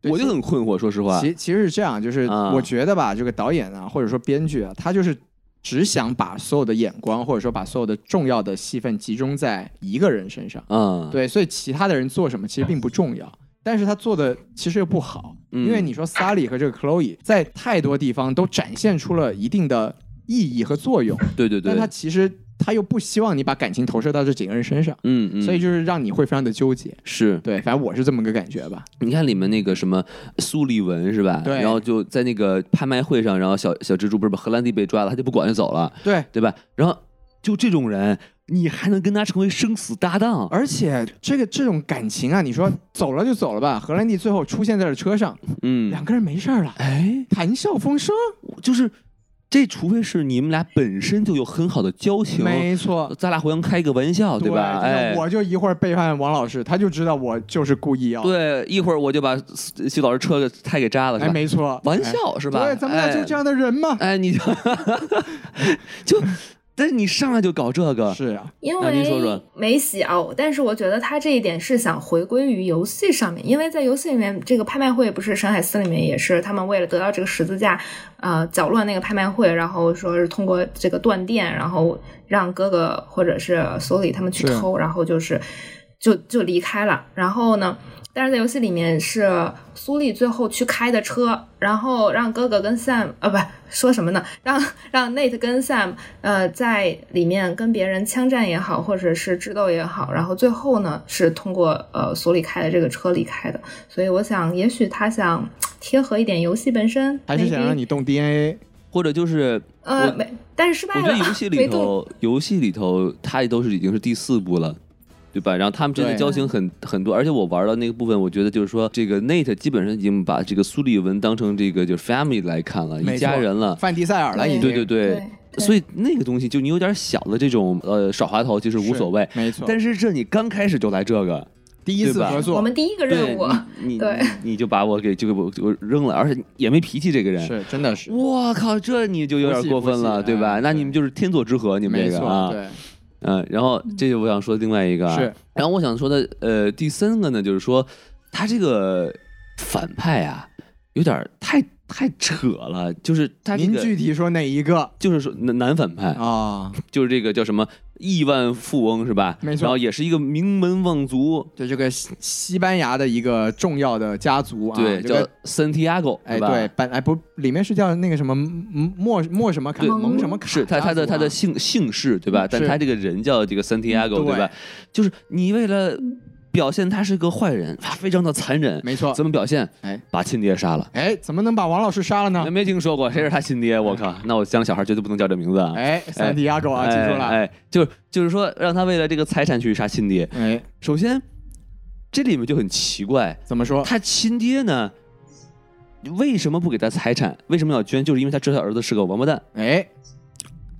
Speaker 1: 对
Speaker 2: 我就很困惑，说实话。
Speaker 1: 其其实是这样，就是
Speaker 2: 啊
Speaker 1: 我觉得吧，这个导演啊，或者说编剧啊，他就是只想把所有的眼光，或者说把所有的重要的戏份集中在一个人身上。
Speaker 2: 嗯，，
Speaker 1: 对，所以其他的人做什么其实并不重要，但是他做的其实又不好，因为
Speaker 2: 嗯
Speaker 1: 你说 Sally 和这个 Chloe 在太多地方都展现出了一定的意义和作用，
Speaker 2: 对对对
Speaker 1: 但，他其实他又不希望你把感情投射到这几个人身上，
Speaker 2: 嗯嗯，
Speaker 1: 所以就是让你会非常的纠结。
Speaker 2: 是
Speaker 1: 对，反正我是这么个感觉吧。
Speaker 2: 你看里面那个什么苏利文是吧？
Speaker 1: 对
Speaker 2: 然后就在那个拍卖会上，然后小小蜘蛛不是把荷兰弟被抓了，他就不管就走了，
Speaker 1: 对，
Speaker 2: 对吧？然后就这种人，你还能跟他成为生死搭档？
Speaker 1: 而且这个这种感情啊，你说走了就走了吧，荷兰弟最后出现在了车上，
Speaker 2: 嗯，
Speaker 1: 两个人没事儿了，
Speaker 2: 哎，
Speaker 1: 谈笑风生，
Speaker 2: 就是这，除非是你们俩本身就有很好的交情，
Speaker 1: 没错。
Speaker 2: 咱俩互相开个玩笑，
Speaker 1: 对
Speaker 2: 吧？
Speaker 1: 就是
Speaker 2: 哎，
Speaker 1: 我就一会儿背叛王老师，他就知道我就是故意要。，
Speaker 2: 对，一会儿我就把呃徐老师车给胎给扎了，是
Speaker 1: 哎，
Speaker 2: 吧？
Speaker 1: 没错，
Speaker 2: 玩
Speaker 1: 哎
Speaker 2: 笑是吧？
Speaker 1: 对，咱们俩就这样的人嘛。
Speaker 2: 哎。哎，你就 就， 但是你上来就搞这个，
Speaker 1: 是啊，
Speaker 3: 因
Speaker 2: 那您说说
Speaker 3: 为没小，但是我觉得他这一点是想回归于游戏上面，因为在游戏里面，这个拍卖会不是《山海四》里面也是他们为了得到这个十字架，呃，搅乱那个拍卖会，然后说是通过这个断电，然后让哥哥或者是索里他们去
Speaker 2: 啊
Speaker 1: 是
Speaker 3: 偷，然后就是就就离开了。然后呢，但是在游戏里面是苏丽最后去开的车，然后让哥哥跟 Sam 呃不说什么呢，让让 Nate 跟 Sam 呃在里面跟别人枪战也好，或者是智斗也好，然后最后呢是通过呃苏丽开的这个车离开的。所以我想，也许他想贴合一点游戏本身，
Speaker 1: 还是想
Speaker 3: maybe
Speaker 1: 让你动 DNA。
Speaker 2: 或者就是
Speaker 3: 呃
Speaker 2: 我
Speaker 3: 没，但是失败
Speaker 2: 我
Speaker 3: 了，
Speaker 2: 觉得游戏
Speaker 3: 没
Speaker 2: 里
Speaker 3: 动
Speaker 2: 头，游戏里头，它也都是已经是第四部了。对吧？然后他们之间的
Speaker 1: 对
Speaker 2: 交情很很多，而且我玩到那个部分，我觉得就是说，这个 Nate 基本上已经把这个苏利文当成这个就是 family 来看了，一
Speaker 1: 没
Speaker 2: 家
Speaker 1: 错
Speaker 2: 人了。哎
Speaker 1: 范迪塞尔了，已经。
Speaker 2: 对对对
Speaker 3: 对，对
Speaker 2: 所以那个东西就你有点小的这种呃耍滑头，其实无所谓。
Speaker 1: 没错。
Speaker 2: 但是这你刚开始就来这个，
Speaker 1: 第一
Speaker 2: 对
Speaker 1: 次
Speaker 2: 吧
Speaker 1: 合
Speaker 3: 我
Speaker 1: 作
Speaker 3: 们第一个任务，
Speaker 2: 你你
Speaker 3: 对
Speaker 2: 你你就把我给就给我就给我扔了，而且也没脾气这个人。
Speaker 1: 是真的是，
Speaker 2: 我靠，这你就有点过分
Speaker 1: 不
Speaker 2: 了，
Speaker 1: 气不气
Speaker 2: 对吧？
Speaker 1: 哎
Speaker 2: 那你们就是天作之合，你们
Speaker 1: 没
Speaker 2: 这个
Speaker 1: 错，
Speaker 2: 啊，
Speaker 1: 对，
Speaker 2: 嗯，然后这就我想说的另外一个啊，
Speaker 1: 是
Speaker 2: 然后我想说的呃第三个呢，就是说他这个反派啊，有点儿太太扯了，就是他这
Speaker 1: 您
Speaker 2: 个
Speaker 1: 具体说哪一个
Speaker 2: 就是说男男反派，
Speaker 1: 啊？
Speaker 2: 就是这个叫什么亿万富翁是吧？
Speaker 1: 没错
Speaker 2: 然后也是一个名门望族，
Speaker 1: 就这个西西班牙的一个重要的家族啊，
Speaker 2: 对，
Speaker 1: 这个
Speaker 2: 叫 Santiago，
Speaker 1: 哎
Speaker 2: 是吧
Speaker 1: 对，，本哎不，里面是叫那个什么嗯莫莫什么卡
Speaker 2: 对
Speaker 1: 蒙什么卡家族
Speaker 2: 是
Speaker 1: 啊，
Speaker 2: 他他的他的姓姓氏对吧？但
Speaker 1: 是
Speaker 2: 他这个人叫这个 Santiago
Speaker 1: 嗯对
Speaker 2: 对吧？就是你为了表现他是个坏人，啊非常的残忍，
Speaker 1: 没错
Speaker 2: 怎么表现？
Speaker 1: 哎啊
Speaker 2: 把亲爹杀了。
Speaker 1: 哎，怎么能把王老师杀了呢
Speaker 2: 没？没听说过谁是他亲爹？我靠！那我将小孩绝对不能叫这名字啊！
Speaker 1: 哎，三迪亚狗啊，记住了，
Speaker 2: 哎，哎就就是说让他为了这个财产去杀亲爹。
Speaker 1: 哎，
Speaker 2: 首先，这里面就很奇怪，
Speaker 1: 怎么说？
Speaker 2: 他亲爹呢，为什么不给他财产？为什么要捐？就是因为他知道他儿子是个王八蛋。
Speaker 1: 哎，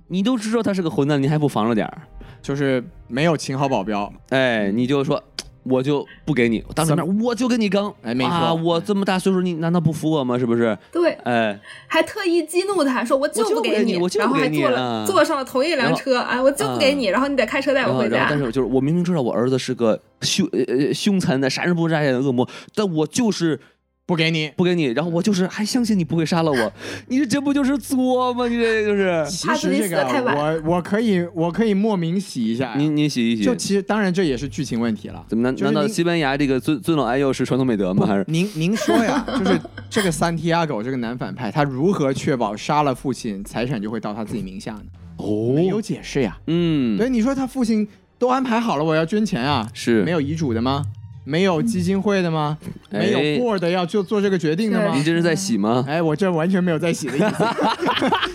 Speaker 2: 你都知道他是个混蛋，你还不防着点儿？
Speaker 1: 就是没有请好保镖，
Speaker 2: 哎，你就说。我就不给你，我当着面我就跟你刚，
Speaker 1: 哎没错
Speaker 2: 啊，我这么大岁数，你难道不服我吗？是不是？
Speaker 3: 对，
Speaker 2: 哎，
Speaker 3: 还特意激怒他说：“我
Speaker 2: 我就
Speaker 3: 不
Speaker 2: 不给
Speaker 3: 你
Speaker 2: 你我，就
Speaker 3: 然
Speaker 2: 不
Speaker 3: 后
Speaker 2: 给
Speaker 3: 还
Speaker 2: 你
Speaker 3: 坐
Speaker 2: 啊
Speaker 3: 了坐上了同一
Speaker 2: 然
Speaker 3: 辆
Speaker 2: 后
Speaker 3: 车啊，我就不给
Speaker 2: 啊
Speaker 3: 你，然后你得开车带
Speaker 2: 然
Speaker 3: 我
Speaker 2: 后，
Speaker 3: 回
Speaker 2: 然后，
Speaker 3: 家
Speaker 2: 但。是嗯就是我明明知道我儿子是个凶呃呃凶残的杀人不眨眼的恶魔，但我就是
Speaker 1: 不给你。
Speaker 2: 不给你，然后我就是还相信你不会杀了我，你这这不就是作吗？你这 就是
Speaker 1: 其
Speaker 3: 怕自
Speaker 1: 实
Speaker 3: 己
Speaker 1: 这个
Speaker 3: 死得太晚
Speaker 1: 我我可以我可以莫名洗一下呀，
Speaker 2: 您您洗一洗，
Speaker 1: 就其实当然这也是剧情问题了。
Speaker 2: 怎么难
Speaker 1: 就是
Speaker 2: 难道
Speaker 1: 您
Speaker 2: 西班牙这个尊尊老爱幼是传统美德吗？还是
Speaker 1: 您您说呀，就是这个三提亚狗这个男反派，他如何确保杀了父亲财产就会到他自己名下呢？没有
Speaker 2: 哦，
Speaker 1: 解释呀。
Speaker 2: 嗯，
Speaker 1: 对，你说他父亲都安排好了，我要捐钱啊，
Speaker 2: 是
Speaker 1: 没有遗嘱的吗？没有基金会的吗？
Speaker 2: 哎
Speaker 1: 没有 board 要就做这个决定的吗
Speaker 2: 您？这是在洗吗？
Speaker 1: 哎，我这完全没有在洗的意思，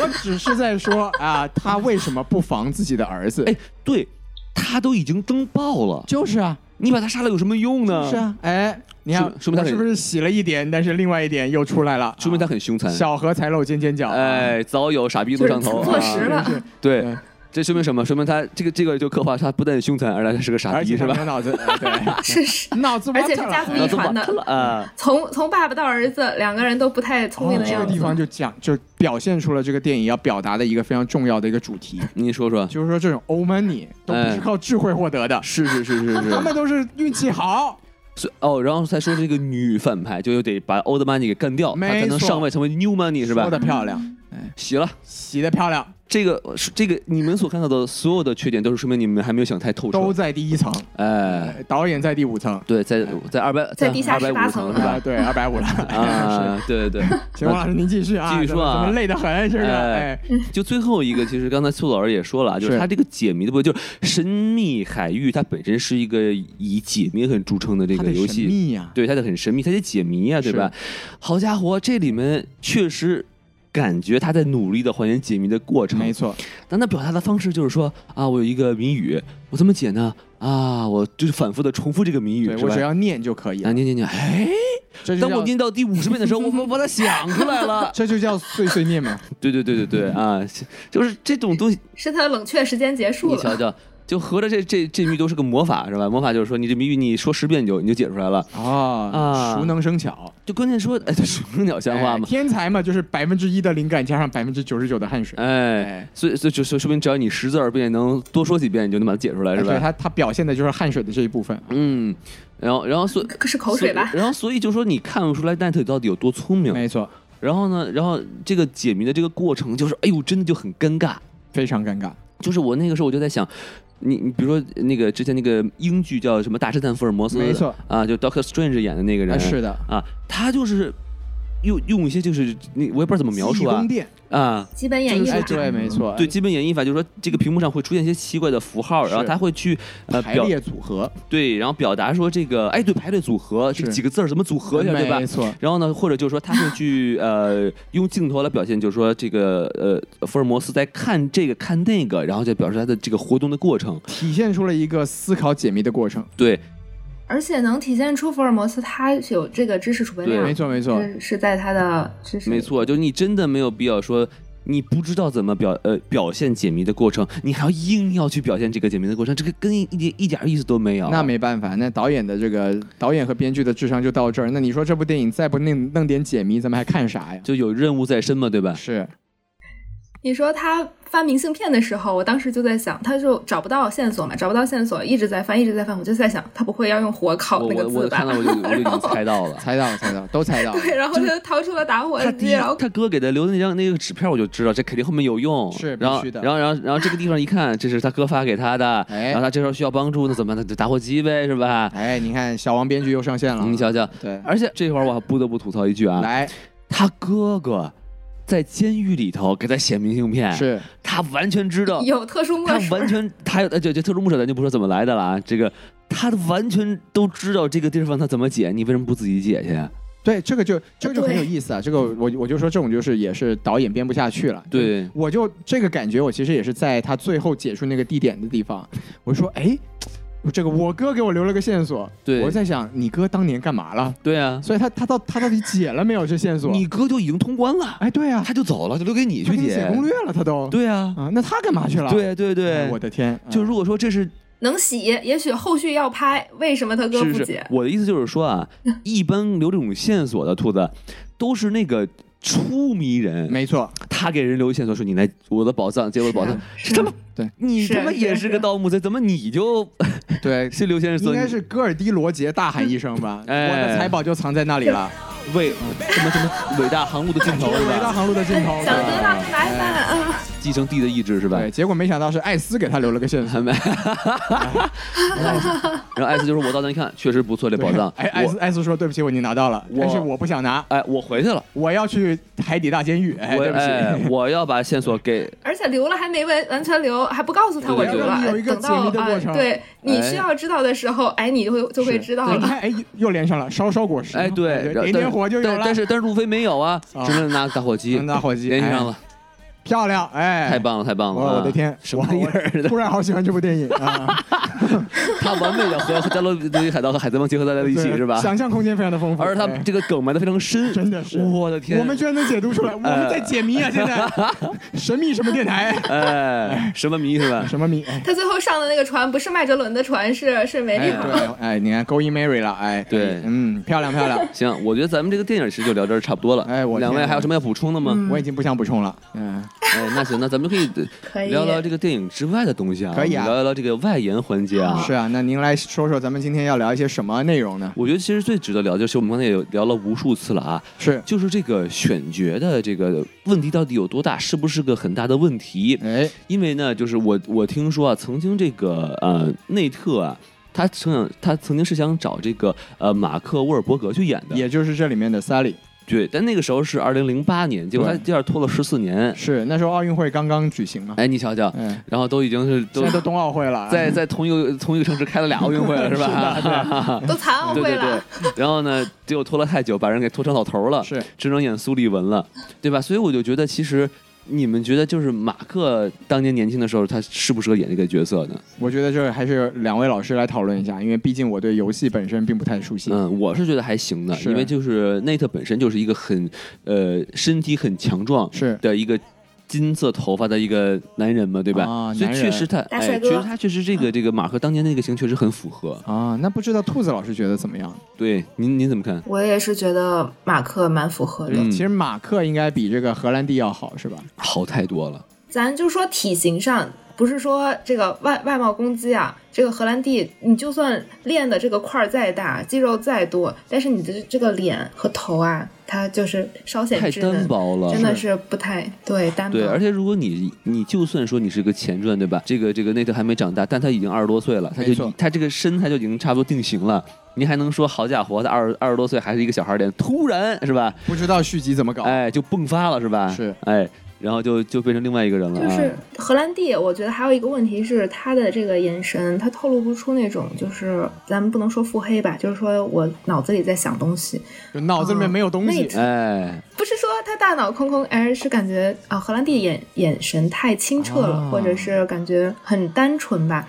Speaker 1: 我只是在说啊，他为什么不防自己的儿子？
Speaker 2: 哎，对，他都已经登报了，
Speaker 1: 就是啊，
Speaker 2: 你把他杀了有什么用呢？
Speaker 1: 是，啊，哎，你看，
Speaker 2: 说说明他
Speaker 1: 我
Speaker 2: 很
Speaker 1: 是不是洗了一点，但是另外一点又出来了？
Speaker 2: 说明他
Speaker 1: 啊
Speaker 2: 很凶残。
Speaker 1: 小荷才露尖尖角，啊，
Speaker 2: 嗯哎，早有傻逼路上头，
Speaker 3: 就是坐
Speaker 2: 啊
Speaker 3: 实了
Speaker 1: 是是
Speaker 2: 对
Speaker 1: 嗯，
Speaker 2: 这说明什么？说明他这个这个就刻画他不但凶残，而且他是个傻
Speaker 1: 而
Speaker 2: 逼，
Speaker 1: 且
Speaker 2: 是
Speaker 1: 他
Speaker 2: 吧
Speaker 1: 没有？脑子，哎 对，
Speaker 3: 是是，
Speaker 1: 脑子
Speaker 3: 而
Speaker 1: 挖
Speaker 3: 且是
Speaker 1: 掉
Speaker 3: 家族
Speaker 1: 了
Speaker 3: 遗
Speaker 2: 然后
Speaker 3: 传的
Speaker 2: 怎么了啊？
Speaker 3: 从从爸爸到儿子，两个人都不太聪明
Speaker 1: 哦
Speaker 3: 的
Speaker 1: 这
Speaker 3: 样
Speaker 1: 个
Speaker 3: 子。
Speaker 1: 地方就讲，就表现出了这个电影要表达的一个非常重要的一个主题，
Speaker 2: 你说说，
Speaker 1: 就是说这种欧 money 都不
Speaker 2: 哎
Speaker 1: 是靠智慧获得的，
Speaker 2: 是是是是是，
Speaker 1: 他们都是运气好。
Speaker 2: 所以哦，然后才说这个女反派就又得把 old money 给干掉，她
Speaker 1: 没
Speaker 2: 才能
Speaker 1: 错
Speaker 2: 上位成为 new money 是吧
Speaker 1: 说？的漂亮，
Speaker 2: 洗了，
Speaker 1: 洗的漂亮，
Speaker 2: 这个是这个你们所看到的所有的缺点，都是说明你们还没有想太透
Speaker 1: 都
Speaker 2: 彻。
Speaker 1: 在第一层，
Speaker 2: 哎，
Speaker 1: 呃导演在第五层，
Speaker 2: 对，在在二百
Speaker 3: 在地下
Speaker 2: 二百
Speaker 3: 室八
Speaker 2: 五
Speaker 3: 层
Speaker 2: 层是
Speaker 3: 呢
Speaker 1: 啊，
Speaker 2: 吧？
Speaker 1: 对，二百五了。
Speaker 2: 啊，对对对，
Speaker 1: 哎 行，王老师您继续啊，
Speaker 2: 继续说啊
Speaker 1: 怎么怎么累得很，是不是？
Speaker 2: 哎
Speaker 1: 哎，
Speaker 2: 就最后一个，其实刚才苏老师也说了啊，就是
Speaker 1: 是
Speaker 2: 它这个解谜的部分，就是神秘海域，它本身是一个以解谜很著称的这
Speaker 1: 它
Speaker 2: 个
Speaker 1: 得
Speaker 2: 游
Speaker 1: 神
Speaker 2: 戏，
Speaker 1: 秘啊呀、
Speaker 2: 对，它得很神秘，它得解谜啊，对吧？好家伙，这里面确实感觉他在努力的还原解谜的过程。
Speaker 1: 没错，
Speaker 2: 但他表达的方式就是说啊，我有一个谜语，我怎么解呢？啊，我就是反复的重复这个谜语，
Speaker 1: 对
Speaker 2: 是
Speaker 1: 我
Speaker 2: 吧
Speaker 1: 只？要念就可以
Speaker 2: 啊，
Speaker 1: 了。
Speaker 2: 念念念，哎，
Speaker 1: 这就
Speaker 2: 当我
Speaker 1: 叫
Speaker 2: 念到第五十遍的时候，我我把它想出来 了。
Speaker 1: 这就叫碎碎念嘛。
Speaker 2: 对对对对对啊， 就是这种东西，
Speaker 3: 是他的冷却时间结束
Speaker 2: 你瞧
Speaker 3: 了，
Speaker 2: 瞧，就合着这这这谜都是个魔法是吧？魔法就是说你这谜语你说十遍你就你就解出来了。
Speaker 1: 啊
Speaker 2: 啊
Speaker 1: 熟能生巧，
Speaker 2: 就关键说，哎，这水母鸟像话
Speaker 1: 哎
Speaker 2: 吗？
Speaker 1: 天才嘛，就是百分之一的灵感加上百分之九十九的汗水，
Speaker 2: 哎
Speaker 1: 哎，
Speaker 2: 所以所以就说说明只要你识字儿，并且能多说几遍，你就能把它解出呃来是
Speaker 1: 哎所以
Speaker 2: 吧？
Speaker 1: 他他表现的就是汗水的这一部分。
Speaker 2: 嗯，然后然后所以
Speaker 3: 可是口水吧
Speaker 2: 所以？然后所以就说你看不出来奈特到底有多聪明。
Speaker 1: 没错，
Speaker 2: 然后呢，然后这个解谜的这个过程就是，哎呦，真的就很尴尬。
Speaker 1: 非常尴尬。
Speaker 2: 就是我那个时候我就在想，你你比如说那个之前那个英剧叫什么《大侦探福尔摩斯》，
Speaker 1: 没错
Speaker 2: 啊，就 Doctor Strange 演的那个人，
Speaker 1: 啊，是的，
Speaker 2: 啊，他就是用用一些就是那我也不知道怎么描述
Speaker 1: 记忆
Speaker 2: 啊
Speaker 1: 宫殿，
Speaker 2: 啊。
Speaker 3: 基本演
Speaker 2: 就
Speaker 3: 绎
Speaker 2: 是嗯
Speaker 1: 哎，
Speaker 3: 法，
Speaker 1: 对，没错，
Speaker 2: 对，基本演绎法就是说，这个屏幕上会出现一些奇怪的符号，
Speaker 1: 是
Speaker 2: 然后他会去呃
Speaker 1: 排
Speaker 2: 表
Speaker 1: 列组合，
Speaker 2: 对，然后表达说这个哎对排列组合这
Speaker 1: 是
Speaker 2: 几个字儿怎么组合一下，对吧
Speaker 1: 没？错，
Speaker 2: 然后呢，或者就是说他会去呃用镜头来表现，就是说这个呃福尔摩斯在看这个看那个，然后就表示他的这个活动的过程。
Speaker 1: 体现出了一个思考解谜的过程。
Speaker 2: 对
Speaker 3: 而且能体现出福尔摩斯他有这个知识储备
Speaker 2: 对
Speaker 1: 没
Speaker 3: 量，
Speaker 1: 错，没错，
Speaker 3: 是是在他的知识
Speaker 2: 没错，就是你真的没有必要说。你不知道怎么表呃表现解谜的过程，你还要硬要去表现这个解谜的过程，这个跟一点一点意思都没有。
Speaker 1: 那没办法，那导演的这个导演和编剧的智商就到这儿。那你说这部电影再不弄弄点解谜，咱们还看啥呀？
Speaker 2: 就有任务在身嘛，对吧？
Speaker 1: 是，
Speaker 3: 你说他翻明信片的时候，我当时就在想，他就找不到线索嘛，找不到线索，一直在翻，一直在翻，我就在想，他不会要用火烤
Speaker 2: 我
Speaker 3: 哦
Speaker 2: 我
Speaker 3: 那个啊字
Speaker 2: 我
Speaker 3: 吧
Speaker 2: 看？到我就我就已经
Speaker 3: 然后
Speaker 2: 猜到 了。
Speaker 1: 猜到了，猜到了，都猜到了。
Speaker 3: 对，然后他就掏出了打火
Speaker 2: 他第
Speaker 3: 机，
Speaker 2: 一
Speaker 3: 然后
Speaker 2: 他哥给他留的那张那个纸片，我就知道这肯定后面有用。
Speaker 1: 是必
Speaker 2: 然后
Speaker 1: 须的
Speaker 2: 然后然后然后这个地方 一看，这是他哥发给他的，
Speaker 1: 哎
Speaker 2: 然后他这时候需要帮助，那怎么办？那就打火机呗，是吧？
Speaker 1: 哎，你看小王编剧又上线了，
Speaker 2: 嗯你啊瞧瞧，
Speaker 1: 对，
Speaker 2: 而且这会儿我还不得不吐槽一句啊，
Speaker 1: 嗯来
Speaker 2: 他哥哥在监狱里头给他写明信片，
Speaker 1: 是
Speaker 2: 他完全知道，
Speaker 3: 有特殊
Speaker 2: 他
Speaker 3: 墨水
Speaker 2: 完，全他呃就就特殊牧者咱就不说怎么来的了啊，这个他完全都知道这个地方他怎么解，你为什么不自己解去？啊
Speaker 1: 对这个就这个就很有
Speaker 3: 对
Speaker 1: 意思啊，这个我我就说这种就是也是导演编不下去了，
Speaker 2: 对，
Speaker 1: 我就这个感觉，我其实也是在他最后解出那个地点的地方，我说哎，这个我哥给我留了个线索，
Speaker 2: 对
Speaker 1: 我在想你哥当年干嘛了，
Speaker 2: 对啊，
Speaker 1: 所以他他到他到底解了没有这线索？
Speaker 2: 你哥就已经通关了，
Speaker 1: 哎对啊，
Speaker 2: 他就走了，就留给你
Speaker 1: 他
Speaker 2: 去
Speaker 1: 给你
Speaker 2: 解
Speaker 1: 写攻略了，他都
Speaker 2: 对啊，
Speaker 1: 啊，那他干嘛去了？
Speaker 2: 对对
Speaker 1: 哎
Speaker 2: 对，
Speaker 1: 我的天，
Speaker 2: 就
Speaker 1: 啊
Speaker 2: 如果说这是
Speaker 3: 能洗，也许后续要拍，为什么他哥
Speaker 2: 是
Speaker 3: 不
Speaker 2: 是
Speaker 3: 解，？
Speaker 2: 我的意思就是说啊，一般留这种线索的兔子，都是那个出迷人，
Speaker 1: 嗯没错，
Speaker 2: 他给人留线索说你来我的宝藏，解我的宝藏，
Speaker 3: 是啊
Speaker 2: 他妈
Speaker 1: 对
Speaker 2: 你
Speaker 3: 是
Speaker 2: 他妈
Speaker 3: 是
Speaker 2: 也是
Speaker 3: 是啊
Speaker 2: 个盗墓贼，怎么你就，
Speaker 1: 对
Speaker 2: 是刘先生？
Speaker 1: 应该是戈尔迪罗杰大喊一声吧，
Speaker 2: 哎
Speaker 1: 我的财宝就藏在那里 了，
Speaker 2: 为嗯什么 什么伟大航路的尽头是
Speaker 1: 伟大
Speaker 2: 吧？
Speaker 1: 航路的尽头。
Speaker 3: 哎想
Speaker 1: 对
Speaker 3: 得到就来犯啊！
Speaker 2: 继承地的意志是吧？
Speaker 1: 对，结果没想到是艾斯给他留了个线索，
Speaker 2: 还没，然后艾斯就说：“我到那一看，确实不错，这宝藏。
Speaker 1: 哎，艾斯
Speaker 2: 我
Speaker 1: 艾斯说：“对不起，我已经拿到了，
Speaker 2: 我
Speaker 1: 但是我不想拿，
Speaker 2: 哎，我回去了，
Speaker 1: 我要去海底大监狱。”哎，
Speaker 2: 我
Speaker 1: 对不
Speaker 2: 哎，
Speaker 1: 起，
Speaker 2: 我要把线索 给
Speaker 3: 而且留了还没完完全留，还不告诉他我
Speaker 2: 对对
Speaker 3: 留
Speaker 2: 对
Speaker 3: 了
Speaker 1: 让你有一，个
Speaker 3: 等到
Speaker 1: 解密的过程
Speaker 3: 啊，对你
Speaker 2: 哎
Speaker 3: 需要知道的时候，哎，你就会就会知道
Speaker 1: 对你
Speaker 3: 了。
Speaker 1: 看，哎，又又连上了，烧烧果实。
Speaker 2: 哎，对，然后
Speaker 1: 点点火就有
Speaker 2: 但
Speaker 1: 了。
Speaker 2: 但是但是路飞没有啊，
Speaker 1: 啊
Speaker 2: 只能拿打火机，
Speaker 1: 拿火机
Speaker 2: 连上了，
Speaker 1: 哎漂亮，哎，
Speaker 2: 太！棒了，太棒了！
Speaker 1: 我我
Speaker 2: 啊
Speaker 1: 的天，
Speaker 2: 什么玩意儿
Speaker 1: 我我
Speaker 2: 的？
Speaker 1: 突然好喜欢这部电影啊！
Speaker 2: 他完美的和和《加勒比海盗》和《海贼王》结合在 了一起，
Speaker 1: 对
Speaker 2: 是吧？
Speaker 1: 想象空间非常的丰富，
Speaker 2: 而且他
Speaker 1: 哎
Speaker 2: 这个梗埋的非常 深，
Speaker 1: 真的是
Speaker 2: 我的天！
Speaker 1: 我们居然能解读 出来，我们在解谜啊！现在 神秘什么电台？
Speaker 2: 哎，什么迷是吧？
Speaker 1: 什么谜？哎，
Speaker 3: 他最后上的那个船不是麦哲伦的船，是是梅丽
Speaker 1: 哎
Speaker 3: 号。
Speaker 1: 对，哎，你看勾引 Mary 了，哎，
Speaker 2: 对
Speaker 1: 嗯，漂亮漂亮，
Speaker 2: 行，我觉得咱们这个电影其实就聊这儿差不多了。
Speaker 1: 哎我
Speaker 2: 两位
Speaker 1: 天啊
Speaker 2: 还有什么要补充的吗？
Speaker 1: 我已经不想补充了，嗯，
Speaker 2: 哎，那行，那咱们可
Speaker 3: 可
Speaker 2: 以
Speaker 3: 以
Speaker 2: 聊聊这个电影之外的东西啊，
Speaker 1: 可以啊
Speaker 2: 我们聊一聊这个外延环节啊。
Speaker 1: 是啊，那您来说说咱们今天要聊一些什么内容呢？
Speaker 2: 我觉得其实最值得聊，就是我们刚才也有聊了无数次了啊，
Speaker 1: 是，
Speaker 2: 就是这个选角的这个问题到底有多大，是不是个很大的问题？
Speaker 1: 哎，
Speaker 2: 因为呢，就是我我听说啊，曾经这个呃内特啊，他曾想他曾经是想找这个呃马克沃尔伯格去演的，
Speaker 1: 也就是这里面的 Sally，
Speaker 2: 对，但那个时候是二零零八年，结果他
Speaker 1: 对
Speaker 2: 第二拖了十四年。
Speaker 1: 是那时候奥运会刚刚举行嘛，
Speaker 2: 哎，你瞧瞧，
Speaker 1: 嗯，
Speaker 2: 然后都已经是
Speaker 1: 现
Speaker 2: 都
Speaker 1: 在都冬奥会了，哎
Speaker 2: 在在同一个同一个城市开了俩奥运会了，是 吧？
Speaker 3: 都残奥
Speaker 2: 对
Speaker 3: 会
Speaker 2: 对
Speaker 3: 了，
Speaker 2: 对，然后呢，结果拖了太久，把人给拖成老头了，
Speaker 1: 是
Speaker 2: 只能演苏利文了，对吧？所以我就觉得，其实你们觉得，就是马克当年年轻的时候，他适不适合演这个角色呢？
Speaker 1: 我觉得这还是两位老师来讨论一下，因为毕竟我对游戏本身并不太熟悉。
Speaker 2: 嗯，我是觉得还行的，
Speaker 1: 是
Speaker 2: 因为就是内特本身就是一个很呃身体很强壮
Speaker 1: 是
Speaker 2: 的一个。金色头发的一个男人嘛，对吧？
Speaker 1: 啊
Speaker 2: 所以
Speaker 1: 男人嗯
Speaker 2: 确实他，
Speaker 3: 大
Speaker 2: 哎，
Speaker 3: 帅哥
Speaker 2: 确实他确实这个这个马克当年那个型确实很符合。
Speaker 1: 啊，那不知道兔子老师觉得怎么样？
Speaker 2: 对，您您怎么看？
Speaker 3: 我也是觉得马克蛮符合的。
Speaker 2: 嗯
Speaker 1: 其实马克应该比这个荷兰弟要好，是吧？
Speaker 2: 好太多了。
Speaker 3: 咱就说体型上，不是说这个外外貌攻击啊，这个荷兰弟，你就算练的这个块儿再大，肌肉再多，但是你的这个脸和头啊，它就是稍显
Speaker 2: 太
Speaker 3: 稚
Speaker 2: 单
Speaker 3: 嫩，
Speaker 2: 薄了，
Speaker 3: 真的是不太对单薄。
Speaker 2: 对，而且如果你你就算说你是个前传，对吧？这个这个内特还没长大，但他已经二十多岁了，他
Speaker 1: 没
Speaker 2: 就
Speaker 1: 错
Speaker 2: 他这个身材就已经差不多定型了。你还能说好家伙，他二二十多岁还是一个小孩脸，突然是吧？
Speaker 1: 不知道续集怎么搞。
Speaker 2: 哎，就迸发了是吧？
Speaker 1: 哦是，
Speaker 2: 哎，然后就就变成另外一个人了。
Speaker 3: 就是
Speaker 2: 哎
Speaker 3: 荷兰弟，我觉得还有一个问题是他的这个眼神，他透露不出那种就是咱们不能说腹黑吧，就是说我脑子里在想东西，
Speaker 1: 就脑子里面没有东西
Speaker 3: 哦，
Speaker 2: 哎，
Speaker 3: 不是说他大脑空空，而是感觉啊，荷兰弟眼眼神太清澈了，
Speaker 1: 啊
Speaker 3: 或者是感觉很单呃纯吧，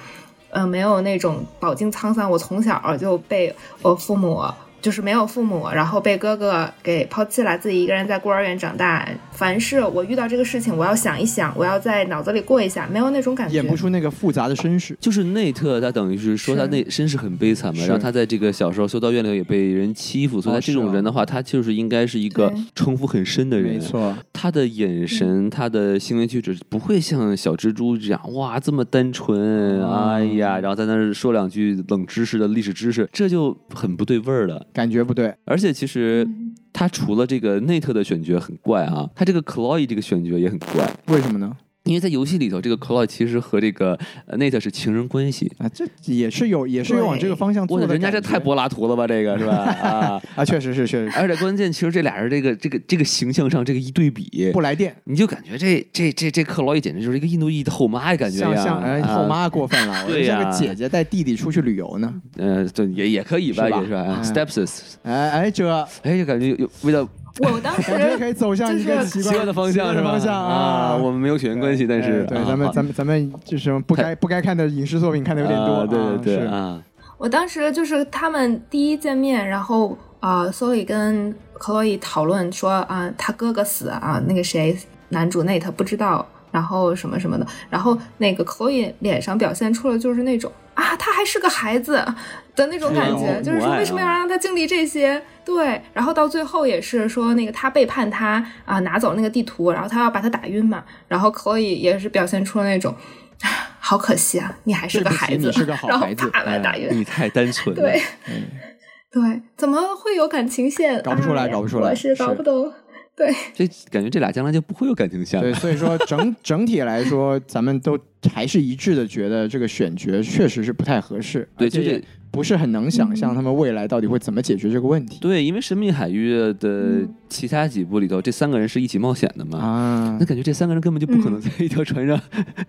Speaker 3: 嗯、没有那种饱经沧桑。我从小就被我父母就是没有父母，然后被哥哥给抛弃了，自己一个人在孤儿院长大。凡是我遇到这个事情，我要想一想，我要在脑子里过一下，没有那种感觉。
Speaker 1: 演不出那个复杂的身世。
Speaker 2: 就是内特，他等于是说
Speaker 3: 是
Speaker 2: 他内身世很悲惨嘛，
Speaker 1: 是
Speaker 2: 然后他在这个小时候修道院里也被人欺负，所以
Speaker 1: 哦
Speaker 2: 他这种
Speaker 1: 是啊
Speaker 2: 人的话，他就是应该是一个
Speaker 3: 对
Speaker 2: 城府很深的人。啊
Speaker 1: 没，错，
Speaker 2: 他的眼
Speaker 1: 嗯
Speaker 2: 神，他的行为举止不会像小蜘蛛这样哇这么单纯，
Speaker 1: 嗯
Speaker 2: 哎呀，然后在那儿说两句冷知识的历史知识，这就很不对味儿了。
Speaker 1: 感觉不对。
Speaker 2: 而且其实
Speaker 3: 嗯
Speaker 2: 他除了这个内特的选角很怪啊，他这个 Chloe 这个选角也很怪，
Speaker 1: 为什么呢？
Speaker 2: 因为在游戏里头，这个 Chloe 其实和这个呃内特是情人关系。
Speaker 1: 啊，这也是有，也是有往这个方向做
Speaker 2: 我
Speaker 1: 的
Speaker 2: 的
Speaker 1: 感觉。
Speaker 2: 人家这太柏拉图了吧，这个是吧？ 啊，
Speaker 1: 啊，确实是，确实是
Speaker 2: 而且关键其实这俩人这个这个这个形象上这个一对比，
Speaker 1: 不来电，
Speaker 2: 你就感觉这这这这克劳伊简直就是一个印度裔的后妈的感觉
Speaker 1: 像
Speaker 2: 呀，
Speaker 1: 像哎
Speaker 2: 啊
Speaker 1: 后，妈过分了，我
Speaker 2: 对
Speaker 1: 这
Speaker 2: 呀
Speaker 1: 个姐姐带弟弟出去旅游呢。
Speaker 2: 呃，对，也也可以吧，
Speaker 1: 是吧
Speaker 2: 也是吧
Speaker 1: 嗯
Speaker 2: stepsis，
Speaker 1: 哎哎，这
Speaker 2: 哎，就感觉有有味道
Speaker 3: 我当
Speaker 1: 感觉
Speaker 3: 时
Speaker 1: 可以走向一个
Speaker 3: 就是
Speaker 1: 奇
Speaker 2: 奇怪的方向
Speaker 1: 奇怪
Speaker 2: 是
Speaker 1: 的
Speaker 2: 吧？
Speaker 1: 方向
Speaker 2: 啊，我们没有血缘关系，但是
Speaker 1: 哎对
Speaker 2: 啊
Speaker 1: 咱们
Speaker 2: 好
Speaker 1: 咱们咱们就是不该不该看的影视作品看的有点多
Speaker 2: 啊，对对对
Speaker 1: 是
Speaker 2: 啊，
Speaker 3: 我当时就是他们第一见面，然后啊，索、里跟克洛伊讨论说啊、他哥哥死啊，那个谁，男主内特不知道，然后什么什么的，然后那个克洛伊脸上表现出了就是那种啊，他还是个孩子的那种感
Speaker 2: 是
Speaker 3: 觉，
Speaker 2: 啊
Speaker 3: 就是
Speaker 2: 母爱
Speaker 3: 说
Speaker 2: 啊
Speaker 3: 为什么要让他经历这些？对，然后到最后也是说那个他背叛他啊、拿走那个地图，然后他要把他打晕嘛，然后克洛伊也是表现出了那种。啊好可惜啊，你还是个
Speaker 1: 对不起
Speaker 3: 孩子，
Speaker 1: 你是个好
Speaker 3: 然后
Speaker 1: 孩子
Speaker 3: 啪把他打
Speaker 1: 哎
Speaker 3: 晕。
Speaker 2: 你太单纯了，
Speaker 3: 对对，怎么会有感情线？
Speaker 1: 搞不出来
Speaker 3: 哎呀
Speaker 1: 搞不出来
Speaker 3: 我是搞
Speaker 1: 是
Speaker 3: 不懂。对，
Speaker 2: 这感觉这俩将来就不会有感情线
Speaker 1: 对，
Speaker 2: 了，
Speaker 1: 所以说整 整体来说，咱们都还是一致的觉得这个选角确实是不太合适，
Speaker 2: 对
Speaker 1: 而且
Speaker 2: 这
Speaker 1: 也不是很能想象他们未来到底会怎么解决这个问题
Speaker 2: 对，因为《神秘海域》的
Speaker 3: 嗯
Speaker 2: 其他几部里头，这三个人是一起冒险的嘛，
Speaker 1: 啊
Speaker 2: 那。感觉这三个人根本就
Speaker 3: 嗯
Speaker 2: 不可能在一条船上。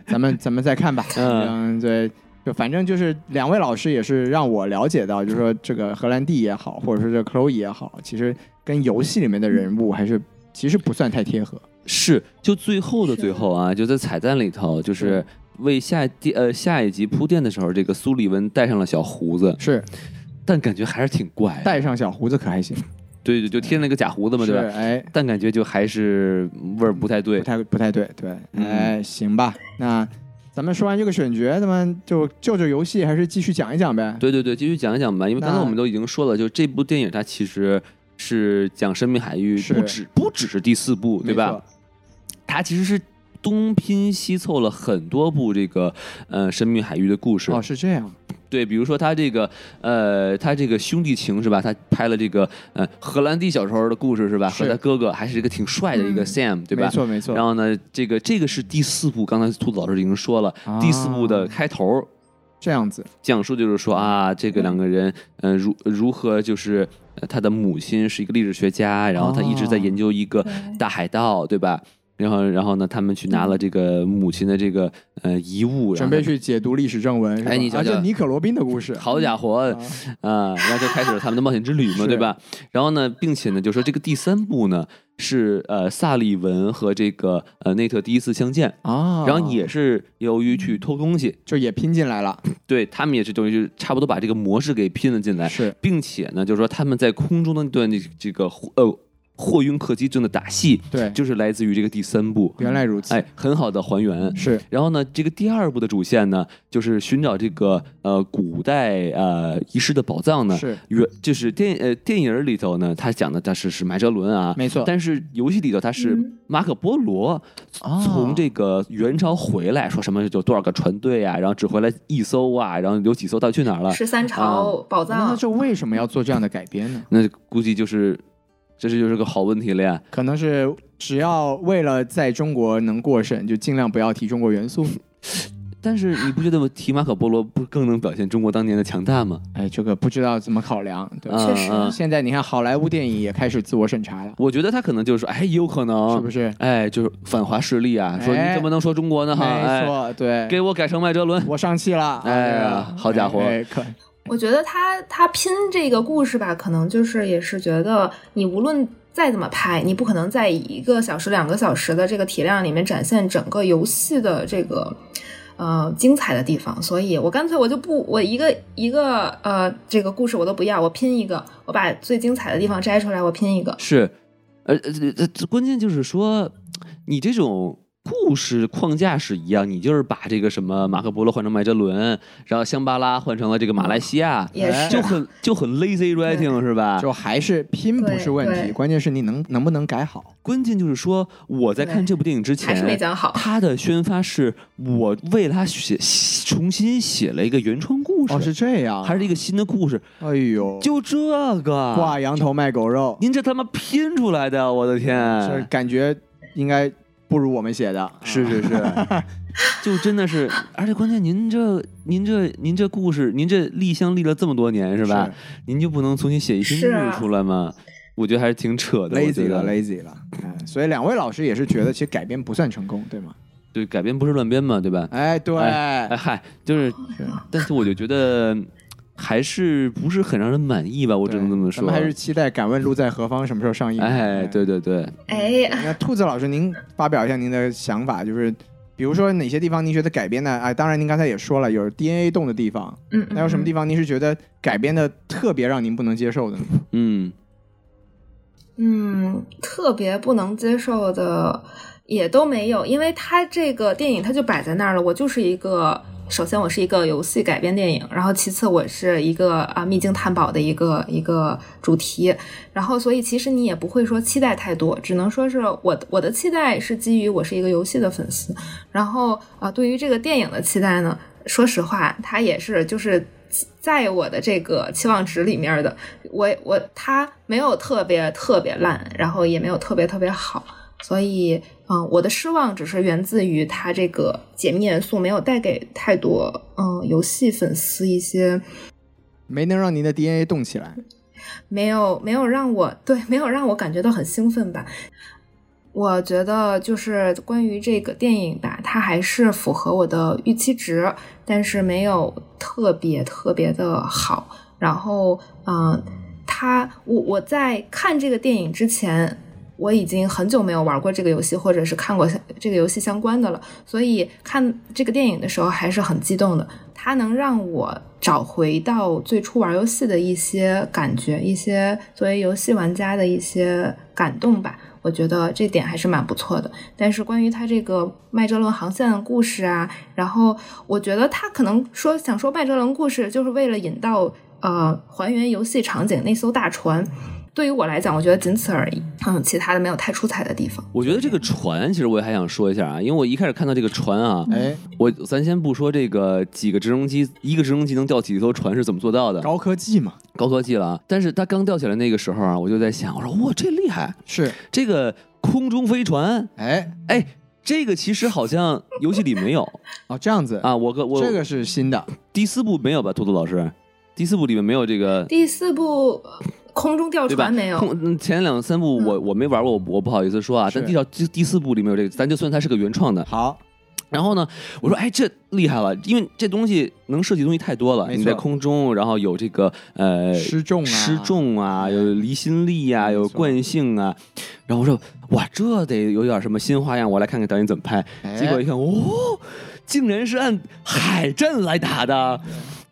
Speaker 1: 咱们咱们再看吧，
Speaker 2: 嗯
Speaker 1: 嗯，对。就反正就是两位老师也是让我了解到，就是说这个荷兰弟也好，或者说这 Chloe 也好，其实跟游戏里面的人物还是其实不算太贴合。
Speaker 2: 是，就最后的
Speaker 3: 是
Speaker 2: 最后啊，就在彩蛋里头，
Speaker 1: 嗯
Speaker 2: 就是为下第呃下一集铺垫的时候，这个苏利文戴上了小胡子，
Speaker 1: 是
Speaker 2: 但感觉还是挺怪的。
Speaker 1: 戴上小胡子可还行，
Speaker 2: 对对，就贴了个假胡子嘛，
Speaker 1: 是
Speaker 2: 对吧？
Speaker 1: 哎，
Speaker 2: 但感觉就还是味儿不太对
Speaker 1: 不。太不太对，对，
Speaker 2: 嗯
Speaker 1: 哎，行吧，那咱们说完这个选角，咱们就就着游戏还是继续讲一讲呗。
Speaker 2: 对对对，继续讲一讲吧，因为刚才
Speaker 1: 那
Speaker 2: 我们都已经说了，就这部电影它其实是讲神秘海域，
Speaker 1: 是
Speaker 2: 不止不只是第四部，对
Speaker 1: 没错
Speaker 2: 吧？？它其实是东拼西凑了很多部这个呃神秘海域的故事。
Speaker 1: 哦，是这样，
Speaker 2: 对，比如说他这个呃，他这个兄弟情是吧？他拍了这个呃荷兰弟小时候的故事是吧？
Speaker 1: 是
Speaker 2: 和他哥哥还是一个挺帅的一个
Speaker 3: 嗯
Speaker 2: Sam、对吧
Speaker 1: 没？错没错。
Speaker 2: 然后呢，这个这个是第四部，刚才兔子老师已经说了，
Speaker 1: 啊
Speaker 2: 第四部的开头
Speaker 1: 这样子，
Speaker 2: 讲述就是说啊，这个两个人，嗯、如如何就是、呃他的母亲是一个历史学家，然后他一直在
Speaker 1: 哦
Speaker 2: 研究一个
Speaker 3: 对
Speaker 2: 大海盗，对吧？然后然后呢，他们去拿了这个母亲的这个呃遗物，然
Speaker 1: 准
Speaker 2: 后
Speaker 1: 备
Speaker 2: 他。
Speaker 1: 去解读历史正文，是吧
Speaker 2: 哎你
Speaker 1: 啊，
Speaker 2: 瞧瞧
Speaker 1: 这尼可罗宾的故事，
Speaker 2: 好家伙，
Speaker 1: 啊
Speaker 2: 啊，然后就开始了他们的冒险之旅嘛，
Speaker 1: 是
Speaker 2: 对吧？然后呢，并且呢，就说这个第三部呢是呃萨利文和这个呃内特第一次相见，
Speaker 1: 啊，
Speaker 2: 然后也是由于去偷东西，
Speaker 1: 就也拼进来 了，
Speaker 2: 对他们也是等于是差不多把这个模式给拼了进来，
Speaker 1: 是
Speaker 2: 并且呢，就是说他们在空中的那段这这个呃货运客机中的打戏，
Speaker 1: 对，
Speaker 2: 就是来自于这个第三部，
Speaker 1: 原来如此，
Speaker 2: 哎，很好的还原。
Speaker 1: 是
Speaker 2: 然后呢，这个第二部的主线呢，就是寻找这个呃古代呃遗失的宝藏呢，
Speaker 1: 是
Speaker 2: 原就是电呃电影里头呢，他讲的他是是麦哲伦啊，
Speaker 1: 没错，
Speaker 2: 但是游戏里头他是
Speaker 3: 嗯
Speaker 2: 马可波罗、
Speaker 1: 啊
Speaker 2: 从这个元朝回来，说什么有多少个船队啊，然后只回来一艘啊，然后有几艘到底去哪儿了？
Speaker 3: 十三朝宝
Speaker 1: 啊那
Speaker 3: 藏
Speaker 1: 他，这为什么要做这样的改编呢？
Speaker 2: 那估计就是这是就是个好问题了呀。
Speaker 1: 可能是只要为了在中国能过审，就尽量不要提中国元 素。
Speaker 2: 但是你不觉得提马可波罗不更能表现中国当年的强大吗？
Speaker 1: 哎，这个不知道怎么考量，对吧？
Speaker 2: 啊
Speaker 3: 确实
Speaker 2: 啊
Speaker 1: 现在你看好莱坞电影也开始自我审查了，
Speaker 2: 我觉得他可能就是说哎，也有可能
Speaker 1: 是不是？
Speaker 2: 哎，就是反华势力啊，说你
Speaker 1: 哎
Speaker 2: 怎么能说中国呢？哈，
Speaker 1: 没
Speaker 2: 哎，
Speaker 1: 错，对，
Speaker 2: 给我改成麦哲伦。
Speaker 1: 我上气了，
Speaker 2: 哎
Speaker 1: 这个
Speaker 2: 呀好家伙
Speaker 1: 哎，哎可
Speaker 3: 我觉得他他拼这个故事吧，可能就是也是觉得你无论再怎么拍，你不可能在一个小时、两个小时的这个体量里面展现整个游戏的这个。呃精彩的地方，所以我干脆我就不我一个一个呃这个故事我都不要，我拼一个，我把最精彩的地方摘出来，我拼一个。
Speaker 2: 是，呃呃呃，这关键就是说，你这种故事框架是一样，你就是把这个什么马可波罗换成麦哲伦，然后香巴拉换成了这个马来西亚，哎
Speaker 3: 也
Speaker 1: 哎
Speaker 3: 是
Speaker 2: 就很就很 lazy writing 是吧？
Speaker 1: 就还是拼不是问
Speaker 3: 对
Speaker 1: 题，
Speaker 3: 对
Speaker 1: 关键是你能能不能改好。
Speaker 2: 关键就是说，我在看
Speaker 3: 对
Speaker 2: 这部电影之
Speaker 3: 还是没
Speaker 2: 前。
Speaker 3: 讲好，
Speaker 2: 他的宣发是我为他写重新写了一个原创故事，
Speaker 1: 哦，是这样，
Speaker 2: 还是一个新的故事，
Speaker 1: 哎呦，
Speaker 2: 就啊这个
Speaker 1: 挂羊头卖狗肉，
Speaker 2: 您这他妈拼出来的，我的
Speaker 1: 这
Speaker 2: 天！
Speaker 1: 感觉应该不如我们写的。
Speaker 2: 哎
Speaker 1: 啊
Speaker 2: 是是是，就真的是，而且关键您这您这您这故事，您这立项立了这么多年 是吧？您就不能重新写一篇
Speaker 3: 是
Speaker 2: 故
Speaker 3: 啊
Speaker 2: 事出来吗？我觉得还是挺扯的。我觉
Speaker 1: ？lazy 了
Speaker 2: 得
Speaker 1: ，lazy 了。哎所以两位老师也是觉得，其实改编不算成功，对吗？
Speaker 2: 对，改编不是乱编嘛，对吧？
Speaker 1: 哎，对，
Speaker 2: 哎嗨，就是，但是我就觉得还是不是很让人满意吧？我只能这
Speaker 1: 哎
Speaker 2: 么
Speaker 1: 对咱
Speaker 2: 说。
Speaker 1: 们还是期待《敢问路在何方》什么时候上映？
Speaker 2: 哎，对对对，
Speaker 3: 哎，
Speaker 1: 那兔子老师，您发表一下您的想法，就是比如说哪些地方您觉得改编的？哎，当然您刚才也说了，有 DNA 动的地方，
Speaker 3: 嗯，
Speaker 1: 那有什么地
Speaker 3: 方？
Speaker 1: 方您是觉得改编的特别让您不能接受的呢？
Speaker 2: 嗯，
Speaker 3: 嗯，特别不能接受的也都没有，因为它这个电影它就摆在那儿了，我就是一个。首先，我是一个游戏改编电影，然后其次，我是一个啊秘境探宝的一个一个主题，然后所以其实你也不会说期待太多，只能说是我的我的期待是基于我是一个游戏的粉丝，然后啊、呃对于这个电影的期待呢，说实话，它也是就是在我的这个期望值里面的，我我它没有特别特别烂，然后也没有特别特别好，所以嗯，我的失望只是源自于它这个解密元素没有带给太多嗯游戏粉丝一些
Speaker 1: 没能让您的 DNA 动起来，
Speaker 3: 没有没有让我对没有让我感觉到很兴奋吧。我觉得就是关于这个电影吧，它还是符合我的预期值，但是没有特别特别的好。然后，嗯、它我我在看这个电影之前，我已经很久没有玩过这个游戏，或者是看过这个游戏相关的了，所以看这个电影的时候还是很激动的。它能让我找回到最初玩游戏的一些感觉，一些作为游戏玩家的一些感动吧。我觉得这点还是蛮不错的。但是关于它这个麦哲伦航线的故事啊，然后我觉得他可能说想说麦哲伦故事，就是为了引到呃还原游戏场景那艘大船。
Speaker 2: 嗯
Speaker 3: 对于我来讲，我觉得仅此而已。嗯，其他的没有太出彩的地方。
Speaker 2: 我觉得这个船，其实我还想说一下啊，因为我一开始看到这个船啊，
Speaker 3: 嗯
Speaker 1: 哎，
Speaker 2: 我咱先不说这个几个直升机，一个直升机能吊起一艘船是怎么做到的，
Speaker 1: 高科技嘛，
Speaker 2: 高科技了啊！但是它刚吊起来那个时候啊，我就在想，我说哇，这厉害！
Speaker 1: 是，
Speaker 2: 这个空中飞船，
Speaker 1: 哎，
Speaker 2: 哎，这个其实好像游戏里没有
Speaker 1: 哦，这样子，
Speaker 2: 啊。我个我
Speaker 1: 这个是新的，
Speaker 2: 第四部没有吧，兔兔老师？第四部里面没有这个，
Speaker 3: 第四部呃空中吊
Speaker 2: 对吧？
Speaker 3: 船没有，嗯
Speaker 2: 空嗯前两三部我我没玩过，我我不好意思说啊。
Speaker 1: 是
Speaker 2: 但第少第第四部里面有这个，咱就算它是个原创的。
Speaker 1: 好，
Speaker 2: 然后呢，我说，哎，这厉害了，因为这东西能设计的东西太多了。
Speaker 1: 没错
Speaker 2: 你在空中，然后有这个呃
Speaker 1: 失重啊，
Speaker 2: 失，重啊，有离心力呀、
Speaker 1: 没错
Speaker 2: 有惯性啊。然后我说，哇，这得有点什么新花样，我来看看导演怎么拍。
Speaker 1: 哎
Speaker 2: 结果一看，哦，竟然是按海战来打的，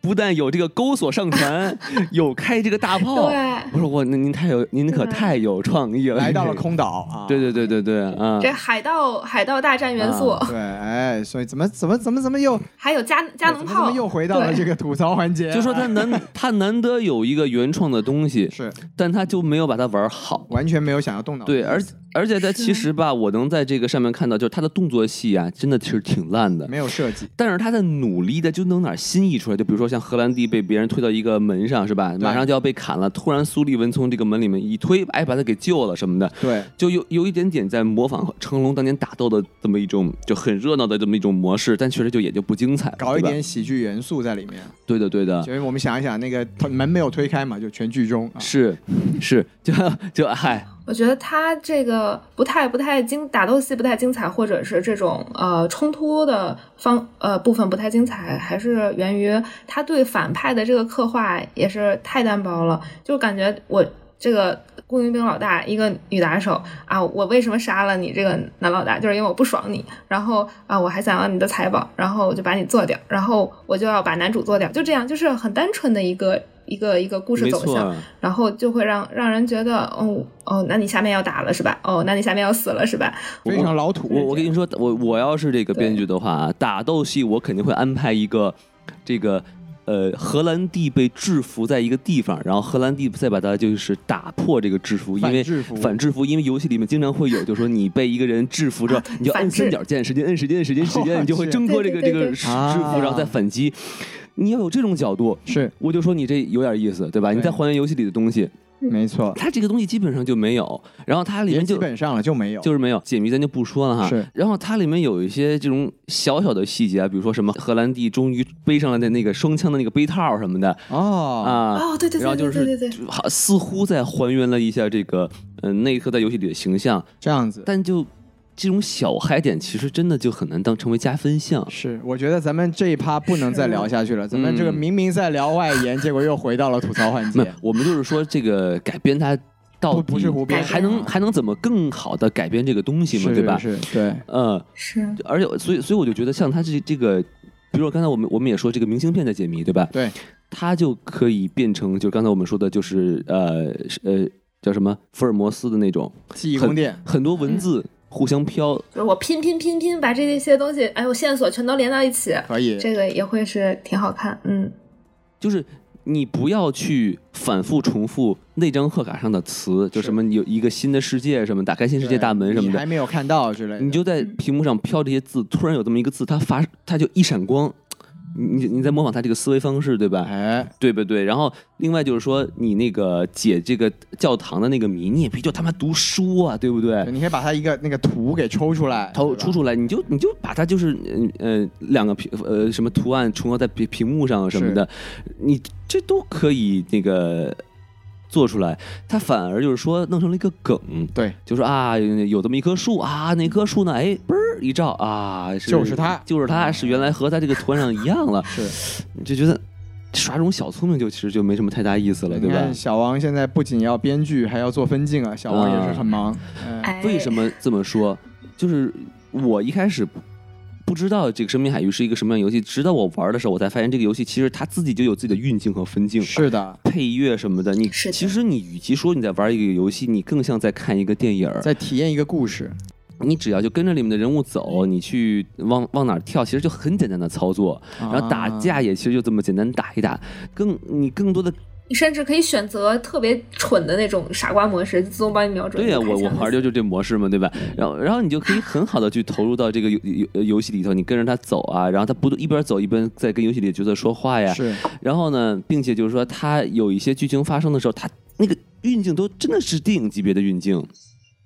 Speaker 2: 不但有这个钩索上 船，有开这个大炮。
Speaker 3: 对
Speaker 2: 我说我，那您太有，您可
Speaker 3: 对
Speaker 2: 太有创意了，
Speaker 1: 来到了。空岛啊，
Speaker 2: 对对对对对，啊，
Speaker 3: 这海盗海盗大战元素，
Speaker 1: 对，哎，所以怎么怎么怎么怎么又
Speaker 3: 还有加加农
Speaker 1: 怎么怎
Speaker 3: 炮，
Speaker 1: 么又回到了
Speaker 3: 对
Speaker 1: 这个吐槽环节，
Speaker 2: 就说他难， 他难得有一个原创的东西，
Speaker 1: 是
Speaker 2: 但他就没有把它玩好。
Speaker 1: 完全没有想要动脑的意
Speaker 2: 对，
Speaker 1: 思，
Speaker 2: 而而且他
Speaker 3: 是
Speaker 2: 其实吧，我能在这个上面看到，就是他的动作戏啊，真的是挺烂的。
Speaker 1: 没有设计，
Speaker 2: 但是他在努力的就能哪儿新意出来，就比如说像荷兰弟被别人推到一个门上是吧，马上就要被砍了，突然苏利文从这个门里面一推，哎，把他给救了什么的，
Speaker 1: 对，
Speaker 2: 就有有一点点在模仿成龙当年打斗的这么一种就很热闹的这么一种模式，但确实就也就不精彩了，
Speaker 1: 搞一
Speaker 2: 对吧
Speaker 1: 点喜剧元素在里面，
Speaker 2: 对的对的，
Speaker 1: 所以我们想一想，那个门没有推开嘛，就全剧终啊，
Speaker 2: 是是，就就哎嗨，
Speaker 3: 我觉得他这个不太不太精打斗戏不太精彩，或者是这种呃冲突的方呃部分不太精彩，还是源于他对反派的这个刻画也是太单薄了，就感觉我这个雇佣兵老大一个女打手啊，我为什么杀了你这个男老大？就是因为我不爽你，然后啊，我还想要你的财宝，然后我就把你做掉，然后我就要把男主做掉，就这样，就是很单纯的一个一个一个故事
Speaker 2: 没
Speaker 3: 走
Speaker 2: 错
Speaker 3: 向。
Speaker 2: 啊，
Speaker 3: 然后就会让让人觉得，哦哦，那你下面要打了是吧？哦，那你下面要死了是吧？
Speaker 2: 我
Speaker 1: 非常老土。
Speaker 2: 我我跟你说，我我要是这个编剧的话，啊打斗戏我肯定会安排一个这个呃荷兰弟被制服在一个地方，然后荷兰弟再把他就是打破这个制服，因为
Speaker 1: 反制服
Speaker 2: 反制服，因为游戏里面经常会有，就说你被一个人制服着，你就
Speaker 3: 啊反
Speaker 2: 按
Speaker 3: 制
Speaker 2: 三角键，使劲摁，使劲摁，使劲摁使劲摁，
Speaker 1: 我
Speaker 2: 你就会
Speaker 1: 去
Speaker 2: 挣脱这
Speaker 3: 对
Speaker 2: 个
Speaker 3: 对
Speaker 2: 这
Speaker 3: 对
Speaker 2: 个
Speaker 3: 对
Speaker 2: 制服，然后再
Speaker 1: 啊
Speaker 2: 反击。你要有这种角度，
Speaker 1: 是
Speaker 2: 我就说你这有点意思，对吧？你
Speaker 1: 对
Speaker 2: 再还原游戏里的东西，
Speaker 1: 没错，
Speaker 2: 它这个东西基本上就没有，然后它里
Speaker 1: 也
Speaker 2: 面
Speaker 1: 基
Speaker 2: 就
Speaker 1: 本上了就没有，
Speaker 2: 就是没有解谜，咱就不说了哈。
Speaker 1: 是。
Speaker 2: 然后它里面有一些这种小小的细节啊，比如说什么荷兰弟终于背上了那那个双枪的那个背套什么的
Speaker 1: 哦，
Speaker 2: 啊。
Speaker 3: 哦，对对
Speaker 2: 然
Speaker 3: 对
Speaker 2: 后就
Speaker 3: 对
Speaker 2: 是
Speaker 3: 对对对，
Speaker 2: 好似乎在还原了一下这个嗯、呃内克在游戏里的形象，
Speaker 1: 这样子。
Speaker 2: 但就这种小嗨点，其实真的就很难当成为加分项。
Speaker 1: 是，我觉得咱们这一趴不能再聊下去了。咱们这个
Speaker 2: 嗯
Speaker 1: 明明在聊外延，结果又回到了吐槽环
Speaker 2: 没
Speaker 1: 节
Speaker 2: 有。，我们就是说这个改编它到底
Speaker 1: 不不是胡编啊
Speaker 2: 还能还能怎么更好的改编这个东西嘛，
Speaker 1: 是
Speaker 2: 对吧？
Speaker 1: 是是对，
Speaker 2: 嗯，
Speaker 3: 是
Speaker 2: 而且所以所以我就觉得像它这这个，比如说刚才我们我们也说这个明信片的解谜，对吧？
Speaker 1: 对，
Speaker 2: 它就可以变成就刚才我们说的，就是呃是呃叫什么福尔摩斯的那种
Speaker 1: 记忆宫殿，
Speaker 2: 很多文字互相飘，
Speaker 3: 就是我拼拼拼拼，把这些东西，哎呦，线索全都连到一起，
Speaker 1: 可以，
Speaker 3: 这个也会是挺好看，嗯，
Speaker 2: 就是你不要去反复重复那张贺卡上的词，就什么有一个新的世界什么，打开新世界大门什么
Speaker 1: 你还
Speaker 2: 的。
Speaker 1: 没有看到之类的，
Speaker 2: 你就在屏幕上飘这些字，突然有这么一个字，它发，它就一闪光，你你你在模仿它这个思维方式，对吧？
Speaker 1: 哎，
Speaker 2: 对不对？然后另外就是说，你那个解这个教堂的那个谜，你也别就他妈读书啊，对不对？
Speaker 1: 你可以把它一个那个图给抽出来，
Speaker 2: 头
Speaker 1: 对吧
Speaker 2: 出出来，你就你就把它就是呃呃两个屏呃什么图案重合在屏屏幕上什么的，你这都可以那个做出来。它反而就是说弄成了一个梗，
Speaker 1: 对，
Speaker 2: 就说啊有这么一棵树啊，那棵树呢，哎嘣儿一照啊，
Speaker 1: 就是它啊
Speaker 2: 就是它是原来和它这个图案上一样了，
Speaker 1: 是，
Speaker 2: 你就觉得耍这种小聪明就其实就没什么太大意思了，
Speaker 1: 你
Speaker 2: 对吧
Speaker 1: 看？嗯小王现在不仅要编剧，还要做分镜啊，小王也是很忙，嗯
Speaker 3: 哎，
Speaker 2: 为什么这么说？就是我一开始不不知道这个《生命海域》是一个什么样的游戏，直到我玩的时候，我才发现这个游戏其实它自己就有自己的运镜和分镜。
Speaker 1: 是的，
Speaker 2: 配乐什么的，你
Speaker 3: 是的
Speaker 2: 其实你与其说你在玩一个游戏，你更像在看一个电影儿。
Speaker 1: 在体验一个故事，
Speaker 2: 你只要就跟着里面的人物走，你去往往哪儿跳，其实就很简单的操作。然后打
Speaker 1: 啊
Speaker 2: 架也其实就这么简单，打一打。更你更多的
Speaker 3: 哎你甚至可以选择特别蠢的那种傻瓜模式，自动帮你瞄准。
Speaker 2: 对呀、
Speaker 3: 你就
Speaker 2: 我
Speaker 3: 开
Speaker 2: 我
Speaker 3: 枪
Speaker 2: 玩就就这模式嘛，对吧？然后然后你就可以很好的去投入到这个游游游游戏里头，你跟着他走啊，然后他不一边走一边在跟游戏里的角色说话呀。
Speaker 1: 啊是
Speaker 2: 然后呢，并且就是说他有一些剧情发生的时候，他那个运镜都真的是电影级别的运镜，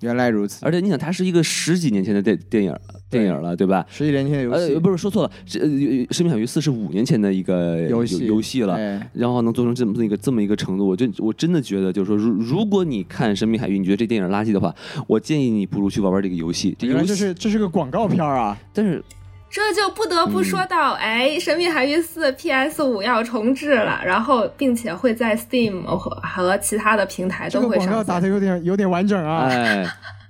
Speaker 1: 原来如此，
Speaker 2: 而且你想，它是一个十几年前的电电影电影了，对吧？
Speaker 1: 十几年前的游戏
Speaker 2: 呃，，不是说错了，是呃《生命海域四》是五年前的一个
Speaker 1: 游戏
Speaker 2: 游戏了。
Speaker 1: 哎
Speaker 2: 然后能做成这么一个这么一个程度，我真我真的觉得，就是说，如如果你看《神秘海域》，你觉得这电影垃圾的话，我建议你不如去玩玩这个游戏。这
Speaker 1: 原
Speaker 2: 个
Speaker 1: 来
Speaker 2: 游
Speaker 1: 这
Speaker 2: 戏，
Speaker 1: 是这是个广告片儿啊，
Speaker 3: 哎
Speaker 2: 但是
Speaker 3: 这就不得不说到，哎，《神秘海域四》PS 五要重置了，然后并且会在 Steam 和和其他的平台
Speaker 1: 这
Speaker 3: 都
Speaker 1: 个
Speaker 3: 会
Speaker 1: 广告
Speaker 3: 上
Speaker 1: 打
Speaker 3: 线。
Speaker 1: 的有点有点完整啊，
Speaker 2: 哎，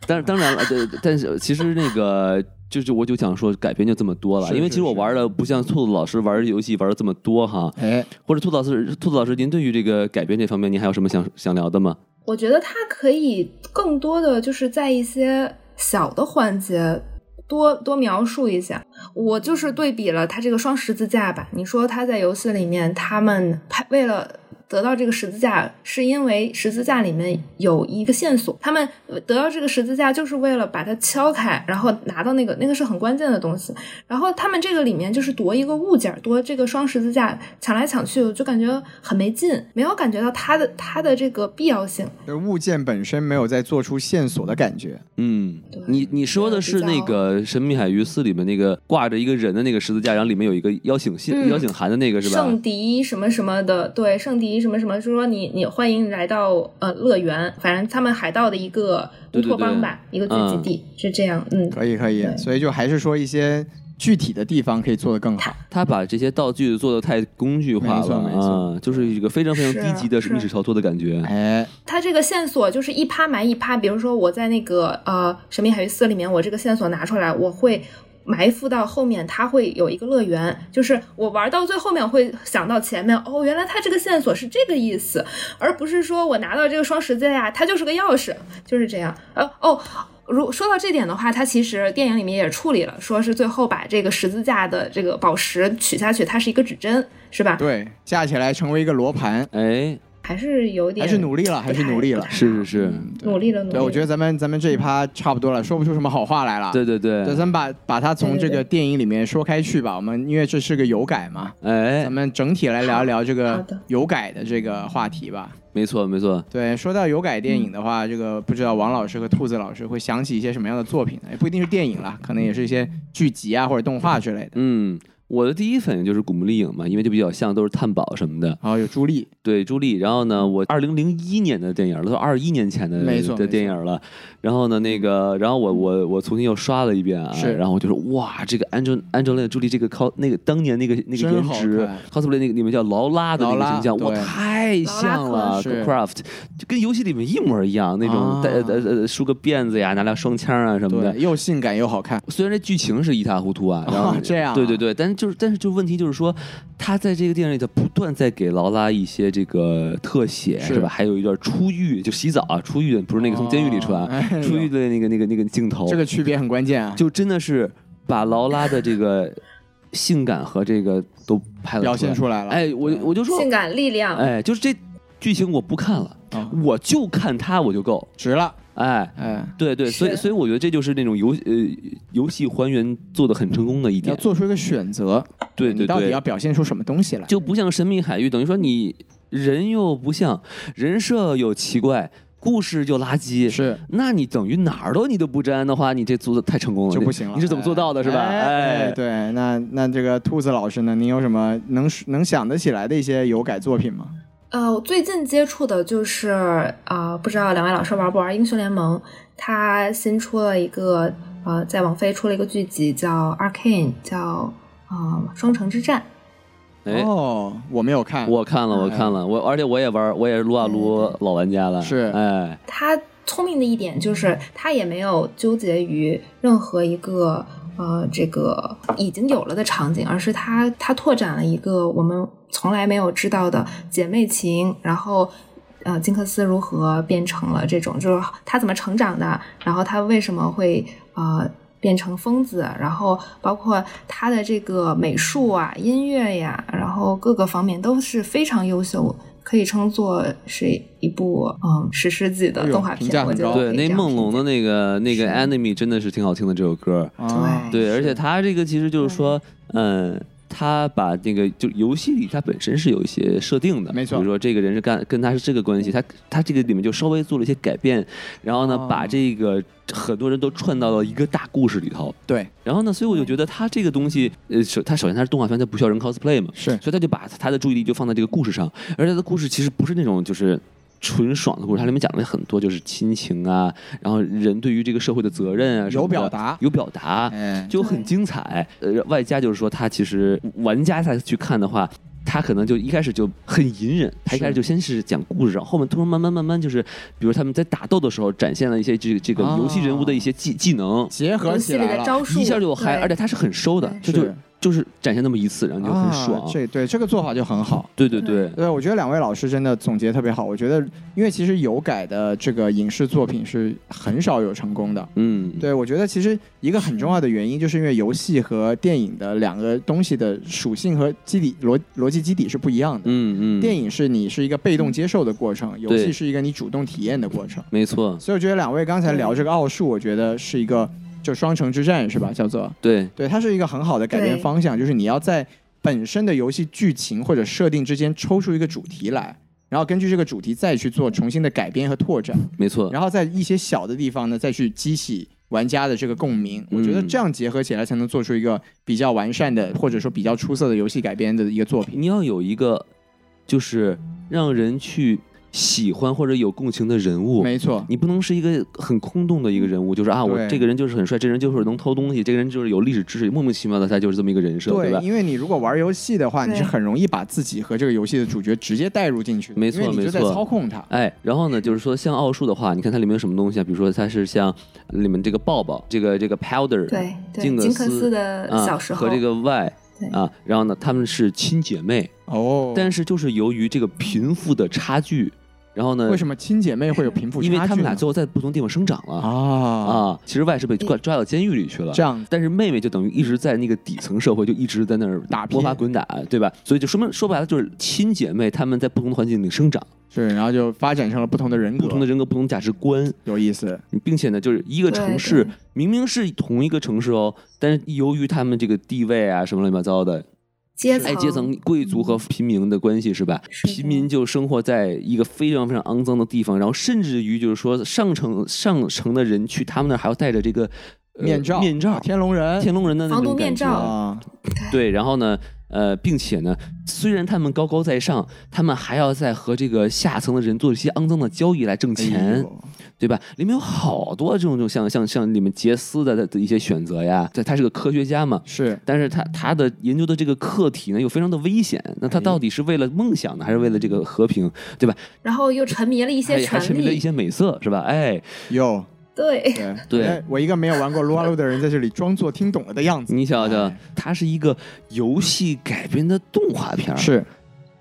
Speaker 2: 但当然了，对，但是其实那个就是我就想说，改编就这么多了，
Speaker 1: 是
Speaker 2: 因为
Speaker 1: 是
Speaker 2: 其实我
Speaker 1: 是
Speaker 2: 玩的不像兔子老师玩游戏玩的这么多哈，
Speaker 1: 哎，
Speaker 2: 或者兔子老师，兔子老师，您对于这个改编这方面，您还有什么想想聊的吗？
Speaker 3: 我觉得它可以更多的就是在一些小的环节多多描述一下。我就是对比了它这个双十字架吧，你说它在游戏里面，他们拍为了。得到这个十字架，是因为十字架里面有一个线索，他们得到这个十字架就是为了把它敲开，然后拿到那个那个是很关键的东西。然后他们这个里面就是夺一个物件儿，夺这个双十字架，抢来抢去，我就感觉很没劲，没有感觉到它的它的这个必要性。
Speaker 1: 就是物件本身没有在做出线索的感觉，
Speaker 2: 嗯
Speaker 3: 对，
Speaker 2: 你你说的是那个《神秘海域四》里面那个挂着一个人的那个十字架，然后里面有一个邀请信、
Speaker 3: 嗯
Speaker 2: 邀请函的那个是吧？
Speaker 3: 圣迪什么什么的，对，圣迪什么什么，就是说你你欢迎来到呃乐园，反正他们海盗的一个乌
Speaker 2: 对对
Speaker 3: 托邦
Speaker 2: 对
Speaker 3: 吧，一个聚集地、是这样，嗯，
Speaker 1: 可以可以，
Speaker 3: 对
Speaker 1: 所以就还是说一些具体的地方可以做得更好。
Speaker 2: 他把这些道具做的太工具化
Speaker 1: 没错
Speaker 2: 了
Speaker 1: 没错
Speaker 2: 啊，就是一个非常非常低级的
Speaker 3: 是
Speaker 2: 历史操作的感觉。
Speaker 1: 哎，
Speaker 3: 它这个线索就是一趴埋一趴，比如说我在那个呃《神秘海域四》里面，我这个线索拿出来，我会埋伏到后面，它会有一个乐园，就是我玩到最后面我会想到前面，哦，原来它这个线索是这个意思，而不是说我拿到这个双十字呀，它就是个钥匙，就是这样。呃，哦。如说到这点的话，它其实电影里面也处理了，说是最后把这个十字架的这个宝石取下去，它是一个指针，是吧？
Speaker 1: 对，架起来成为一个罗盘，
Speaker 2: 哎，
Speaker 3: 还是有点
Speaker 1: 还是努力了，还是努力了。
Speaker 2: 是是是，
Speaker 1: 嗯对
Speaker 3: 努力了，努力
Speaker 1: 对，
Speaker 3: 了。
Speaker 1: 我觉得咱们咱们这一趴差不多了，说不出什么好话来了。
Speaker 2: 对对对
Speaker 1: 对，，咱们把把它从
Speaker 3: 对对
Speaker 1: 这
Speaker 3: 对
Speaker 1: 个电影里面说开去吧。我们因为这是个有改嘛，
Speaker 2: 哎
Speaker 1: 咱，们整体来聊一聊这
Speaker 3: 好
Speaker 1: 个
Speaker 3: 的
Speaker 1: 有改的这个话题吧。
Speaker 2: 没错没错，
Speaker 1: 对，说到有改电影的话，这个不知道王老师和兔子老师会想起一些什么样的作品呢？也不一定是电影啦，可能也是一些剧集啊或者动画之类的。
Speaker 2: 嗯。我的第一反应就是古墓丽影嘛，因为就比较像，都是探宝什么的。
Speaker 1: 然后哦有朱莉，
Speaker 2: 对朱莉，然后呢，我二零零一年的电影了，都二一年前的
Speaker 1: 没错
Speaker 2: 的
Speaker 1: 没错
Speaker 2: 电影了。然后呢，那个，然后我我我重新又刷了一遍啊，
Speaker 1: 是
Speaker 2: 然后我就说哇，这个 Angel Angelina 朱莉这个 cos 那个当年那个那个
Speaker 1: 真
Speaker 2: 颜
Speaker 1: 好
Speaker 2: 值
Speaker 1: 看
Speaker 2: cosplay 那个里面叫劳拉的那
Speaker 1: 劳
Speaker 2: 个
Speaker 1: 拉
Speaker 2: 形象，哇，
Speaker 1: 对
Speaker 2: 太像了
Speaker 1: 劳拉克
Speaker 2: ，craft 就跟游戏里面一模一样，那种
Speaker 1: 啊
Speaker 2: 带呃呃梳个辫子呀，拿俩双枪啊什么的
Speaker 1: 对，。又性感又好看。
Speaker 2: 虽然这剧情是一塌糊 涂啊，然后、
Speaker 1: 啊这样啊
Speaker 2: 对对对，但是就是但是就问题就是说，他在这个电影里头不断在给劳拉一些这个特写
Speaker 1: 是
Speaker 2: 是吧？还有一段出狱就洗澡啊，出狱的不是那个从监狱里出来
Speaker 1: 哦哎
Speaker 2: 啊，
Speaker 1: 呦
Speaker 2: 出狱的那个那个那个镜头，
Speaker 1: 这个区别很关键啊，
Speaker 2: 就真的是把劳拉的这个性感和这个都拍了
Speaker 1: 表现
Speaker 2: 出
Speaker 1: 出来了。
Speaker 2: 哎，我我就说，
Speaker 3: 性感力量，
Speaker 2: 哎，就是这剧情我不看了，
Speaker 1: 啊
Speaker 2: 我就看他我就够，
Speaker 1: 值了，
Speaker 2: 哎。
Speaker 1: 哎，
Speaker 2: 对对，所以
Speaker 3: 是
Speaker 2: 所以我觉得这就是那种游呃游戏还原做的很成功的一
Speaker 1: 要
Speaker 2: 点，
Speaker 1: 做出一个选择，
Speaker 2: 对对对，
Speaker 1: 你到底要表现出什么东西来？
Speaker 2: 就不像神秘海域，等于说你人又不像，人设又奇怪，故事又垃圾，
Speaker 1: 是
Speaker 2: 那你等于哪儿都你都不沾的话，你这做的太成功了，
Speaker 1: 就不
Speaker 2: 你
Speaker 1: 行了。
Speaker 2: 你是怎么做到的，是吧？
Speaker 1: 哎，
Speaker 2: 哎，
Speaker 1: 对，那那这个兔子老师呢？您有什么能能想得起来的一些有改作品吗？
Speaker 3: 呃，我最近接触的就是啊、呃不知道两位老师玩不玩英雄联盟？它新出了一个呃，在网飞出了一个剧集叫《Arcane》，叫呃《双城之战》。
Speaker 2: 哎
Speaker 1: 哦，哎我没有看，
Speaker 2: 我看了，我看了，我而且我也玩，我也是撸啊
Speaker 1: 嗯
Speaker 2: 撸老玩家了，
Speaker 1: 是
Speaker 2: 哎，
Speaker 3: 它聪明的一点就是，它也没有纠结于任何一个呃这个已经有了的场景，而是它它拓展了一个我们从来没有知道的姐妹情，然后。呃，金克斯如何变成了这种，就是他怎么成长的，然后他为什么会呃变成疯子，然后包括他的这个美术啊、音乐呀，然后各个方面都是非常优秀，可以称作是一部嗯史诗级的
Speaker 1: 哎呦
Speaker 3: 动画
Speaker 1: 评价
Speaker 3: 片。我
Speaker 1: 很
Speaker 3: 觉得
Speaker 1: 高
Speaker 2: 对，
Speaker 3: 可以这
Speaker 2: 那
Speaker 3: 样
Speaker 2: 梦龙的那个那个
Speaker 3: 是
Speaker 2: enemy 真的是挺好听的这首歌，
Speaker 1: 啊
Speaker 2: 对，而且他这个其实就是说，嗯，他把那个就游戏里他本身是有一些设定的，
Speaker 1: 没错
Speaker 2: 比如说这个人是干跟他是这个关系，他他这个里面就稍微做了一些改变，然后呢，
Speaker 1: 哦
Speaker 2: 把这个很多人都串到了一个大故事里头。
Speaker 1: 对
Speaker 2: 然后呢，所以我就觉得他这个东西，呃，首他首先他是动画片，他不需要人 cosplay 嘛，
Speaker 1: 是
Speaker 2: 所以他就把他的注意力就放在这个故事上，而他的故事其实不是那种就是纯爽的故事，它里面讲了很多就是亲情啊，然后人对于这个社会的责任啊什么的，
Speaker 1: 有表达
Speaker 2: 有表达，
Speaker 1: 哎，
Speaker 2: 就很精彩。呃，外加就是说，他其实玩家再去看的话。他可能就一开始就很隐忍，他一开始就先是讲故事，然后后面突然慢慢慢慢就是，比如他们在打斗的时候展现了一些这个这个
Speaker 1: 哦
Speaker 2: 游戏人物的一些技技能，
Speaker 1: 结合
Speaker 3: 游
Speaker 1: 起
Speaker 3: 戏里
Speaker 1: 来
Speaker 3: 的
Speaker 1: 了，啊
Speaker 3: 招数
Speaker 2: 一下就嗨，
Speaker 3: 对
Speaker 2: 而且他是很收的，就是就就是展现那么一次，然后就很
Speaker 1: 啊
Speaker 2: 爽。
Speaker 1: 这对这个做法就很好。
Speaker 2: 对对对，
Speaker 1: 对，我觉得两位老师真的总结特别好。我觉得，因为其实有改的这个影视作品是很少有成功的。
Speaker 2: 嗯，
Speaker 1: 对，我觉得其实一个很重要的原因，就是因为游戏和电影的两个东西的属性和基底逻逻辑基底是不一样的。
Speaker 2: 嗯嗯，
Speaker 1: 电影是你是一个被动接受的过程，游戏
Speaker 2: 对
Speaker 1: 是一个你主动体验的过程。
Speaker 2: 没错，
Speaker 1: 所以我觉得两位刚才聊这个奥数，我觉得是一个就双城之战是吧？叫做
Speaker 2: 对
Speaker 1: 对，它是一个很好的改变
Speaker 3: 对
Speaker 1: 方向，就是你要在本身的游戏剧情或者设定之间抽出一个主题来，然后根据这个主题再去做重新的改编和拓展，
Speaker 2: 没错，
Speaker 1: 然后在一些小的地方呢再去激起玩家的这个共鸣。我觉得
Speaker 2: 嗯
Speaker 1: 这样结合起来才能做出一个比较完善的或者说比较出色的游戏改编的一个作品。
Speaker 2: 你要有一个就是让人去喜欢或者有共情的人物。
Speaker 1: 没错，
Speaker 2: 你不能是一个很空洞的一个人物，就是啊，我
Speaker 1: 对
Speaker 2: 这个人就是很帅，这人就是能偷东西，这个人就是有历史知识，莫名其妙的他就是这么一个人设，对吧？
Speaker 1: 因为你如果玩游戏的话，
Speaker 3: 对
Speaker 1: 你是很容易把自己和这个游戏的主角直接带入进去的，
Speaker 2: 没错
Speaker 1: 因为你就在
Speaker 2: 没错
Speaker 1: 操控它。
Speaker 2: 哎，然后呢，就是说像奥数的话，你看它里面有什么东西啊？比如说它是像里面这个抱抱，这个这个 powder，
Speaker 3: 对对，
Speaker 2: 金
Speaker 3: 金
Speaker 2: 格
Speaker 3: 克斯的
Speaker 2: 啊
Speaker 3: 小时候，
Speaker 2: 和这个 Y
Speaker 3: 对
Speaker 2: 啊，然后呢，他们是亲姐妹，
Speaker 1: 哦，
Speaker 2: 但是就是由于这个贫富的差距，然后呢，
Speaker 1: 为什么亲姐妹会有贫富差
Speaker 2: 因
Speaker 1: 距呢？
Speaker 2: 为他们俩最后在不同地方生长了
Speaker 1: 啊
Speaker 2: 啊其实 Y 是被抓抓到监狱里去了，
Speaker 1: 这样
Speaker 2: 但是妹妹就等于一直在那个底层社会，就一直在那儿
Speaker 1: 打拼
Speaker 2: 摸爬滚打，对吧？所以就说明说白了，就是亲姐妹她们在不同的环境里生长，
Speaker 1: 是，然后就发展成了不同的人格，
Speaker 2: 不同的人格、不同的价值观，
Speaker 1: 有意思。
Speaker 2: 并且呢，就是一个城市
Speaker 3: 对对
Speaker 2: 明明是同一个城市哦，但是由于他们这个地位啊什么乱七八糟的，
Speaker 3: 阶层
Speaker 2: 哎，阶层贵族和平民的关系是吧？
Speaker 3: 是的
Speaker 2: 平民就生活在一个非常非常肮脏的地方，然后甚至于就是说上层上层的人去他们那儿还要戴着这个、呃
Speaker 1: 面罩，
Speaker 2: 面罩
Speaker 1: 天龙人，
Speaker 2: 天龙人的那
Speaker 3: 防
Speaker 2: 种
Speaker 3: 毒面
Speaker 2: 感觉，
Speaker 3: 罩
Speaker 1: 啊，
Speaker 2: 对，然后呢，呃，并且呢，虽然他们高高在上，他们还要在和这个下层的人做一些肮脏的交易来挣钱。
Speaker 1: 哎呦
Speaker 2: 对吧？里面有好多这种这种像像像里面杰斯的的一些选择呀，对，他是个科学家嘛。
Speaker 1: 是
Speaker 2: 但是他他的研究的这个课题呢，又非常的危险。那他
Speaker 1: 哎
Speaker 2: 到底是为了梦想呢，还是为了这个和平，对吧？
Speaker 3: 然后又沉迷了一
Speaker 2: 还
Speaker 3: 些
Speaker 2: 还
Speaker 3: 权
Speaker 2: 哎沉迷了一
Speaker 3: 力，
Speaker 2: 些美色，是吧？哎，
Speaker 1: 有
Speaker 3: 对，
Speaker 1: 对
Speaker 2: 对
Speaker 1: 哎我一个没有玩过撸啊撸的人在这里装作听懂了的样子，
Speaker 2: 你想想
Speaker 1: 哎，
Speaker 2: 它是一个游戏改编的动画片儿，
Speaker 1: 是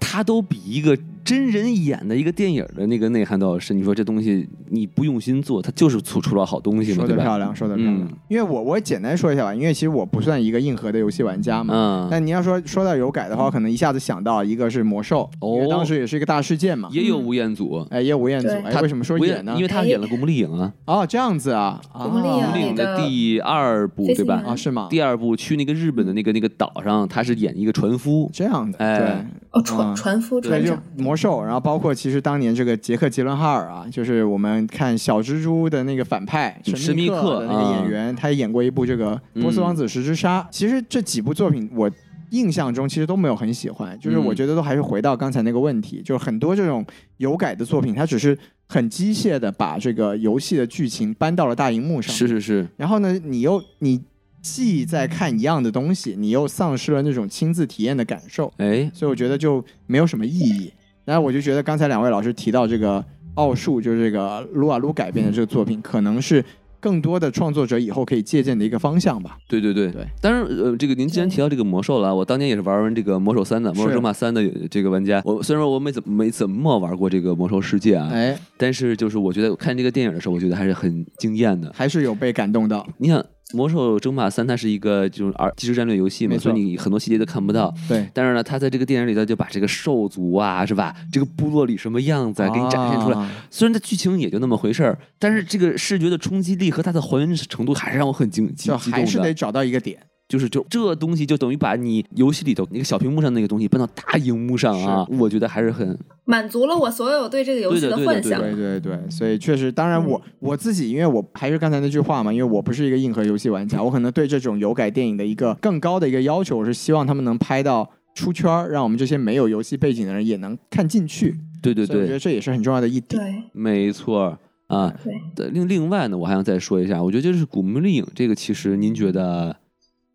Speaker 2: 它都比一个真人演的一个电影的那个内涵都要深。你说这东西你不用心做，它就是出出了好东西嘛，
Speaker 1: 说
Speaker 2: 对
Speaker 1: 的
Speaker 2: 吧？
Speaker 1: 漂亮，说的漂亮
Speaker 2: 嗯。
Speaker 1: 因为我我简单说一下吧，因为其实我不算一个硬核的游戏玩家嘛。
Speaker 2: 嗯，
Speaker 1: 但你要说说到有改的话，我可能一下子想到一个是魔兽，
Speaker 2: 哦
Speaker 1: 因为当时也是一个大事件嘛。
Speaker 2: 也有吴彦祖，
Speaker 1: 哎，也有吴彦祖，
Speaker 3: 对
Speaker 1: 哎，
Speaker 2: 他
Speaker 1: 为什么说
Speaker 2: 吴
Speaker 1: 演
Speaker 2: 彦
Speaker 1: 呢
Speaker 2: 因？为他演了《古墓丽影》啊。
Speaker 1: 哦，这样子啊，啊
Speaker 3: 古墓丽影
Speaker 2: 《
Speaker 3: 那
Speaker 2: 令》
Speaker 3: 个
Speaker 2: 的第二部
Speaker 3: 飞
Speaker 2: 对
Speaker 3: 行员
Speaker 2: 吧？
Speaker 1: 啊，是吗？
Speaker 2: 第二部去那个日本的那个那个岛上，他是演一个船夫，
Speaker 1: 这样的，
Speaker 2: 哎
Speaker 1: 对，
Speaker 3: 哦，
Speaker 1: 啊
Speaker 3: 船船夫
Speaker 1: 对，
Speaker 3: 船
Speaker 1: 就
Speaker 3: 长，
Speaker 1: 魔兽，然后包括其实当年这个杰克·杰伦哈尔啊，就是我们看小蜘蛛的那个反派
Speaker 2: 神
Speaker 1: 嗯神
Speaker 2: 秘
Speaker 1: 秘
Speaker 2: 客
Speaker 1: 客啊的那个演员，他也演过一部这个《波斯王子十之沙》。其实这几部作品我。印象中其实都没有很喜欢，就是
Speaker 2: 嗯
Speaker 1: 我觉得都还是回到刚才那个问题，就是很多这种有改的作品，它只是很机械的把这个游戏的剧情搬到了大荧幕上，
Speaker 2: 是是是，
Speaker 1: 然后呢，你又你既在看一样的东西，你又丧失了那种亲自体验的感受。
Speaker 2: 哎，
Speaker 1: 所以我觉得就没有什么意义。然后我就觉得刚才两位老师提到这个奥数，就是这个撸啊撸改编的这个作品，可能是更多的创作者以后可以借鉴的一个方向吧。
Speaker 2: 对对对
Speaker 1: 对。
Speaker 2: 当然，呃，这个您既然提到这个魔兽了啊，我当年也是玩完这个魔兽三的，魔兽
Speaker 1: 是
Speaker 2: 争霸三的这个玩家。我虽然说我没怎么没怎么玩过这个魔兽世界啊，
Speaker 1: 哎，
Speaker 2: 但是就是我觉得我看这个电影的时候，我觉得还是很惊艳的。
Speaker 1: 还是有被感动到。
Speaker 2: 你想，魔兽争霸三它是一个就是儿即时战略游戏嘛，
Speaker 1: 没错嗯
Speaker 2: 所以你很多细节都看不到。
Speaker 1: 对，
Speaker 2: 但是呢，他在这个电影里头就把这个兽族啊，是吧？这个部落里什么样子啊，给你展现出来。
Speaker 1: 啊
Speaker 2: 虽然它剧情也就那么回事儿，但是这个视觉的冲击力和它的还原程度还是让我很惊激
Speaker 1: 就
Speaker 2: 激
Speaker 1: 还是
Speaker 2: 动
Speaker 1: 得
Speaker 2: 的。
Speaker 1: 找到一个点。
Speaker 2: 就是就这东西就等于把你游戏里头那个小屏幕上那个东西搬到大荧幕上啊，我觉得还是很
Speaker 3: 满足了我所有对这个游戏
Speaker 2: 对的对的
Speaker 3: 幻
Speaker 2: 对
Speaker 3: 想
Speaker 2: 的。
Speaker 1: 对对对，所以确实，当然我、我自己，因为我还是刚才那句话嘛，因为我不是一个硬核游戏玩家，我可能对这种有改电影的一个更高的一个要求，我是希望他们能拍到出圈儿，让我们这些没有游戏背景的人也能看进去。
Speaker 2: 对对
Speaker 1: 所以我觉
Speaker 2: 对，
Speaker 1: 得这也是很重要的一点。
Speaker 3: 对，
Speaker 2: 没错儿啊。
Speaker 3: 对
Speaker 2: 对另另外呢，我还想再说一下，我觉得就是《古墓丽影》这个，其实您觉
Speaker 1: 嗯
Speaker 2: 得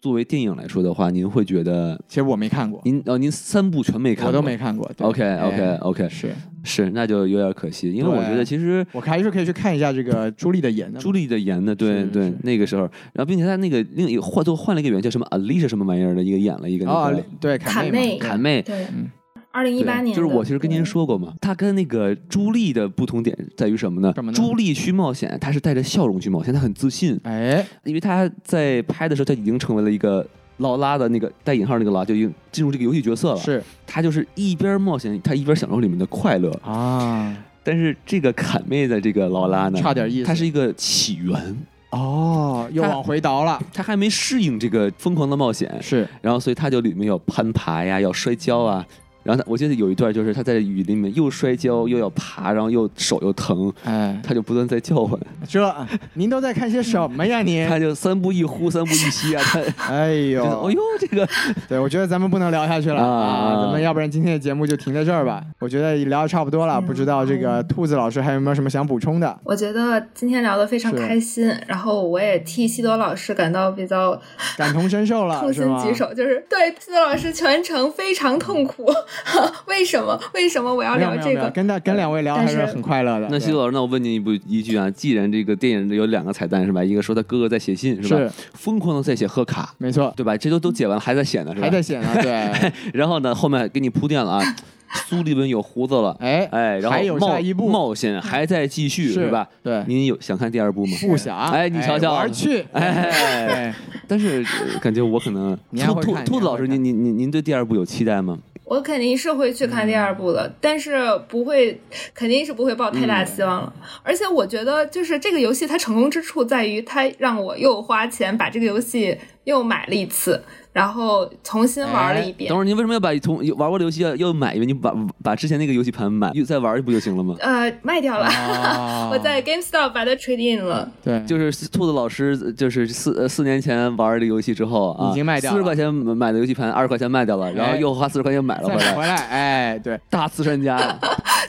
Speaker 2: 作为电影来说的话，您会觉得
Speaker 1: 其实我没看过，
Speaker 2: 您哦您三部全没看过，
Speaker 1: 我都没看过。对
Speaker 2: OK
Speaker 1: 哎
Speaker 2: OK OK，
Speaker 1: 是
Speaker 2: 是那就有点可惜，因为我觉得
Speaker 1: 对
Speaker 2: 其实。
Speaker 1: 我还是可以去看一下这个朱莉的演的嘛。
Speaker 2: 朱莉的演的，对
Speaker 1: 是
Speaker 2: 对
Speaker 1: 是，
Speaker 2: 那个时候，然后并且他那个另一个换都换了一个演员，叫什么 Alicia 什么玩意儿的一个演了一个
Speaker 1: 啊
Speaker 2: 那个，
Speaker 1: 对
Speaker 3: 侃
Speaker 1: 妹
Speaker 3: 妹
Speaker 1: 嘛
Speaker 2: 侃妹。
Speaker 3: 对
Speaker 1: 嗯，
Speaker 3: 二零一八
Speaker 2: 对
Speaker 3: 年
Speaker 2: 就是我
Speaker 3: 的
Speaker 2: 其实跟您，说过嘛，她跟那个朱莉的不同点在于什么呢？
Speaker 1: 什么呢
Speaker 2: 朱莉去冒险，她是带着笑容去冒险，她很自信，
Speaker 1: 哎，
Speaker 2: 因为她在拍的时候，她已经成为了一个劳拉的那个带引号那个劳拉，就已经进入这个游戏角色了。
Speaker 1: 是
Speaker 2: 她就是一边冒险，她一边享受里面的快乐。
Speaker 1: 啊，
Speaker 2: 但是这个侃妹的这个劳拉呢，
Speaker 1: 差点意思。
Speaker 2: 她是一个起源，
Speaker 1: 哦，又
Speaker 2: 他
Speaker 1: 往回倒了，
Speaker 2: 她还没适应这个疯狂的冒险，
Speaker 1: 是
Speaker 2: 然后所以他就里面有攀爬呀，要摔跤啊，然后他我记得有一段就是他在雨里面又摔跤又要爬，然后又手又疼，
Speaker 1: 哎，
Speaker 2: 他就不断在叫唤，
Speaker 1: 这您都在看些什么呀您？
Speaker 2: 他就三步一呼，三步一吸啊，他。
Speaker 1: 哎 呦，
Speaker 2: 就是哦呦，这个
Speaker 1: 对，我觉得咱们不能聊下去了
Speaker 2: 啊
Speaker 1: 啊，咱们要不然今天的节目就停在这儿吧。我觉得聊的差不多了，
Speaker 3: 嗯
Speaker 1: 不知道这个兔子老师还有没有什么想补充的？
Speaker 3: 我觉得今天聊得非常
Speaker 1: 是
Speaker 3: 开心，然后我也替西多老师感到比较
Speaker 1: 感同身受了，
Speaker 3: 痛
Speaker 1: 啊是
Speaker 3: 心
Speaker 1: 吗？
Speaker 3: 疾首，就是对西多老师全程非常痛苦。 为什么？为什么我要
Speaker 1: 没有
Speaker 3: 啊聊
Speaker 1: 没有
Speaker 3: 这
Speaker 1: 没有，
Speaker 3: 个？
Speaker 1: 跟大跟两位聊还
Speaker 3: 但
Speaker 1: 是
Speaker 3: 是
Speaker 1: 很快乐的。
Speaker 2: 那西多老师，那我问你一部一句啊，既然这个电影里有两个彩蛋是吧？一个说他哥哥在写信是吧？
Speaker 1: 是
Speaker 2: 疯狂的在写贺卡，
Speaker 1: 没错，
Speaker 2: 对吧？这都都解完了还在写呢是吧？
Speaker 1: 还在写呢，对，
Speaker 2: 然后呢，后面给你铺垫了啊，苏利文有胡子了，
Speaker 1: 哎
Speaker 2: 哎，然后
Speaker 1: 还有
Speaker 2: 冒
Speaker 1: 下一步
Speaker 2: 冒险还在继续
Speaker 1: 是
Speaker 2: 吧？
Speaker 1: 对
Speaker 2: 您有想看第二部吗？
Speaker 1: 不想，
Speaker 2: 哎你瞧瞧
Speaker 1: 玩儿去，
Speaker 2: 哎，
Speaker 1: 哎，
Speaker 2: 但是呃感觉我可 能
Speaker 1: 你还
Speaker 2: 兔
Speaker 1: 会
Speaker 2: 兔
Speaker 1: 看
Speaker 2: 兔
Speaker 1: 你还
Speaker 2: 子老
Speaker 1: 会
Speaker 2: 师，
Speaker 1: 看
Speaker 2: 您您您您对第二部有期待吗？
Speaker 3: 我肯定是会去看第二部的，
Speaker 1: 嗯
Speaker 3: 但是不会，肯定是不会抱太大希望了。而且我觉得，就是这个游戏它成功之处在于，它让我又花钱把这个游戏又买了一次，然后重新玩
Speaker 1: 哎
Speaker 3: 了一遍
Speaker 2: 等。会儿您为什么要把从玩过的游戏要要买一遍？你把把之前那个游戏盘买又再玩一部就行了吗？
Speaker 3: 呃，卖掉了，
Speaker 1: 哦
Speaker 3: 我在 GameStop 把它 trade in 了。
Speaker 1: 对，
Speaker 2: 就是兔子老师，就是四呃四年前玩的游戏之后啊，
Speaker 1: 已经卖掉
Speaker 2: 四
Speaker 1: 了
Speaker 2: 十块钱买的游戏盘，二十块钱卖掉了，然后
Speaker 1: 哎
Speaker 2: 又花四十块钱买了
Speaker 1: 再
Speaker 2: 回来，
Speaker 1: 买 回来，哎，对，
Speaker 2: 大慈善 家。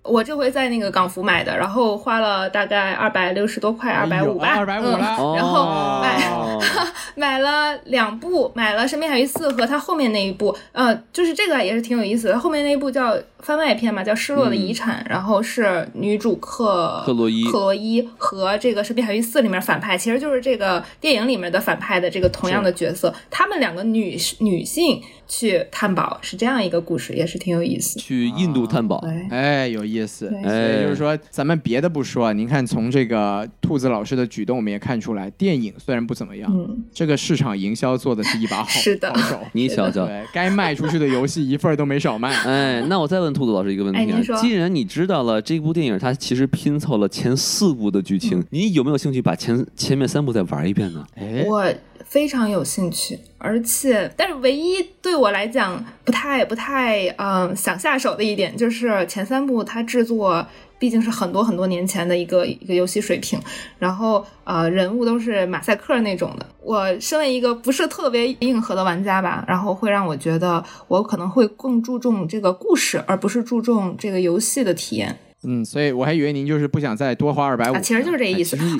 Speaker 3: 我这回在那个港服买的，然后花了大概二百六十多块，二百五吧，
Speaker 1: 哎二百五
Speaker 3: 嗯
Speaker 1: 了，
Speaker 2: 哦
Speaker 3: 然后哎买买了两部，买了《神秘海域四》和它后面那一部，呃，就是这个也是挺有意思的。后面那一部叫番外篇嘛，叫《失落的遗产》，然后是女主克
Speaker 2: 克洛伊
Speaker 3: 克洛伊和这个《神秘海域四》里面反派，其实就是这个电影里面的反派的这个同样的角色，她们两个女女性去探宝是这样一个故事，也是挺有意 思。
Speaker 2: 去印度探宝，
Speaker 3: 对，
Speaker 1: 哎，有意思。
Speaker 3: 对
Speaker 1: 所以就是
Speaker 2: 哎
Speaker 1: 说，咱们别的不说，您看从这个兔子老师的举动，我们也看出来，电影虽然不怎么样，
Speaker 3: 嗯，
Speaker 1: 这个市场营销做的是一把好
Speaker 3: 是的
Speaker 1: 好 手。
Speaker 2: 你瞧瞧。
Speaker 1: 对该卖出去的游戏一份儿都没少卖。
Speaker 2: 哎，那我再问兔子老师一个问
Speaker 3: 哎
Speaker 2: 题啊
Speaker 3: 您，说
Speaker 2: 既然你知道了这部电影它其实拼凑了前四部的剧情，
Speaker 1: 嗯
Speaker 2: 你有没有兴趣把前前面三部再玩一遍呢？
Speaker 1: 哎，
Speaker 3: 我非常有兴趣，而且，但是唯一对我来讲不太不太嗯、想下手的一点，就是前三部它制作毕竟是很多很多年前的一个一个游戏水平，然后呃人物都是马赛克那种的。我身为一个不是特别硬核的玩家吧，然后会让我觉得我可能会更注重这个故事，而不是注重这个游戏的体验
Speaker 1: 嗯，所以我还以为您就是不想再多花二百五
Speaker 3: 啊，。其实就是这
Speaker 2: 哎
Speaker 3: 意思
Speaker 2: 其。实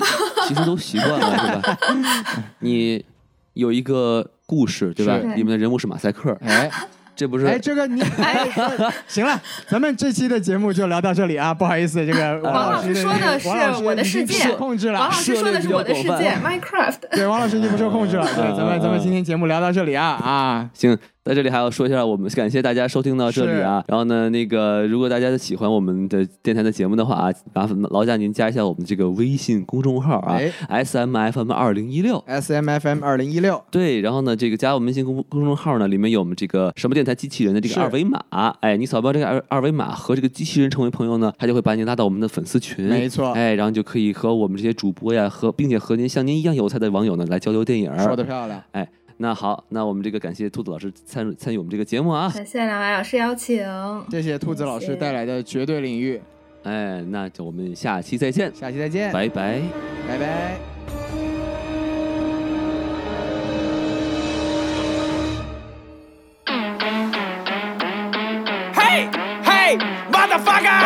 Speaker 2: 其实都习惯了，是吧？ 你有一个故事，对吧？
Speaker 1: 是
Speaker 2: 里面的人物是马赛克，
Speaker 1: 哎
Speaker 2: 这不是
Speaker 1: 哎，这个 你哎，行了，咱们这期的节目就聊到这里啊，不好意思，这个王
Speaker 3: 王
Speaker 1: 老
Speaker 3: 老师
Speaker 1: 师
Speaker 3: 说的
Speaker 1: 的
Speaker 3: 是
Speaker 1: 哎王老师
Speaker 3: 我的
Speaker 1: 已经
Speaker 3: 世界
Speaker 1: 受控制
Speaker 3: 王
Speaker 1: 了
Speaker 3: 老。师说的是我的世
Speaker 2: 涉猎
Speaker 3: 界
Speaker 2: 比较
Speaker 3: Minecraft。
Speaker 1: 对，王老师已经不受控制了。对，咱们咱们今天节目聊到这里啊啊，
Speaker 2: 行，在这里还要说一下，我们感谢大家收听到这里啊。然后呢，那个如果大家喜欢我们的电台的节目的话啊，麻烦劳驾您加一下我们这个微信公众号啊
Speaker 1: 哎
Speaker 2: ，S M F M 二零一六。
Speaker 1: S M F M 二零一六，
Speaker 2: 对，然后呢，这个加我们微信公公众号呢，里面有我们这个什么电台机器人的这
Speaker 1: 是
Speaker 2: 个二维码，哎，你扫描这个二二维码和这个机器人成为朋友呢，他就会把你拉到我们的粉丝群，
Speaker 1: 没错
Speaker 2: 哎，然后你就可以和我们这些主播呀，和并且和您像您一样有才的网友呢来交流电影。
Speaker 1: 说的漂亮。
Speaker 2: 哎，那好，那我们这个感谢兔子老师参与参与我们这个节目啊，
Speaker 3: 感谢两位老师邀请，
Speaker 1: 谢谢兔子老师带来的绝对领域，
Speaker 2: 哎，那就我们下期再见，
Speaker 1: 下期再见，
Speaker 2: 拜拜。
Speaker 1: 拜拜。
Speaker 4: Hey, hey, motherfucker!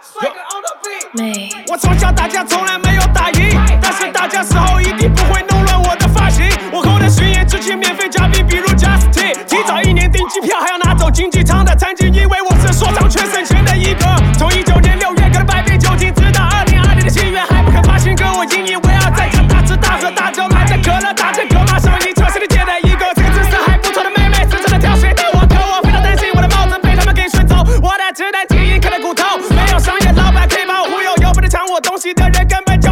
Speaker 4: Swagger on the beat.
Speaker 3: 妹。
Speaker 4: 我从小打架从来没有打赢，但是打架时候一定不会弄乱我的发型。我后来巡演之前免费嘉宾，比如 Justin，提早一年订机票还要拿走经济舱的餐巾，因为我是说唱圈省钱的一个。从一九年六月跟百变酒精，直到二零二零的七月还不肯发新歌，我引以为傲，在家大吃大喝大酒，买着可乐打着嗝，马上迎车是你姐的一个，这个姿势还不错的妹妹，深深的跳水，但我头我非常担心我的帽子被他们给顺走，我的直男基因啃了骨头，没有商业老板可以把我忽悠，有本事抢我东西的人根本就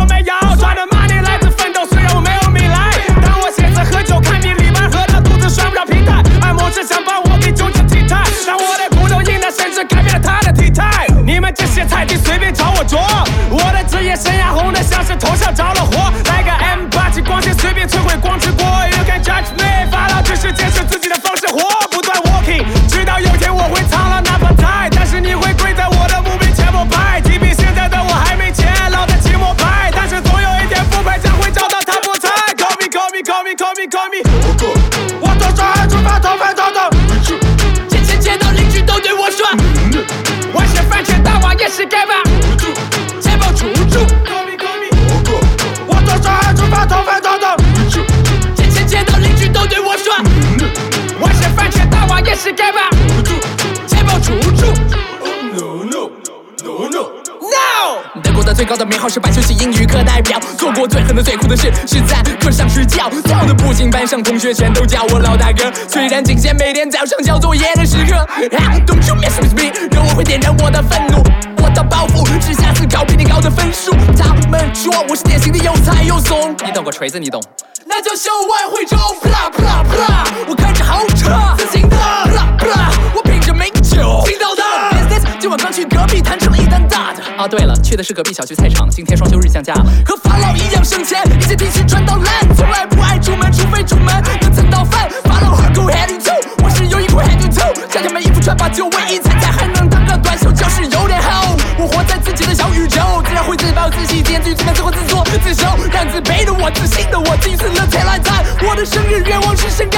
Speaker 5: 高的美好是白球系英语课代表，做过最狠的、最酷的事是在课上睡觉，造的不行，班上同学全都叫我老大哥。虽然仅限每天早上交作业的时刻啊，Don't you mess with me，让我会点燃我的愤怒。我的包袱是下次考比你高的分数。他们说我是典型的又菜又怂，你懂个锤子，你懂。那叫校外汇中，扑啦扑啦扑啦，我开着豪车，自行的，扑啦扑啦，我品着美酒，听到的。Business，今晚刚去隔壁谈成了一单大的。啊，对了，去的是隔壁小区菜场，今天双休日降价了。和法老一样省钱，一切提前赚到烂，从来不爱出门，除非出门能蹭到饭。法老和狗 head in two，我是优衣库 head in two，夏天没衣服穿，把旧卫衣踩踩，还能当个短袖，就是有点厚。我活在自己的小宇宙，自然会自暴自弃，兼具自慢自过自作自受，让自卑的我、自信的我，第一次乐天来在我的生日愿望是身高 Oh, Oh,